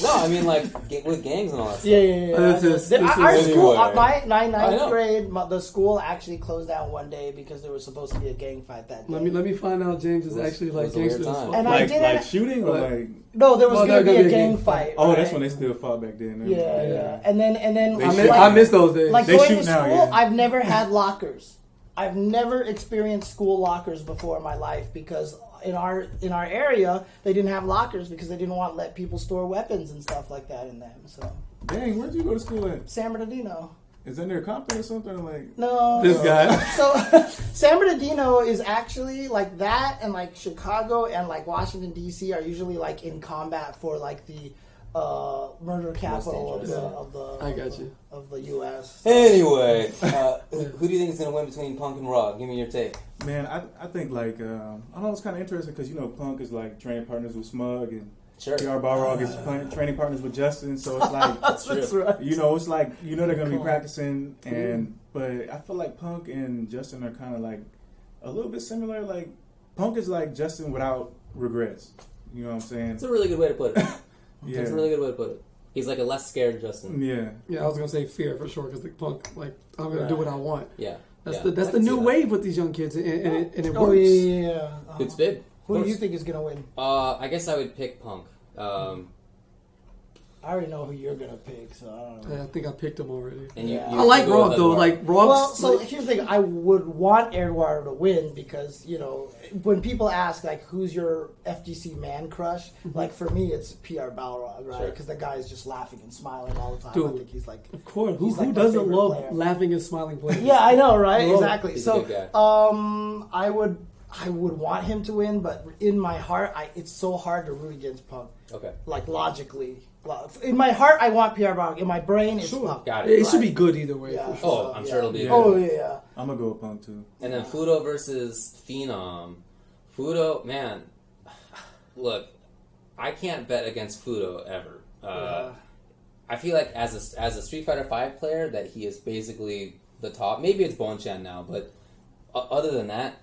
S3: No, I mean like ga- with gangs and all that. Stuff.
S2: Yeah, yeah, yeah.
S1: This
S2: I did.
S1: is-
S2: The-
S1: this
S2: our our
S1: is-
S2: school,
S3: Anyway.
S2: uh, my, my
S3: I know.
S2: ninth grade, my, the school actually closed down one day because there was supposed to be a gang fight that day.
S1: Let me let me find out. James is
S3: It was-
S1: actually
S3: it
S1: like
S3: was a weird
S1: gangster. as
S3: time.
S1: fuck.
S2: And I
S4: like,
S2: didn't-
S4: like shooting or
S1: What?
S4: like.
S2: no, there was
S1: Well,
S2: going to
S1: there
S2: be
S1: gonna
S2: a
S1: be a
S2: gang
S1: gang
S2: fight.
S4: Oh,
S2: right?
S4: that's when they still fought back then.
S2: Yeah, yeah, and then and then
S4: They
S1: I,
S2: I'm
S1: miss,
S4: shoot.
S2: like-
S1: I miss those days.
S2: Like
S4: They
S2: going
S4: shoot
S2: to
S4: now,
S2: school,
S4: yeah.
S2: I've never had lockers. I've never experienced school lockers before in my life because in our in our area they didn't have lockers because they didn't want to let people store weapons and stuff like that in them. So
S4: Dang, where'd you go to school at?
S2: San Bernardino.
S4: Is that near Compton or something? Like,
S2: No.
S1: This guy.
S2: So San Bernardino is actually like that, and like Chicago and like Washington D.C. are usually like in combat for like the uh, murder capital of the,
S3: dangerous.
S2: of the
S1: I got you.
S2: of the U.S.
S3: Anyway, uh, who, who do you think is going to win between Punk and Raw? Give me your take.
S4: man, I, I think like um, I don't know. It's kind of interesting because you know Punk is like training partners with Smug and
S3: Sure.
S4: PR Balrog is pla- training partners with Justin. So it's like
S3: Ah. That's true. Mm-hmm.
S4: you know, it's like you know they're gonna be practicing, and but I feel like Punk and Justin are kind of like a little bit similar. Like Punk is like Justin without regrets. You know what I'm saying?
S3: That's a really good way to put it.
S4: Yeah,
S3: That's a really good way to put it. He's like a less scared Justin.
S4: yeah.
S1: Yeah, I was gonna say fear for sure because the punk like I'm gonna do what I want.
S3: Yeah.
S1: That's
S3: yeah.
S1: the that's
S3: I
S1: the
S3: can see
S1: new
S3: that.
S1: wave with these young kids, and, and it, and it
S2: Oh
S1: works.
S2: yeah, yeah, Uh-huh. yeah, yeah.
S3: It's big. Of
S2: Who do you
S3: course.
S2: think is gonna win?
S3: Uh, I guess I would pick Punk. Um,
S2: I already know who you're gonna pick, so I don't know.
S1: Yeah, I think I picked him already.
S3: and you,
S2: Yeah.
S3: you
S1: I like
S3: you go
S1: Raw
S3: with
S1: though.
S3: Eduardo.
S1: Like Raw.
S2: Well, so here's the thing: I would want Eduardo to win because you know when people ask like, "Who's your FGC man crush?" Like for me, it's PR Balrog, right?
S3: Sure.
S2: Because the guy is just laughing and smiling all the time. I
S1: Dude.
S2: think he's like,
S1: of course, who,
S2: he's like
S1: who
S2: my
S1: doesn't
S2: favorite
S1: love
S2: player.
S1: laughing and smiling players?
S2: yeah, I know, right?
S1: Whoa.
S2: Exactly.
S3: He's a
S2: so,
S3: good
S2: um, I would, I would want him to win, but in my heart, I, it's so hard to root against Punk.
S3: Okay.
S2: Like logically, Lo- in my heart, I want PR Balrog. In my brain, it's
S1: Sure.
S2: Punk.
S3: Got
S1: It
S3: it.
S1: should be good either way.
S2: Yeah.
S1: For sure.
S3: Oh, I'm sure it'll be.
S4: Yeah.
S2: Oh yeah, yeah.
S4: I'm gonna go with Punk too.
S3: And then Fudo versus Phenom. Fudo, man, look, I can't bet against Fudo ever. Uh, I feel like as a, as a Street Fighter Five player that he is basically the top. Maybe it's Bonchan now, but o- other than that,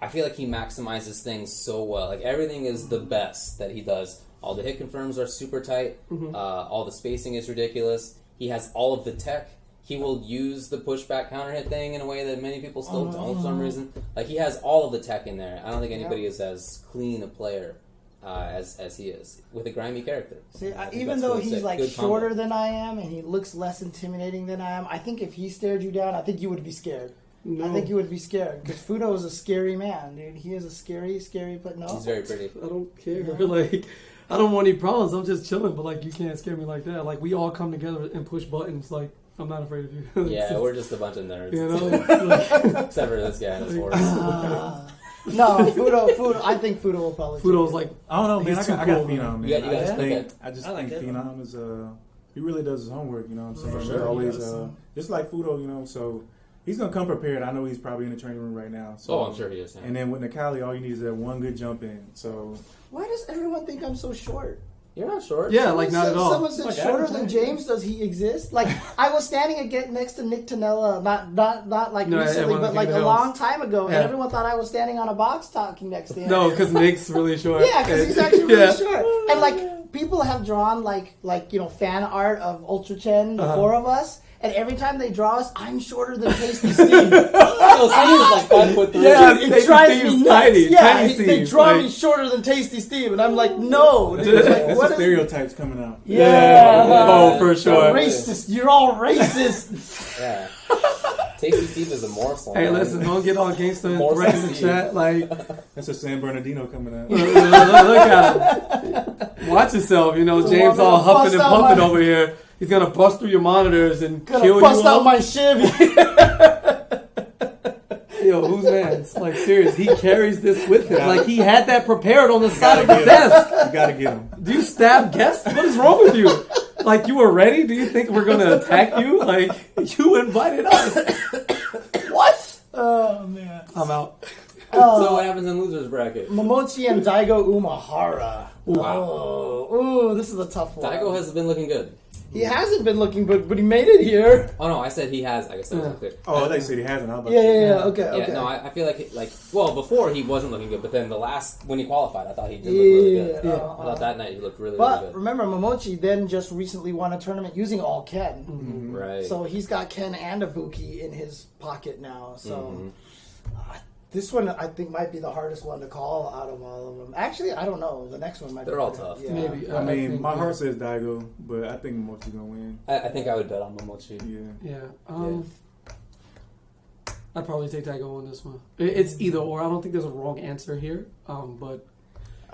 S3: I feel like he maximizes things so well. Like everything is the best that he does. All the hit confirms are super tight.
S2: Mm-hmm.
S3: Uh, all the spacing is ridiculous. He has all of the tech. He will use the pushback counter hit thing in a way that many people
S2: Oh.
S3: still don't for some reason. Like he has all of the tech in there. I don't think anybody is as clean a player uh, as as he is with a grimy character.
S2: See,
S3: I
S2: I,
S3: think
S2: even
S3: that's
S2: though
S3: really
S2: he's
S3: sick.
S2: like
S3: Good combo.
S2: shorter than I am and he looks less intimidating than I am, I think if he stared you down, I think you would be scared.
S1: No,
S2: I think you would be scared because Fudo is a scary man, dude. He is a scary, scary. But no,
S3: He's very pretty.
S1: I don't care. Like, I don't want any problems. I'm just chilling. But like, you can't scare me like that. Like, we all come together and push buttons. Like, I'm not afraid of you. It's
S3: Yeah,
S1: just-
S3: we're just a bunch of nerds.
S1: you know. Like,
S3: Except for this guy and his horse.
S2: Ah. no, Fudo, Fudo. I think Fudo will probably.
S1: Fudo's like,
S4: I don't know, man.
S1: He's
S4: I
S1: too
S4: got, I got
S1: cool, man.
S4: Phenom, man.
S3: You got- you
S4: I
S3: got
S4: just
S3: to
S4: think,
S3: pick
S4: I just
S5: I like
S4: think
S5: that
S4: Phenom is uh he really does his homework, you know what I'm saying?
S5: For
S4: He's
S5: sure, he
S4: always
S5: does.
S4: uh just like Fudo, you know, so he's gonna come prepared. I know he's probably in the training room right now. So
S3: Oh, I'm sure he is.
S4: And
S3: Now.
S4: then with Nikali, all you need is that one good jump in. So
S2: Why does everyone think I'm so short?
S3: You're not short.
S1: yeah, like not
S2: Someone
S1: at
S2: said-
S1: all.
S2: Someone said
S4: Like,
S2: shorter
S4: Adam
S2: than
S4: Sandler.
S2: James. Does he exist? Like I was standing again next to Nick Tanella, not not not like
S1: No, at
S2: recently,
S1: one of
S2: but
S1: the
S2: like a
S1: King of the
S2: long
S1: Hills.
S2: time ago,
S1: Yeah.
S2: and everyone thought I was standing on a box talking next to him.
S1: No, because Nick's really short.
S2: Yeah, because he's
S1: And-
S2: actually really
S1: yeah.
S2: short. And like people have drawn like like you know fan art of Ultra Chen, the
S1: Uh-huh.
S2: four of us, and every time they draw us, I'm shorter than Tasty Steve.
S3: Oh, Steve's like five foot three.
S1: Yeah.
S2: it
S1: Tasty
S2: drives
S1: Steve's
S2: me nuts.
S1: tiny,
S2: yeah,
S1: tiny
S2: he- they
S1: Steve,
S2: draw me
S1: like-
S2: shorter than Tasty Steve, and I'm like, no, dude. Like,
S4: that's
S2: what
S4: the
S2: is-
S4: stereotypes coming out.
S2: Yeah.
S1: Oh, for
S2: You're
S1: sure.
S2: racist. You're all racist.
S3: Yeah. Tasty Steve is a morsel.
S1: Hey,
S3: man.
S1: listen, don't get all gangster and
S3: More
S1: threats in the
S3: sexy.
S1: chat. Like,
S4: That's a San Bernardino coming out.
S1: look, look, look at him. Watch yourself, you know.
S2: So
S1: James
S2: I'm gonna
S1: all huffing and
S2: bust out
S1: puffing
S2: my-
S1: over here. He's gonna bust through your monitors and
S2: Gonna
S1: kill you.
S2: bust out
S1: all.
S2: my Chevy.
S1: Yo, who's man's? Like, serious, he carries this with him. Like, he had that prepared on the side of the desk.
S4: You gotta get him.
S1: Do you stab guests? What is wrong with you? Like, you were ready? Do you think we're gonna attack you? Like, you invited us.
S2: what? Oh man.
S1: I'm out.
S3: So what happens in losers bracket?
S2: Momochi and Daigo Umahara.
S3: Wow.
S2: Oh, ooh, this is a tough one.
S3: Daigo has been looking good.
S2: He hasn't been looking good, but he made it here.
S3: Oh no, I said he has. I guess that was
S1: Yeah.
S3: unclear.
S4: Oh, they said he hasn't. I was about
S2: Yeah,
S4: to-
S2: yeah, yeah. Okay,
S3: Yeah,
S2: okay.
S3: no, I, I feel like he, like well before he wasn't looking good, but then the last when he qualified, I thought he did look really
S2: yeah,
S3: good.
S2: yeah.
S3: I thought that night he looked really, really
S2: But
S3: good.
S2: remember, Momochi then just recently won a tournament using all Ken.
S1: mm,
S3: Right.
S2: So he's got Ken and Ibuki in his pocket now. So
S3: Mm-hmm.
S2: uh, this one, I think, might be the hardest one to call out of all of them. Actually, I don't know. The next one might.
S3: They're
S2: be
S3: all
S2: good.
S3: tough.
S2: Yeah.
S1: Maybe. uh,
S4: I mean,
S1: think-
S4: my heart says Daigo, but I think Mochi's gonna win.
S3: I, I think I would bet on Momochi.
S4: Yeah.
S1: Yeah. Um, I'd probably take Daigo on this one. It- It's either or. I don't think there's a wrong answer here. Um, but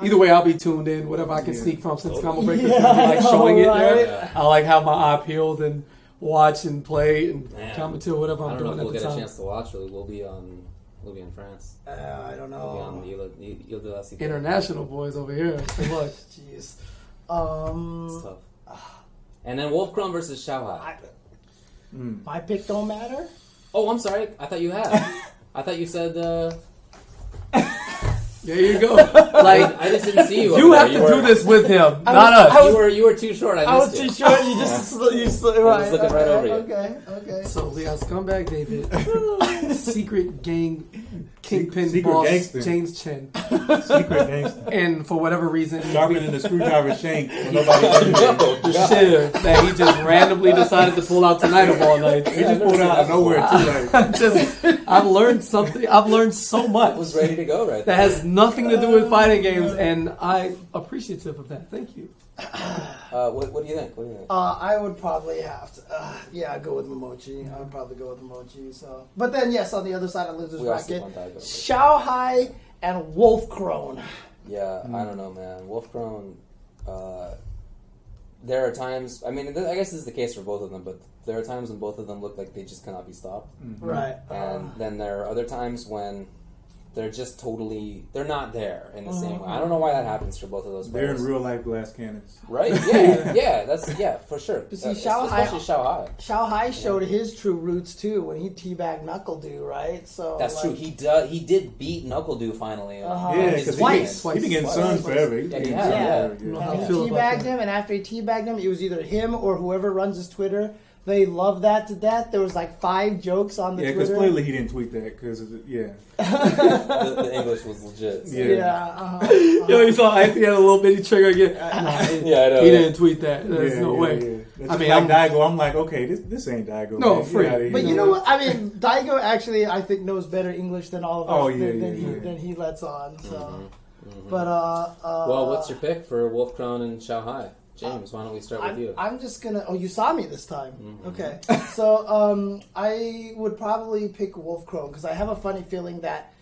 S1: either way, I'll be tuned in. Whatever I can
S4: Yeah.
S1: sneak from since Combo
S3: Totally.
S1: Breaker's gonna be, like
S2: Yeah,
S1: showing it
S2: right.
S1: there.
S3: Yeah.
S1: I like how my eye peeled and watch and play and
S3: Man.
S1: comment to whatever
S3: I
S1: I'm
S3: don't know
S1: doing
S3: if
S1: at
S3: we'll
S1: the
S3: get a
S1: time.
S3: chance to watch. Really, we'll be on we'll be in France.
S2: Uh, I don't
S3: We'll be
S2: know.
S3: on the Ile- Ile- Ile de la Cité.
S1: Oh. International boys over here. Good luck.
S2: Jeez.
S3: It's
S2: Um,
S3: tough. And then Wolf Crumb versus Shao
S2: I,
S4: Mm.
S2: my pick don't matter.
S3: Oh, I'm sorry. I thought you had. I thought you said. Uh,
S1: There you go. Like
S3: I just didn't see you.
S1: you
S3: over
S1: have to
S3: there. You
S1: do
S3: were-
S1: this with him,
S2: I
S1: not us.
S2: was- I
S3: You were you were too short. I missed
S2: I was
S3: you.
S2: Oh, too short. You just you sl- right.
S3: looking
S2: okay,
S3: right over you.
S2: Okay. Okay.
S1: So we got scumbag David, secret gang kingpin
S4: Secret
S1: boss
S4: gangster.
S1: James Chen,
S4: Secret gangster.
S1: and for whatever reason,
S4: Sharper than the screwdriver shank. When nobody
S1: the shiv that he just randomly decided to pull out tonight of all nights.
S4: He just pulled out of nowhere too. Like,
S1: Just, I've learned something. I've learned so
S3: I
S1: much
S3: was ready to go right
S1: that
S3: there.
S1: has nothing to do with fighting games, and I'm appreciative of that. Thank you.
S3: Uh, what, what do you think? What do you think?
S2: Uh, I would probably have to. Uh, yeah, I'd go with Momochi. I would probably go with Momochi. So, but then yes, on the other side of losers
S3: We all sleep
S2: bracket,
S3: on Daigo.
S2: Shanghai and Wolf Crone.
S3: Yeah, I don't know, man. Wolf Crone. Uh, there are times. I mean, th- I guess this is the case for both of them, but there are times when both of them look like they just cannot be stopped.
S1: Mm.
S2: Right.
S3: and then there are other times when they're just totally they're not there in the
S1: Oh,
S3: same way. I don't know why that happens for both of those
S4: they're
S3: players.
S4: in real life glass cannons.
S3: right? Yeah, yeah, that's yeah for sure.
S2: see,
S3: Uh,
S2: Shao Hai-
S3: especially Shao Hai.
S2: Shanghai showed his true roots too when he teabagged Knuckle Dew, right? So
S3: That's
S2: like,
S3: true. He does. He did beat Knuckle Dew finally.
S2: Uh-huh.
S4: Yeah,
S3: His
S4: because he,
S2: Twice,
S4: been-
S1: twice,
S4: he been getting
S1: twice,
S4: sunned
S1: twice.
S4: forever. He been
S3: Yeah,
S4: getting
S3: yeah.
S2: Yeah.
S4: sunned forever,
S1: No,
S2: And
S1: I
S2: he
S1: feel about
S2: teabagged
S1: that.
S2: him, and after he teabagged him, it was either him or whoever runs his Twitter. They love that to death. There was like five jokes on the
S4: Yeah, because
S2: Twitter.
S4: clearly he didn't tweet that. Because yeah,
S3: the, the English was legit. so-
S4: Yeah.
S2: yeah. uh-huh, uh-huh.
S1: Yo, you saw Icy had a little bitty trigger again.
S3: Yeah, I know.
S1: he
S3: yeah.
S1: didn't tweet that. There's
S4: yeah,
S1: no
S4: yeah,
S1: way.
S4: Yeah. That's
S1: I mean,
S4: like
S1: I'm-
S4: Daigo, I'm like, okay, this this ain't Daigo.
S1: No,
S4: man. Get
S1: free.
S4: outta here.
S2: But you know what? I mean, Daigo actually, I think, knows better English than all of us
S4: Oh, yeah,
S2: than, than,
S4: yeah, Mm-hmm.
S2: he,
S4: yeah.
S2: than he lets on. So, but uh, uh,
S3: Well, what's your pick for Wolf Crown and Shao Hai? James, why don't we start with
S2: I'm,
S3: you? Mm-hmm.
S2: I'm just gonna. Oh, you saw me this time. Okay. So um, I would probably pick Wolf Chrome because I have a funny feeling that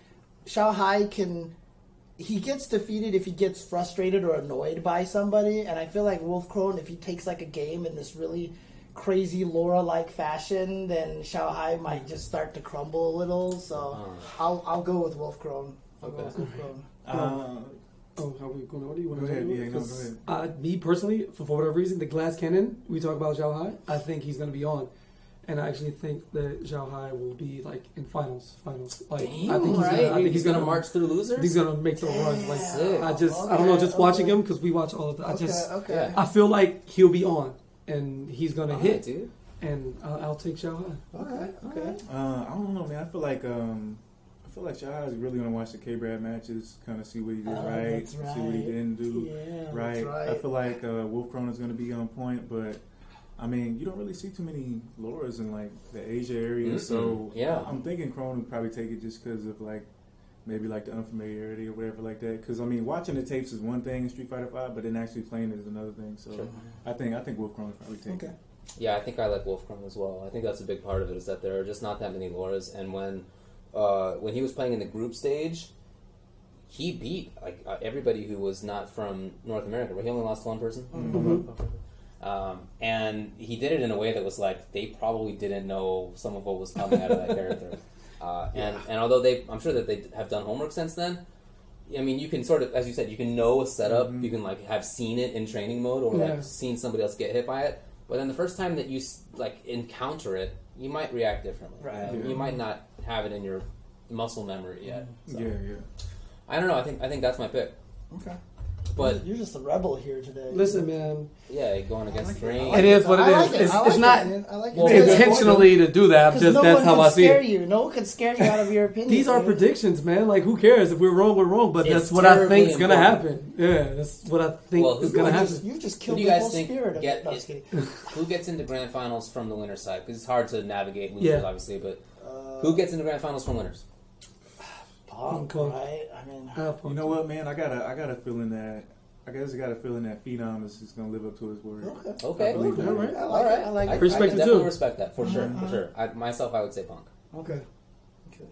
S2: Shao Hai can. He gets defeated if he gets frustrated or annoyed by somebody, and I feel like Wolf Crone, if he takes like a game in this really crazy Laura like fashion, then Shao Hai might
S3: Mm.
S2: just start to crumble a little. So I'll I'll go with Wolf Crone. I'll go
S3: Uh-huh. Okay.
S2: with Wolf Crone.
S4: Uh,
S1: Oh, how are we going to order? You want
S4: Go
S1: to
S4: ahead,
S1: do it?
S4: yeah, no, go
S1: 'Cause, Uh, me personally, for for whatever reason, the Glass Cannon we talk about Zhao Hai, I think he's going to be on, and I actually think that Zhao Hai will be like in finals, finals. Like I think he's
S3: right?
S1: gonna, I think
S3: he's gonna
S1: march.
S3: march through losers.
S1: He's gonna make the run. Like
S3: Sick.
S1: I just, I don't know,
S2: Okay,
S1: just watching
S2: okay.
S1: him because we watch all of. The, I
S2: Okay.
S1: just,
S2: okay.
S3: yeah.
S1: I feel like he'll be on, and he's gonna
S3: All right,
S1: hit,
S3: dude.
S1: and uh, I'll, I'll take Zhao Hai.
S2: Okay. Okay.
S4: Uh, I don't know, man. I feel like um, I feel like Shahai is really gonna watch the K Brad matches, kind of see what he did
S2: Oh,
S4: right,
S2: that's
S4: see what he
S2: right.
S4: didn't do
S2: Yeah.
S4: right.
S2: That's
S4: I feel like uh, Wolf Cronin is gonna be on point, but I mean, you don't really see too many Lauras in like the Asia area,
S3: Mm-mm.
S4: so
S3: Yeah.
S4: I'm thinking Cronin would probably take it just because of like maybe like the unfamiliarity or whatever like that. Because I mean, watching the tapes is one thing in Street Fighter Five, but then actually playing it is another thing. So
S3: Sure.
S4: I think I think Wolf Cronin would probably take
S2: Okay.
S4: it.
S3: Yeah, I think I like Wolf Chrome as well. I think that's a big part of it is that there are just not that many Lauras. And when uh, when he was playing in the group stage, he beat like uh, everybody who was not from North America. But he only lost one person. Um, and he did it in a way that was like they probably didn't know some of what was coming out of that character. Uh, and and although they, I'm sure that they have done homework since then. I mean, you can sort of, as you said, you can know a setup. You can like have seen it in training mode, or
S1: Yeah.
S3: like seen somebody else get hit by it. But then the first time that you s- like encounter it, you might react differently.
S2: Right.
S3: You, know?
S4: Yeah. Mm-hmm.
S3: You might not have it in your muscle memory yet. So.
S4: Yeah, yeah.
S3: I don't know. I think I think that's my pick.
S2: Okay.
S3: But
S2: You're just a rebel here today.
S1: Listen, man,
S3: yeah, going against
S2: like it.
S3: the
S2: I
S3: rain.
S2: like
S1: It is what it
S2: I like
S1: is.
S2: I
S1: It's-
S2: like
S1: it's not
S2: man. I like it.
S3: Well,
S2: It's
S1: intentionally to do that.
S2: important.
S1: Just
S2: 'Cause no
S1: that's
S2: one
S1: how
S2: can
S1: I see
S2: scare
S1: it.
S2: You. No one can scare you out of your opinion.
S1: These are
S2: man.
S1: predictions, man. Like, who cares if we're wrong? We're wrong, but
S3: It's
S1: that's what I
S3: terribly
S1: think is gonna
S3: important.
S1: happen. Yeah, that's what I think
S3: Well,
S1: is
S3: who-
S2: You
S1: gonna
S2: just,
S1: happen.
S2: you just
S3: Who
S2: killed
S3: do
S2: the
S3: you guys
S2: whole
S3: think
S2: spirit of
S3: get-
S2: it. No, I'm just kidding.
S3: who gets into grand finals from the winner's side? Because it's hard to navigate losers,
S1: Yeah.
S3: obviously. But
S2: Uh,
S3: who gets into grand finals from winners?
S2: Punk,
S1: Punk.
S2: right? I mean,
S1: Uh,
S4: You know what, man? I got a I got a feeling that I guess I got a feeling that Phenom is just gonna live up to his word.
S2: okay.
S3: Okay,
S1: Oh,
S4: I believe that.
S2: All right. I like it. I Mm-hmm. like
S1: Respect
S2: it.
S3: I
S1: it
S3: can definitely
S1: too.
S3: respect that for sure, for sure. I, myself, I would say Punk.
S2: Okay. Okay.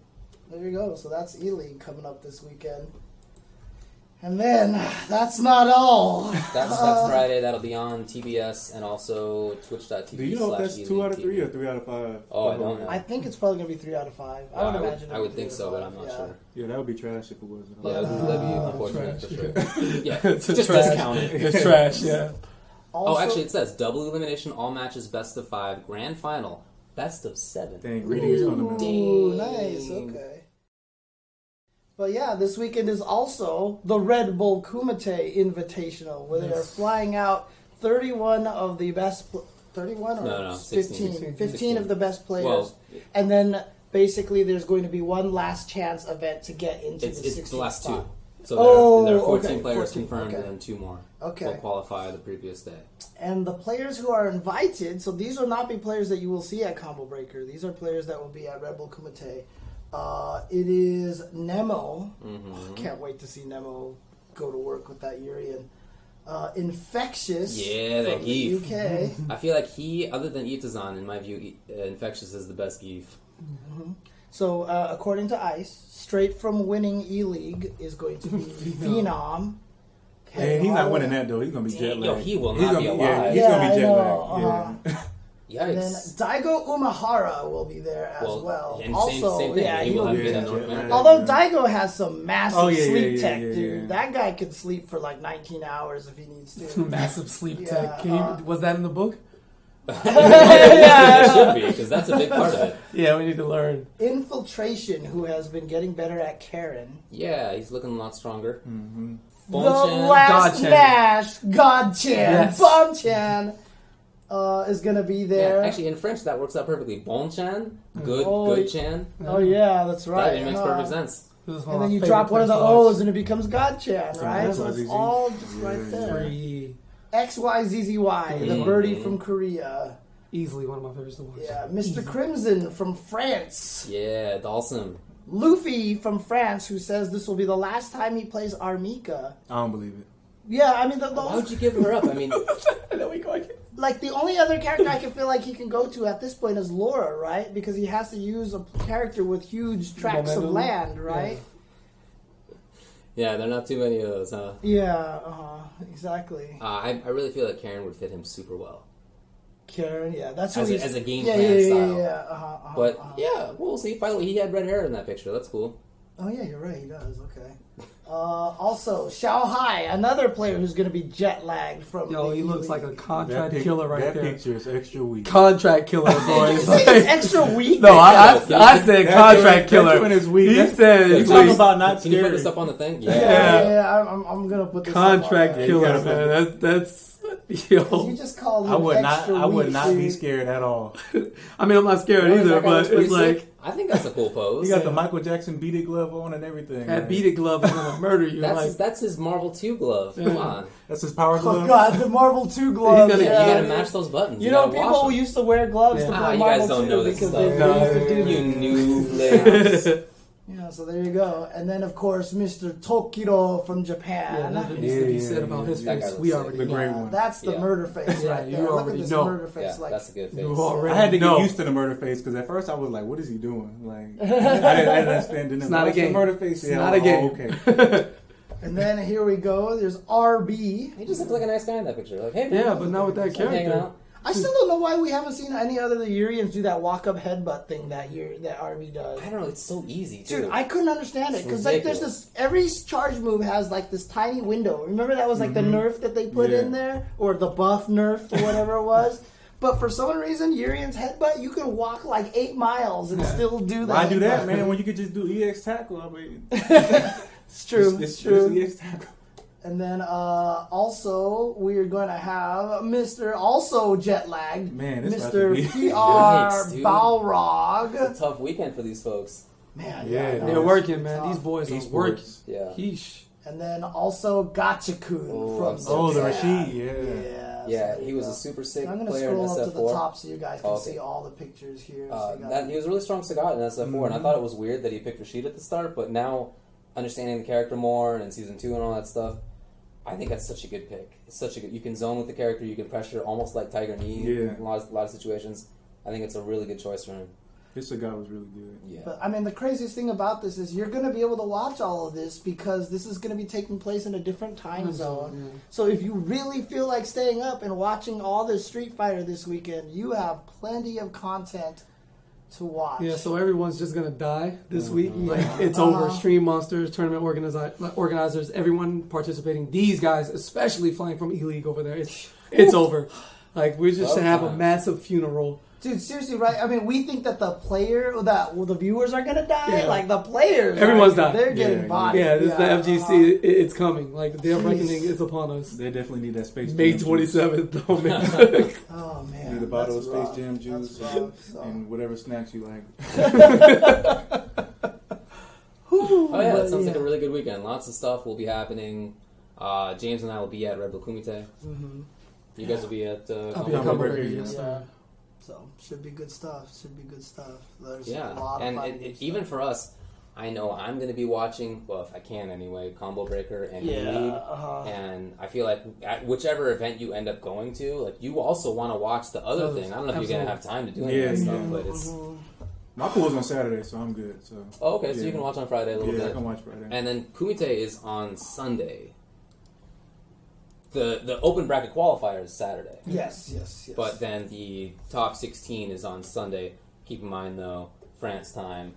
S2: There you go. So that's E League coming up this weekend. And then that's not all.
S3: That's
S2: Uh,
S3: that's Friday. That'll be on TBS and also Twitch.tv.
S4: Do you know if
S3: slash E
S4: that's two
S3: ELeague
S4: out of three
S3: TV.
S4: or three out of five?
S3: Oh, I don't know.
S2: I think it's probably going to be three out of five. I
S3: Uh,
S2: would imagine. it'd
S3: I
S2: be
S3: would
S2: three
S3: think
S2: out of
S3: so, but
S2: five,
S3: I'm not
S2: yeah. Uh,
S3: sure.
S4: Yeah, that would be trash if it wasn't.
S3: Yeah, that'd be- that'd be unfortunate for sure. Yeah,
S1: It's
S3: just
S1: trash.
S3: discount it.
S1: It's trash. Yeah.
S3: Oh,
S2: Also-
S3: actually, it says double elimination, all matches, best of five, grand final, best of seven.
S4: Dang, reading is fundamental.
S2: Ooh,
S3: Dang.
S2: nice. Okay. But yeah, this weekend is also the Red Bull Kumite Invitational, where they are flying out 31 of the best, pl- 31 or
S3: No, no,
S2: 15,
S3: 16.
S2: 15 of the best players,
S3: Well,
S2: and then basically there's going to be one last chance event to get into
S3: It's,
S2: the
S3: it's
S2: 16th
S3: the last
S2: spot.
S3: two. So there, there
S2: Oh,
S3: are 14
S2: okay,
S3: players
S2: 14,
S3: confirmed,
S2: okay.
S3: and then two more
S2: Okay.
S3: will qualify the previous day.
S2: And the players who are invited, so these will not be players that you will see at Combo Breaker. These are players that will be at Red Bull Kumite. Uh, it is Nemo.
S3: Mm-hmm.
S2: Oh, I can't wait to see Nemo go to work with that Urian. Uh, Infectious.
S3: Yeah, that Mm-hmm.
S2: from the
S3: geef.
S2: UK.
S3: I feel like he, other than Itazan, in my view, I- uh, Infectious is the best Geef.
S2: so, uh, according to ICE, straight from winning E League is going to be Phenom.
S4: Hey, he's not winning that though. He's gonna be jet
S3: Dang,
S4: lagged.
S3: yo, he will
S4: He's
S3: not
S4: gonna
S3: be
S4: Yeah, uh-huh.
S3: alive.
S4: he's gonna be
S2: Yeah, I
S4: jet
S2: know,
S4: lagged. Yeah.
S2: And then
S3: Yikes.
S2: Daigo Umahara will be there as well.
S3: and
S2: also,
S3: same, same thing.
S2: yeah,
S3: he will
S2: he'll
S3: have
S2: be
S3: been in
S2: there.
S3: North
S4: Yeah.
S3: America.
S2: Although Daigo has some massive
S4: Oh, yeah, yeah,
S2: sleep
S4: yeah,
S2: tech,
S4: yeah,
S2: dude.
S4: yeah.
S2: That guy can sleep for like 19 hours if he needs to.
S1: Massive sleep
S2: Yeah,
S1: tech. Can you,
S2: uh,
S1: was that in the book?
S3: It should be, because that's a big part of it.
S1: Yeah, we need to learn.
S2: Infiltration, who has been getting better at Karen.
S3: Yeah, he's looking a lot stronger. Mm-hmm.
S2: the last
S1: Godchan.
S2: Nash, God Chan,
S1: Yes.
S2: Bomb Chan, uh, is gonna be there.
S3: yeah, actually, in French, that works out perfectly. Bon Chan, good,
S2: Oh,
S3: good Chan.
S2: oh yeah, that's
S3: That
S2: right.
S3: it makes
S2: huh?
S3: perfect sense.
S1: This is
S2: And
S1: my
S2: then you
S1: favorite
S2: drop one of the
S1: thing to watch.
S2: O's and it becomes God Chan, right?
S4: that's
S2: So it's
S4: easy.
S2: all just right
S4: Yeah.
S2: there.
S1: Free,
S2: XYZZY, the
S3: Mhm.
S2: birdie from Korea.
S1: easily one of my favorites to watch.
S2: Yeah, Mr. Crimson from France.
S3: Yeah, Dawson.
S2: Luffy from France, who says this will be the last time he plays Armika.
S4: I don't believe it.
S2: yeah, I mean, the, the,
S3: Why would you give her up? I mean,
S4: And then we go again.
S2: like the only other character I can feel like he can go to at this point is Laura, right? Because he has to use a character with huge tracts of
S1: Momentum.
S2: land, right?
S3: yeah, there are not too many of those, huh?
S2: Yeah, uh-huh, exactly.
S3: Uh, I, I really feel like Karen would fit him super well.
S2: Karen, yeah, that's who
S3: As a-
S2: he's-
S3: as a game
S2: yeah,
S3: plan
S2: yeah, yeah,
S3: style.
S2: Yeah, yeah, uh-huh, uh-huh,
S3: But
S2: uh-huh.
S3: yeah, we'll see. By the way, he had red hair in that picture. That's cool.
S2: oh yeah, you're right. He does. Okay. Uh, also, Xiao Hai, another player who's going to be jet lagged from.
S1: Yo,
S2: the
S1: he looks
S2: E
S1: like a
S2: League.
S1: contract
S4: pic-
S1: killer right
S4: that
S1: there.
S4: picture is extra weak.
S1: Contract killer,
S2: You
S1: boys.
S2: think it's extra weak.
S1: no, I, I, I said
S4: That
S1: contract
S4: joint- that
S1: killer.
S4: joint is weak.
S1: He
S4: That's-
S1: said
S4: You
S1: it's
S4: talking
S1: weak.
S4: about not
S3: Can you put
S4: scary?
S3: this up on the thing?
S2: Yeah,
S3: Yeah.
S2: yeah,
S1: Yeah.
S2: yeah, I'm, I'm, I'm gonna put this up on
S1: contract
S2: there.
S4: you
S1: killer,
S4: gotta put it.
S1: man. That, that's
S2: You
S1: yo.
S2: just called. Him
S4: I would not.
S2: extra
S4: I would
S2: weak,
S4: not be
S2: dude.
S4: scared at all.
S1: I mean, I'm not scared
S2: Yeah,
S1: either,
S2: that guy
S1: but
S2: looks pretty
S1: it's like
S3: I think that's a cool
S4: He
S3: pose.
S4: got the Michael Jackson beaded glove on and
S1: that
S4: everything. man.
S1: beaded glove is gonna murder you.
S3: That's
S1: like,
S3: his, that's his Marvel Two glove. Come
S1: Yeah.
S3: on,
S4: That's his power glove.
S2: Oh god, the Marvel Two gloves.
S1: He's
S3: you
S1: gonna-
S2: yeah.
S3: gotta match those buttons.
S2: You know,
S3: gotta wash
S2: people
S3: them.
S2: used to wear gloves
S1: Yeah.
S2: to play
S3: Ah, you
S2: Marvel
S3: guys don't
S2: 2
S3: know this
S2: because
S3: stuff.
S2: they
S1: No.
S2: really do
S3: You new
S2: Yeah, so there you go. And then, of course, Mr. Tokiro from
S1: yeah,
S2: Japan.
S1: nothing needs to
S4: Yeah,
S1: be
S4: yeah,
S1: said about
S4: yeah,
S1: his
S4: yeah.
S1: face.
S3: That guy
S1: We
S3: looks
S1: already
S4: sick. The
S1: know.
S4: gray
S2: Yeah,
S4: one.
S2: that's the
S3: Yeah.
S2: murder face
S1: Yeah,
S2: right
S1: you
S2: there. Look at
S1: already
S2: this
S1: know.
S2: murder face.
S3: yeah,
S2: like,
S3: that's a good face.
S1: You already
S4: I had to get
S1: know.
S4: used to the murder face because at first I was like, "What is he doing?" Like, I didn't, I didn't understand. It's
S1: not a game.
S4: murder face.
S1: It's
S4: yeah,
S1: not
S4: oh,
S1: a game.
S4: okay.
S2: and then here we go. There's RB.
S3: He just looks like a nice guy in that picture. Like, hey,
S1: Yeah, but not with that
S3: I'm hanging
S1: character.
S3: out.
S2: I still don't know why we haven't seen any other of the Urians do that walk up headbutt thing that year that RB does.
S3: I don't know. It's so easy, too.
S2: Dude, I couldn't understand it
S3: It's
S2: because like there's
S3: ridiculous.
S2: this every charge move has like this tiny window. Remember that was like the nerf that they put
S4: Mm-hmm. Yeah.
S2: in there or the buff nerf or whatever it was. But for some reason, Urian's headbutt, you can walk like eight miles and still do that.
S4: Why do
S2: headbutt.
S4: that, man? When you could just do EX tackle. I mean, it's,
S2: It's true. It's,
S4: it's-
S2: true.
S4: it's EX tackle.
S2: And then uh, also we are going to have Mister also jet lagged.
S4: Man, this about
S2: Mister
S4: to
S2: Pr
S4: be-
S3: Yikes, dude.
S2: Balrog.
S3: It's a tough weekend for these folks.
S2: Man,
S4: Yeah,
S2: yeah.
S4: dude.
S1: They're working, man.
S2: Tough.
S1: These boys are
S4: Beast
S1: working.
S4: Boys.
S3: Yeah.
S1: Heesh.
S2: And then also Gachakun
S3: Oh,
S2: from
S3: I'm so
S4: Oh, the
S3: Yeah.
S4: Rashid. Yeah.
S2: Yeah, so
S3: yeah,
S2: there
S3: he
S2: you
S3: was
S2: go.
S3: a super sick
S2: I'm gonna
S3: player in
S2: scroll up
S3: SF4.
S2: to the top so you guys can
S3: Okay.
S2: see all the pictures here. so
S3: Uh,
S2: you got-
S3: that, he was a really strong cigar in SF4,
S2: Mm-hmm.
S3: and I thought it was weird that he picked Rashid at the start, but now understanding the character more and in season two and all that stuff, I think that's such a good pick. It's such a good. You can zone with the character, you can pressure almost like Tiger Knee
S4: Yeah.
S3: in a lot, of, lot of situations. I think it's a really good choice for him.
S4: This cigar was really good.
S3: Yeah.
S2: but I mean, the craziest thing about this is you're going to be able to watch all of this because this is going to be taking place in a different time zone.
S1: yeah.
S2: So if you really feel like staying up and watching all this Street Fighter this weekend, you have plenty of content to watch.
S1: Yeah, so everyone's just gonna die this week.
S3: Oh,
S1: Like it's
S2: Uh-huh.
S1: over. Stream monsters, tournament organizi- organizers, everyone participating. These guys, especially flying from E League over there, it's it's over. Like we're just gonna have a
S3: Okay.
S1: massive funeral.
S2: Dude, seriously, right? I mean, we think that the player, that well, the viewers are going to die.
S1: Yeah.
S2: Like the players,
S1: Everyone's
S2: dying.
S1: dying.
S2: They're
S4: Yeah,
S2: getting
S4: yeah.
S2: bodied.
S1: Yeah, this is the
S2: uh-huh.
S1: FGC. It, it's coming. Like the day of reckoning is upon us.
S4: They definitely need that space.
S1: May
S4: Jam juice.
S1: twenty seventh. Oh man.
S2: Oh man,
S4: You Need a bottle of
S2: that's
S4: space
S2: rough.
S4: jam juice
S2: That's rough, so.
S4: and whatever snacks you like.
S3: Oh yeah,
S2: But,
S3: that sounds like
S2: yeah.
S3: a really good weekend. Lots of stuff will be happening. Uh, James and I will be at Red Bull Kumite.
S2: Mm-hmm.
S3: You guys will be at. Uh,
S1: I'll be a
S3: Comic
S4: Come
S3: Con.
S4: over
S1: comforter.
S4: here,
S1: Yes,
S2: yeah.
S1: sir.
S2: So should be good stuff. Should be good stuff. There's a
S3: yeah,
S2: lot
S3: and
S2: of
S3: it, it- even for us, I know I'm going to be watching. Well, if I can anyway, Combo Breaker and
S2: yeah,
S3: League.
S2: uh-huh.
S3: And I feel like at whichever event you end up going to, like you also want to watch the other
S1: Others,
S3: thing. I don't know if you're
S1: absolutely.
S3: gonna have time to do any
S4: Yeah,
S3: of that stuff,
S4: yeah.
S3: but it's
S2: Mm-hmm.
S4: My pool's on Saturday, so I'm good. So
S3: oh, okay. So
S4: Yeah.
S3: you can watch on Friday a little
S4: yeah, I
S3: bit.
S4: can watch Friday.
S3: And then Kumite is on Sunday. The the open bracket qualifier is Saturday.
S2: yes, yes, yes.
S3: But then the top 16 is on Sunday. Keep in mind though, France time,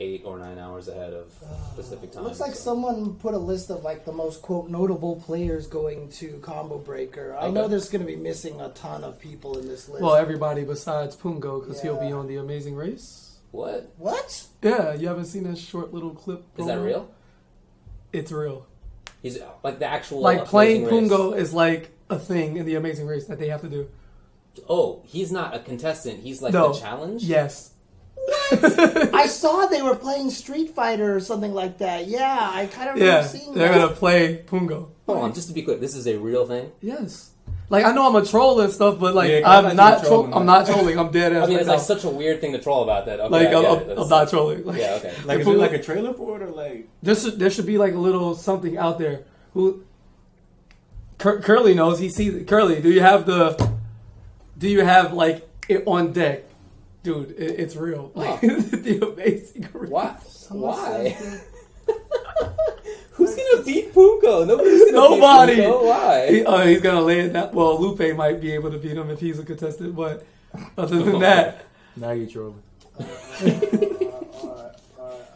S3: eight or nine hours ahead of Pacific time.
S2: looks like
S3: so-
S2: someone put a list of like the most quote notable players going to Combo Breaker. I
S3: Okay.
S2: know there's going to be missing a ton of people in this list.
S1: Well, everybody besides Pungo, because he'll be
S2: Yeah.
S1: on the Amazing Race.
S3: What
S2: what?
S1: Yeah, you haven't seen that short little clip.
S3: is that
S1: promo?
S3: real?
S1: It's real.
S3: He's like the actual
S1: like playing
S3: opposing race.
S1: Pungo is like a thing in the Amazing Race that they have to do.
S3: Oh, he's not a contestant. He's like
S1: No.
S3: the challenge.
S1: Yes.
S2: I saw they were playing Street Fighter or something like that. Yeah, I kind of
S1: Yeah.
S2: remember seeing
S1: They're
S2: that.
S1: gonna play Pungo.
S3: Hold on, just to be clear, this is a real thing.
S1: Yes. Like I know I'm a troll and stuff, but like
S4: Yeah, 'cause I thought
S1: I'm
S4: you
S1: not
S4: were
S1: tro-
S4: trolling,
S1: I'm
S4: like-
S1: not trolling. I'm dead ass.
S3: I mean,
S1: right
S3: it's like
S1: now.
S3: such a weird thing to troll about that. Okay,
S1: like
S3: I get
S1: I'm,
S3: it.
S1: I'm-
S3: That's-
S1: I'm not trolling. Like,
S3: Yeah, okay.
S4: like, is there like a trailer for it or like?
S1: There should there should be like a little something out there. Who Cur- Curly knows. He sees Curly. Do you have the? Do you have like it on deck, dude? It, it's real. Like the amazing. Race.
S3: Why?
S2: Someone
S3: Why?
S2: says
S3: Who's gonna beat Punko? Nobody's gonna
S1: Nobody.
S3: beat Punko. Why?
S1: He- uh, he's gonna lay it down. Well, Lupe might be able to beat him if he's a contestant, but other than that,
S5: Now you're trolling.
S2: that- alright, alright,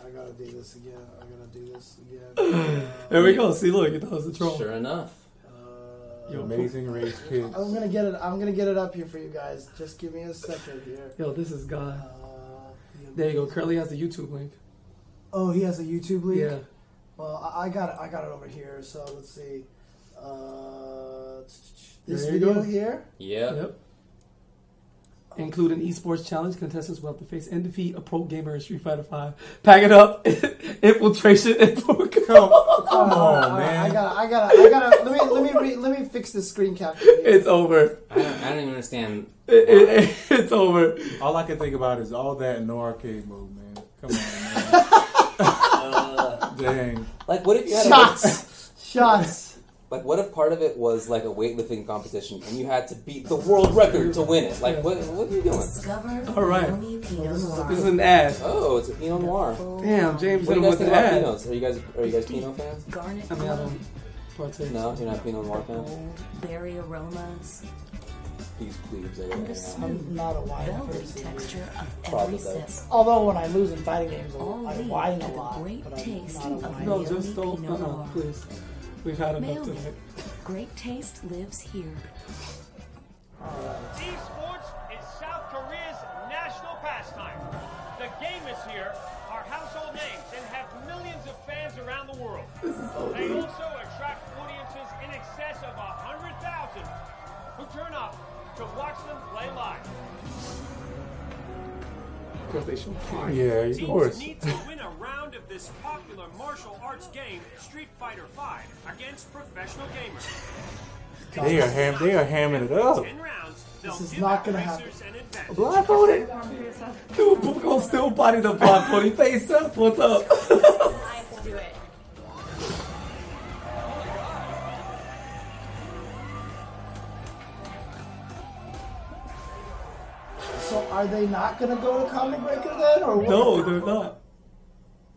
S2: I gotta do this again. I gotta do this again.
S1: there we go. See, look, that was a troll.
S3: Sure enough.
S2: Uh,
S1: Yo,
S5: Amazing race kids.
S2: I'm gonna get it. I'm gonna get it up here for you guys. Just give me a second here.
S1: Yo, this is
S2: Uh,
S1: God.
S2: the-
S1: There you go. Curly has the YouTube link.
S2: Oh, he has a YouTube link.
S1: Yeah.
S2: Well, I, I got it. I got it over here. So let's see. Uh, this
S1: There you
S2: video
S1: go.
S2: here.
S3: Yep.
S1: Yep. Include an esports challenge. Contestants will have to face and defeat a pro gamer in Street Fighter Five. Pack it up. Infiltration. And
S4: Come,
S1: Oh,
S4: come
S2: Alright,
S4: on,
S2: alright,
S4: man.
S2: I gotta. I gotta. I gotta. let me. Let me. Re, let me fix the screen capture. Here.
S1: it's over.
S3: I, don't, I don't even understand.
S1: It- it- it's over.
S4: All I can think about is all that and no arcade mode, man. Come on,
S3: Uh,
S4: man. Dang.
S3: like, what if you had a,
S2: shots. shots.
S3: like, what if part of it was like a weightlifting competition and you had to beat the world record to win it? Like, what what are you doing?
S6: Discover
S1: All right.
S6: Romeo Pino's
S1: This is
S6: farm.
S1: an ad.
S3: Oh, it's a Pinot Noir.
S1: Damn, James
S3: What do
S1: hit him
S3: you guys
S1: with
S3: think
S1: an
S3: about
S1: ad.
S3: Pinots? Are you guys are you guys Pinot fans?
S6: Garnet
S1: I mean, I
S6: Club.
S1: don't partake.
S3: No, you're not Pinot Noir fans.
S6: Gold, berry aromas,
S3: These plebes are
S6: and the
S3: going
S6: smooth,
S2: I'm not a wine
S6: velvety
S2: person.
S6: texture of
S3: Probably
S6: every
S3: does.
S6: sip.
S2: Although when I lose in fighting games, I
S6: All
S2: I
S6: lead
S2: whine
S6: to
S2: a
S6: the
S2: lot.
S6: great
S2: But I'm
S6: taste
S2: not a
S6: of
S2: whiner.
S1: No, just don't.
S6: Pinot
S1: Uh-uh,
S6: Noir.
S1: please. We've had enough
S6: Mayo
S1: tonight.
S6: Great taste lives here.
S7: Esports is South Korea's national pastime. The game is here, are household names, and have millions of fans around the world. They also attract audiences in excess of 100,000 who turn up to watch them play live.
S1: Because they show porn.
S5: Yeah, of
S7: Teams
S5: course.
S7: need to win a round of this popular martial arts game, Street Fighter V, against professional gamers.
S5: They are ham. They are hamming it up.
S7: 10 rounds, they'll
S2: This is
S7: give
S2: not
S7: out
S2: gonna
S7: racers an advantage.
S5: Blindfolded.
S1: Dude, Buko still body the block when he face up. What's up?
S8: I can do it.
S2: So are they not gonna go to Comic Breaker then, or what?
S1: No, they're not.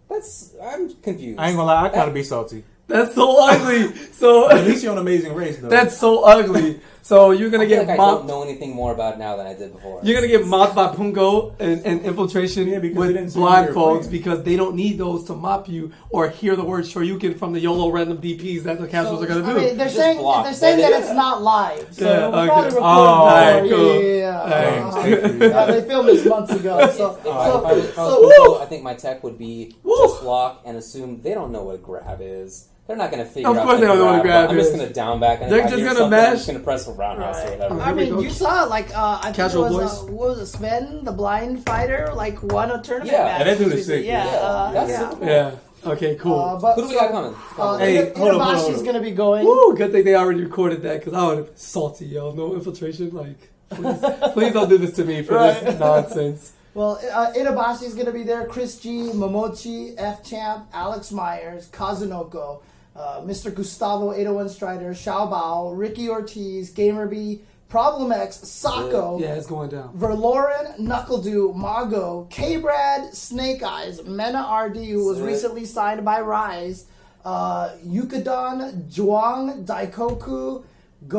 S3: That's I'm confused.
S5: I ain't gonna lie. I kind of be salty.
S1: That's so ugly. So
S4: At least you're on Amazing Race, though.
S1: that's so ugly. So you're gonna
S3: I feel
S1: get
S3: like I don't
S1: mopped.
S3: know anything more about it now than I did before.
S1: You're gonna get mopped by Punko and, and infiltration
S4: Yeah, because
S1: with
S4: they didn't say what they were
S1: blindfolds
S4: playing.
S1: because they don't need those to mop you or hear the word Shoryuken from the YOLO random DPs that the casuals are gonna
S2: I
S1: do.
S2: mean, they're
S3: Just
S2: saying
S3: block.
S2: they're saying
S3: Yeah.
S2: that it's not live. So
S1: Yeah,
S2: yeah,
S1: okay.
S2: okay. probably
S5: Oh,
S1: alright,
S2: recorded. yeah,
S1: cool.
S2: yeah, yeah,
S1: Alright.
S2: Uh-huh.
S5: Thanks,
S2: Yeah, they filmed this months ago. So,
S3: If I, if I was, if I was
S2: so,
S3: Google, I think my tech would be
S1: Oh, Woo.
S3: just block and assume they don't know what grab is. They're not going to figure
S1: Of
S3: out.
S1: course they don't know what grab
S3: I'm just
S1: is.
S3: going to down back and
S1: They're
S3: if I
S1: just
S3: hear
S1: gonna
S3: something, I'm
S1: mash-
S3: just going to press the roundhouse or whatever.
S2: I mean, you saw like uh, I think it
S1: Casual
S2: was uh, what was it, Sven, the blind fighter, like won a tournament
S3: Yeah,
S2: match.
S4: and that dude
S2: between
S4: is
S2: the-
S4: sick,
S2: Yeah,
S4: dude.
S2: uh,
S3: That's
S2: yeah.
S3: super cool.
S1: yeah. Okay. Cool.
S2: Uh, but
S3: Who do we
S2: so,
S3: got coming?
S2: Uh,
S3: Hey,
S2: hey,
S4: hold on, hold on, hold
S2: Inabashi's
S4: on.
S2: gonna be going.
S1: Woo, good thing they already recorded that because I would have been salty, yo. No infiltration. Like, please, please don't do this to me for this nonsense.
S2: Well, uh, Inabashi's going to be there. Chris G, Momochi, F Champ, Alex Myers, Kazunoko, uh, Mr. Gustavo 801 Strider, Xiaobao, Ricky Ortiz, Gamer B, Problem X, Sako,
S1: Uh, Yeah, it's going down.
S2: Verloren, Knuckledew, Mago, K Brad, Snake Eyes, Mena RD, who was
S3: Sick.
S2: recently signed by Rise, uh, Yukadon, Zhuang, Daikoku,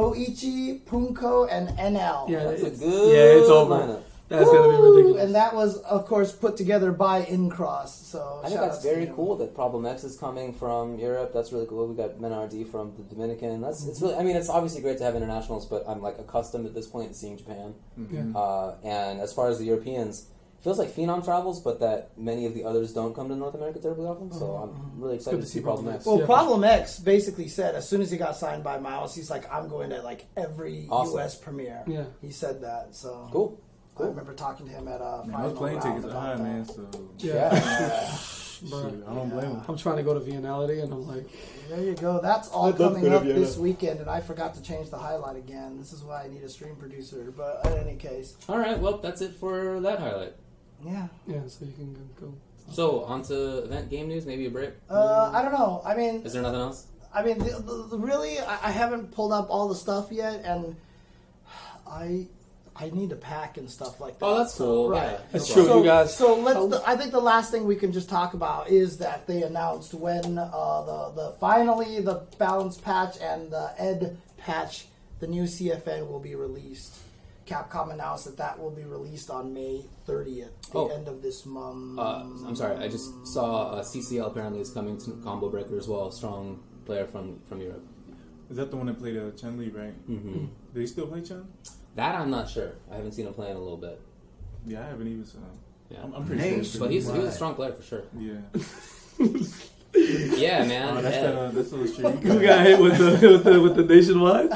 S2: Goichi, Punko, and NL.
S1: Yeah,
S3: That's a
S1: it's,
S3: good
S1: yeah, it's over.
S3: lineup.
S1: That's gonna be ridiculous.
S2: And that was, of course, put together by Incross. So
S3: I think
S2: shout
S3: that's
S2: outs to
S3: very
S2: them.
S3: cool that Problem X is coming from Europe. That's really cool. We got Menardi from the Dominican. That's it's really. I mean, it's obviously great to have internationals, but I'm like accustomed at this point to seeing Japan.
S1: Mm-hmm.
S3: Uh, and as far as the Europeans, it feels like Phenom travels, but that many of the others don't come to North America terribly often. So I'm really excited
S1: Mm-hmm. Good
S3: to see Problem X.
S2: Well,
S1: Yeah.
S2: Problem X basically said as soon as he got signed by Miles, he's like, I'm going to like every
S3: Awesome.
S2: U.S. premiere.
S1: Yeah.
S2: he said that. So
S3: Cool.
S2: I remember talking to him at uh,
S4: Man,
S2: final
S4: those plane
S2: round
S4: tickets are
S2: about
S4: high,
S2: that.
S4: man. So
S1: yeah,
S4: shoot, I don't blame him.
S1: I'm trying to go to Viennality, and I'm like,
S2: There you go. That's all
S4: I'd love to
S2: coming
S4: go to
S2: up
S4: Vienna.
S2: this weekend, and I forgot to change the highlight again. This is why I need a stream producer. But in any case,
S3: All right. Well, that's it for that highlight.
S2: yeah.
S1: yeah. So you can go. go.
S3: So on to event game news. Maybe a break.
S2: Uh, I don't know. I mean,
S3: Mm. Is there nothing else?
S2: I mean, the, the, the- really, I, I haven't pulled up all the stuff yet, and I I need to pack and stuff like that.
S3: Oh, that's cool.
S2: Right.
S3: Yeah.
S1: That's
S3: No
S1: true,
S3: Oh.
S2: So,
S1: you guys.
S2: so let's. I think the last thing we can just talk about is that they announced when uh, the the finally the balance patch and the Ed patch, the new CFN will be released. Capcom announced that that will be released on May 30th, the
S3: Oh.
S2: end of this month.
S3: Uh, I'm sorry, I just saw uh, CCL apparently is coming to Combo Breaker as well. Strong player from from Europe.
S4: Is that the one that played uh, Chun Li, right? Mm-hmm. Do they still play Chun?
S3: That I'm not sure. I haven't seen him play in a little bit.
S4: Yeah, I haven't even seen him.
S3: Yeah.
S4: I'm, I'm pretty
S9: Hey,
S4: sure. it's
S3: But
S4: pretty-
S3: he's, he was a strong player for sure.
S4: yeah.
S3: Yeah, man.
S4: Oh, that's
S3: yeah.
S4: that. Uh, that's those
S1: You got hit with the with the, with the nationwide.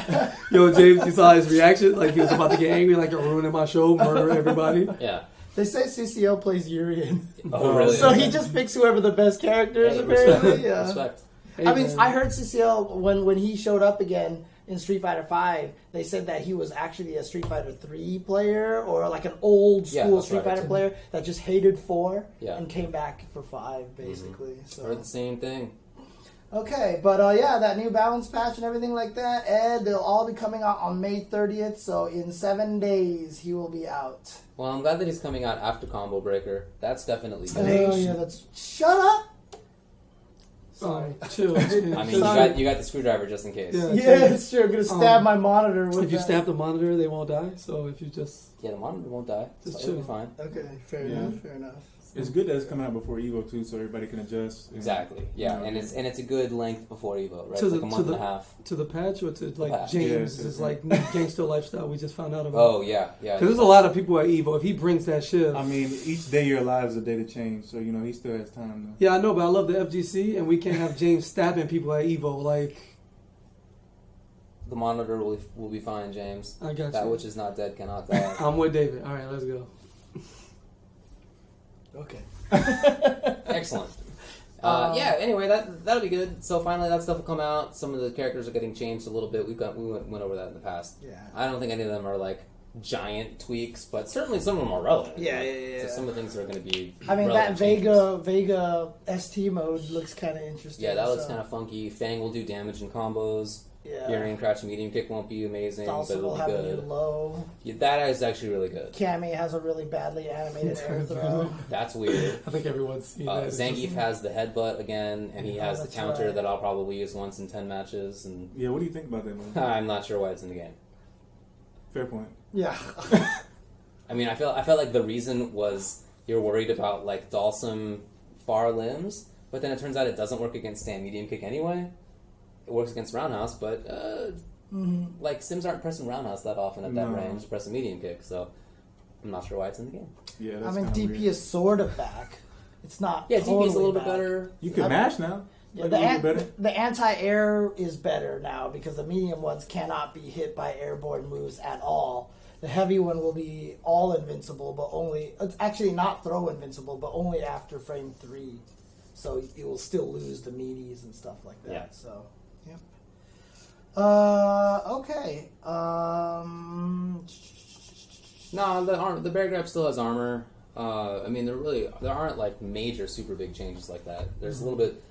S1: Yo, James, you saw his reaction. Like he was about to get angry. Like you're ruining my show, murder everybody.
S3: Yeah.
S2: They say CCO plays Urian,
S3: Oh, really?
S2: so he just picks whoever the best character is.
S3: Hey, respect.
S2: apparently, yeah.
S3: Respect.
S1: Hey,
S2: I mean,
S1: man.
S2: I heard CCL when when he showed up again in Street Fighter Five. They said that he was actually a Street Fighter Three player or like an old
S3: Yeah,
S2: school
S3: that's
S2: Street
S3: right.
S2: Fighter player that just hated four
S3: Yeah. Mm-hmm.
S2: and came back for five, basically.
S3: Heard the
S2: So
S3: same thing.
S2: okay, but uh, yeah, that new balance patch and everything like that, Ed, they'll all be coming out on May thirtieth. So in seven days, he will be out.
S3: Well, I'm glad that he's coming out after Combo Breaker. That's definitely
S2: Oh
S3: good.
S2: yeah, that's shut up.
S1: Um, chill. chill.
S3: I mean, you got, you got the screwdriver just in case.
S1: Yeah.
S2: Yeah, it's true. I'm gonna stab
S1: Um,
S2: my monitor with
S1: if you
S2: that.
S1: stab the monitor, they won't die. So if you just
S3: Yeah, the monitor won't die. So
S1: Just
S3: it'll be
S1: chill.
S3: fine.
S2: Okay, fair
S4: Yeah.
S2: enough. Fair enough.
S4: It's good that it's coming out before Evo too, so everybody can adjust. and-
S3: Exactly. Yeah,
S4: Yeah.
S3: and it's and it's a good length before Evo, right?
S1: To
S3: It's
S1: the-
S3: like a
S1: to
S3: month
S1: the-
S3: and a half.
S1: to the patch or to like
S3: patch.
S1: James
S4: Yes, yes,
S1: is
S4: yes.
S1: like new gangster lifestyle we just found out about.
S3: Oh yeah, yeah.
S1: Because there's a lot of people at Evo. If he brings that shit,
S4: I mean, each day of your life is a day to change, so you know he still has time. To,
S1: yeah, I know, but I love the FGC, and we can't have James stabbing people at Evo. Like,
S3: The monitor will will be fine, James.
S1: I got
S3: That
S1: you.
S3: which is not dead cannot
S2: Oh.
S3: die.
S1: I'm with David. All right, let's go.
S2: Okay.
S3: Excellent. Uh, yeah. Anyway, that that'll be good. So finally, that stuff will come out. Some of the characters are getting changed a little bit. We've got we went, went over that in the past.
S2: Yeah.
S3: I don't think any of them are like giant tweaks, but certainly some of them are relevant.
S2: Yeah, yeah, yeah, yeah.
S3: So some of the things are going to be.
S2: I mean that
S3: relevant changes.
S2: Vega Vega ST mode looks kind of interesting.
S3: Yeah, that looks
S2: so-
S3: kind of funky. Fang will do damage in
S2: uh,
S3: combos.
S2: Yeah.
S3: Urian crouch medium kick won't be amazing, but
S2: Dhalsim will
S3: it'll
S2: have
S3: be
S2: a new
S3: good.
S2: low.
S3: Yeah, that is actually really good.
S2: Cammy has a really badly animated air throw.
S3: That's weird.
S1: I think everyone's seen
S3: Uh,
S1: that. It's
S3: Zangief
S1: just-
S3: has the headbutt again, and he
S2: Oh,
S3: has the
S2: that's
S3: counter
S2: right.
S3: that I'll probably use once in ten matches. And
S4: yeah, what do you think about that, man?
S3: I'm not sure why it's in the game.
S4: Fair point.
S2: Yeah.
S3: I mean, I felt I felt like the reason was you're worried about like Dalsum far limbs, but then it turns out it doesn't work against stand medium kick anyway. It works against roundhouse, but uh, like Sims aren't pressing roundhouse that often at that
S4: No.
S3: range, pressing medium kick. So I'm not sure why it's in the game.
S4: Yeah,
S2: I
S4: that's
S2: mean,
S4: kinda
S2: DP
S4: weird.
S2: is sort of back. It's not.
S3: Yeah,
S2: totally
S3: DP is a little bit
S2: back.
S3: better.
S4: You can
S2: I-
S4: mash now.
S2: Yeah,
S4: Like,
S2: the,
S4: a little
S2: an-
S4: better.
S2: the anti-air is better now because the medium ones cannot be hit by airborne moves at all. The heavy one will be all invincible, but only it's actually not throw invincible, but only after frame three. So you will still lose the meaties and stuff like that.
S3: Yeah.
S2: So, yep. Uh, okay. Um,
S3: No, the arm, the bear grab still has armor. Uh, I mean, there really there aren't like major super big changes like that. There's a
S2: Mm-hmm.
S3: little bit.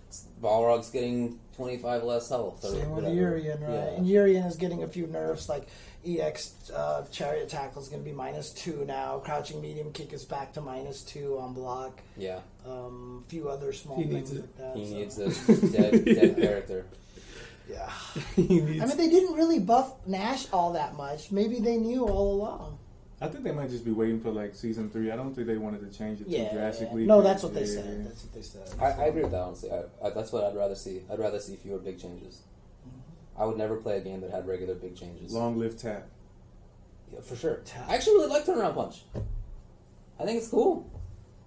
S3: Balrog's getting 25 less health. Or
S2: Same with
S3: whatever.
S2: Urian, right?
S3: uh, Yeah.
S2: And Urian is getting a few nerfs, like EX uh, Chariot Tackle is going to be minus two now. Crouching Medium Kick is back to minus two on block.
S3: Yeah,
S2: Um, few other small
S1: He needs
S2: things
S1: it.
S2: like that.
S3: he
S2: so,
S3: needs a dead, dead character.
S2: Yeah.
S1: he needs-
S2: I mean, they didn't really buff Nash all that much. Maybe they knew all along.
S4: I think they might just be waiting for like season three. I don't think they wanted to change it
S2: Yeah.
S4: too drastically.
S2: No, that's what they
S4: Yeah.
S2: said. That's what they said.
S3: I, I agree with that honestly. I, I, that's what I'd rather see. I'd rather see fewer big changes.
S2: Mm-hmm.
S3: I would never play a game that had regular big changes.
S4: Long live tap.
S3: Yeah, for sure. I actually really like turnaround punch. I think it's cool.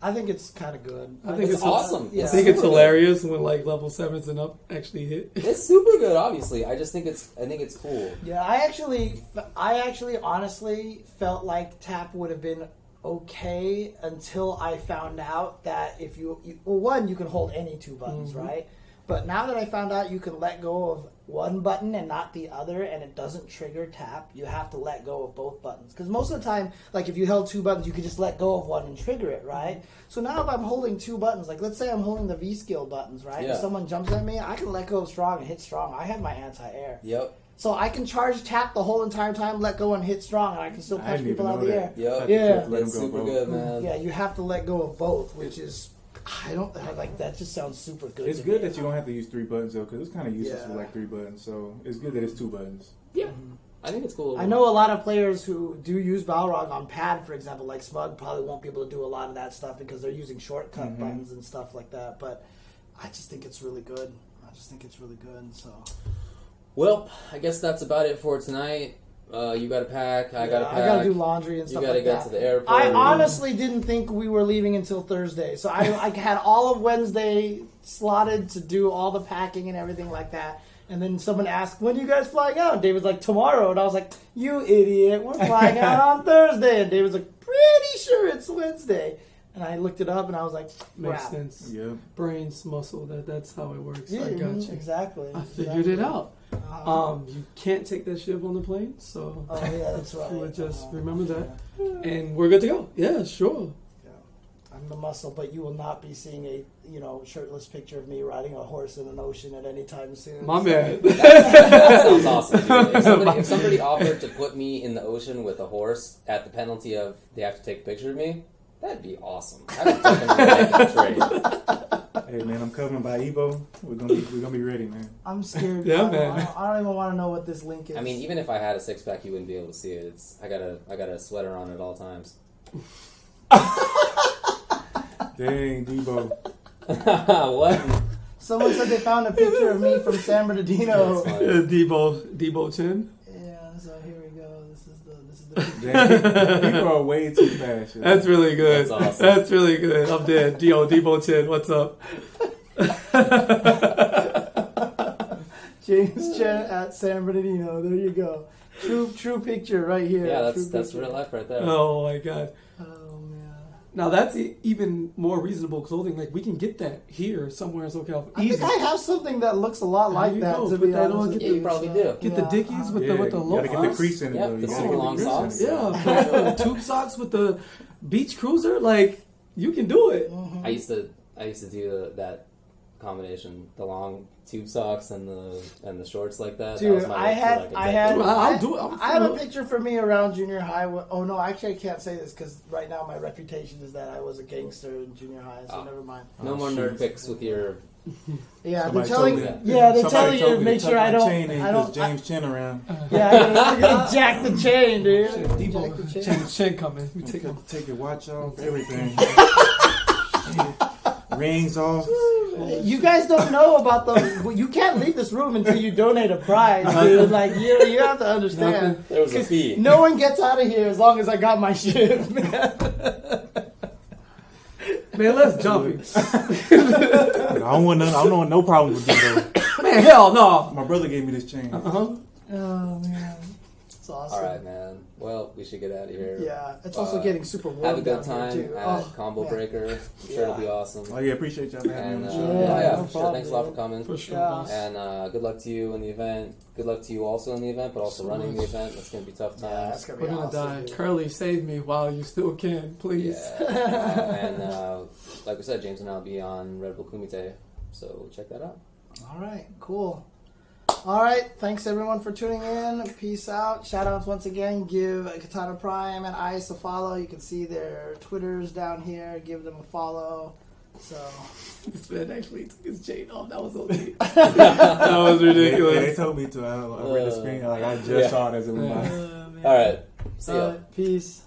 S2: I think it's kind of good.
S1: I think
S3: It's
S1: it's
S3: awesome.
S1: I
S2: yeah.
S1: think it's
S3: super good.
S1: hilarious when like level sevens and up actually hit.
S3: It's super good. Obviously, I just think it's. I think it's cool.
S2: Yeah, I actually, I actually, honestly felt like tap would have been okay until I found out that if you, you well, one, you can hold any two buttons, right? But now that I found out you can let go of one button and not the other, and it doesn't trigger tap, you have to let go of both buttons. Because most of the time, like if you held two buttons, you could just let go of one and trigger it, right? So now if I'm holding two buttons, like let's say I'm holding the V skill buttons, right?
S3: Yeah.
S2: If someone jumps at me, I can let go of strong and hit strong. I have my anti air.
S3: Yep.
S2: So I can charge tap the whole entire time, let go and hit strong, and I can still
S4: I
S2: punch
S4: didn't even
S2: people out
S4: know
S2: of the
S4: that.
S2: air.
S3: Yep.
S2: Yeah.
S4: Let 'em go,
S3: That's super
S4: bro.
S3: good, man.
S2: Yeah, you have to let go of both, which is I don't I like that. Just sounds super good.
S4: It's
S2: to
S4: good
S2: me.
S4: that you don't have to use three buttons though, because it's kind of useless
S2: Yeah.
S4: with like three buttons. So it's good that it's two buttons.
S3: Yeah. I think it's cool.
S2: I know a lot of players who do use Balrog on pad, for example, like Smug, probably won't be able to do a lot of that stuff because they're using shortcut
S4: Mm-hmm.
S2: buttons and stuff like that. But I just think it's really good. I just think it's really good. So
S3: Well, I guess that's about it for tonight. Uh, you got to pack. I got to
S2: Yeah,
S3: pack.
S2: I gotta do laundry and
S3: You
S2: stuff
S3: gotta
S2: like
S3: get
S2: that.
S3: to the airport.
S2: I honestly didn't think we were leaving until Thursday, so I, I had all of Wednesday slotted to do all the packing and everything like that. And then someone asked, "When are you guys flying out?" And David's like, "Tomorrow," and I was like, "You idiot! We're flying out on Thursday." And David's like, "Pretty sure it's Wednesday." And I looked it up, and I was like,
S1: Makes
S2: "Crap."
S1: sense.
S4: Yeah.
S1: Brains, muscle, that, that's how it works.
S2: Yeah,
S1: I got
S2: mhm,
S1: you.
S2: exactly.
S1: I figured it out.
S2: Uh-huh.
S1: Um, you can't take that ship on the plane, so
S2: Oh yeah, that's right.
S1: you would just
S2: Uh,
S1: remember that. And we're good to go. Yeah, sure.
S2: I'm the muscle, but you will not be seeing a you know shirtless picture of me riding a horse in an ocean at any time soon.
S1: My
S2: So-
S1: man.
S3: that sounds awesome. dude. If somebody, if somebody offered to put me in the ocean with a horse at the penalty of they have to take a picture of me, that'd be awesome. I would fucking like that trade.
S4: Hey man, I'm covered by Evo. We're gonna be, we're gonna be ready, man.
S2: I'm scared.
S1: Yeah,
S2: I don't-
S1: man.
S2: I don't, I don't even want to know what this link is.
S3: I mean, even if I had a six pack, you wouldn't be able to see it. It's I got a I got a sweater on at all times.
S4: Dang, Debo.
S3: what?
S2: Oh, someone said they found a picture of me from San Bernardino.
S3: That's funny.
S1: Uh, Debo, Debo Chin.
S2: Yeah, so here we go. This is the this is the.
S4: Dang, people are way too fast. yo.
S1: That's really good.
S3: That's awesome.
S1: That's really good. I'm dead. Dio, Debo Chin, what's up?
S2: James Chen at San Bernardino. There you go. True, true picture right here.
S3: Yeah,
S2: True
S3: that's that's
S2: picture.
S3: real life right there.
S1: Oh my god.
S2: Oh man.
S1: Now that's e- even more reasonable clothing. Like we can get that here somewhere in SoCal.
S2: I
S1: Easy.
S2: think I have something that looks a lot
S1: There
S2: like
S1: you
S2: that.
S1: go.
S2: To
S1: Put
S2: be
S1: that
S2: honest,
S1: on.
S2: with
S1: Get
S3: the-
S2: you.
S3: probably do.
S1: Get
S2: Yeah,
S1: the dickies with
S4: yeah,
S1: the with the
S4: you
S1: low
S4: gotta get the
S1: socks.
S4: crease in it
S3: Yeah,
S4: though. You
S3: the
S4: gotta
S3: super
S4: get the
S3: long
S4: crease in it.
S3: socks.
S1: Yeah, put the tube socks with the beach cruiser. Like you can do it.
S3: I used to I used to do the, that combination, the long tube socks and the and the shorts like that. that
S2: Dude,
S3: was my
S2: I
S3: look for
S2: had,
S3: like a
S2: I
S3: decade.
S2: had,
S1: Dude, I'll
S2: I-
S1: do it. I'm
S2: I have a
S1: fine.
S2: picture for me around junior high. wh- Oh no, actually, I can't say this because right now my reputation is that I was a gangster in junior high. So
S3: Ah.
S2: never mind.
S3: no more nerd pics with your
S2: Yeah, they're
S4: Somebody told
S2: telling,
S4: me
S3: that.
S2: yeah, they're
S4: Somebody
S2: telling you
S4: told me
S2: to make
S4: tuck
S2: sure
S4: my
S2: I don't,
S4: chain in
S2: I
S4: 'cause
S2: don't,
S4: James Chin around.
S2: yeah, I'm gonna- I'm gonna jack the chain, dude. I'm gonna jack the
S1: Debo
S2: chain.
S1: Chin, Chin coming. We take
S4: Take,
S1: a
S4: your- take your watch off, everything. Rings off.
S2: You guys don't know about the. well, You can't leave this room until you donate a prize, dude. Like you, you have to understand.
S3: there was a fee.
S2: No one gets out of here as long as I got my shit, man.
S1: man. Let's jump it.
S4: I don't want none, I don't want no problem with Debo.
S1: Man, hell no.
S4: My brother gave me this chain.
S1: Uh-huh.
S2: Oh man, it's awesome.
S3: All right, man. Well, we should get out of here.
S2: Yeah, it's also
S3: Uh,
S2: getting super warm
S3: Have a good
S2: down here
S3: time
S2: too.
S3: at
S2: Oh,
S3: Combo
S2: man.
S3: Breaker. I'm sure it'll be awesome.
S4: Oh yeah, appreciate y'all for having
S3: And
S4: me
S3: uh,
S4: on
S3: yeah,
S4: the show.
S2: Yeah,
S3: yeah,
S2: no
S3: for sure.
S2: problem,
S3: Thanks a lot for
S2: dude.
S3: coming.
S1: For sure.
S2: Yeah.
S3: And uh, good luck to you in the event. Good luck to you also in the event, but also running the event. It's gonna be tough
S2: Yeah, that's
S3: times.
S2: gonna be
S1: We're gonna
S2: awesome,
S1: die.
S2: dude.
S1: Curly, save me while you still can, please.
S3: Yeah. and uh, like we said, James and I'll be on Red Bull Kumite, so check that out.
S2: All right, cool. All right, thanks everyone for tuning in. Peace out. Shout outs once again. Give Katana Prime and Ice a follow. You can see their Twitters down here. Give them a follow. So
S1: This man actually took his chain off. That was okay. that was
S4: They,
S1: ridiculous.
S4: they told me to. I, I read the screen. Like I just
S3: Yeah.
S4: saw it as it went by.
S3: All right. See ya.
S2: uh, peace.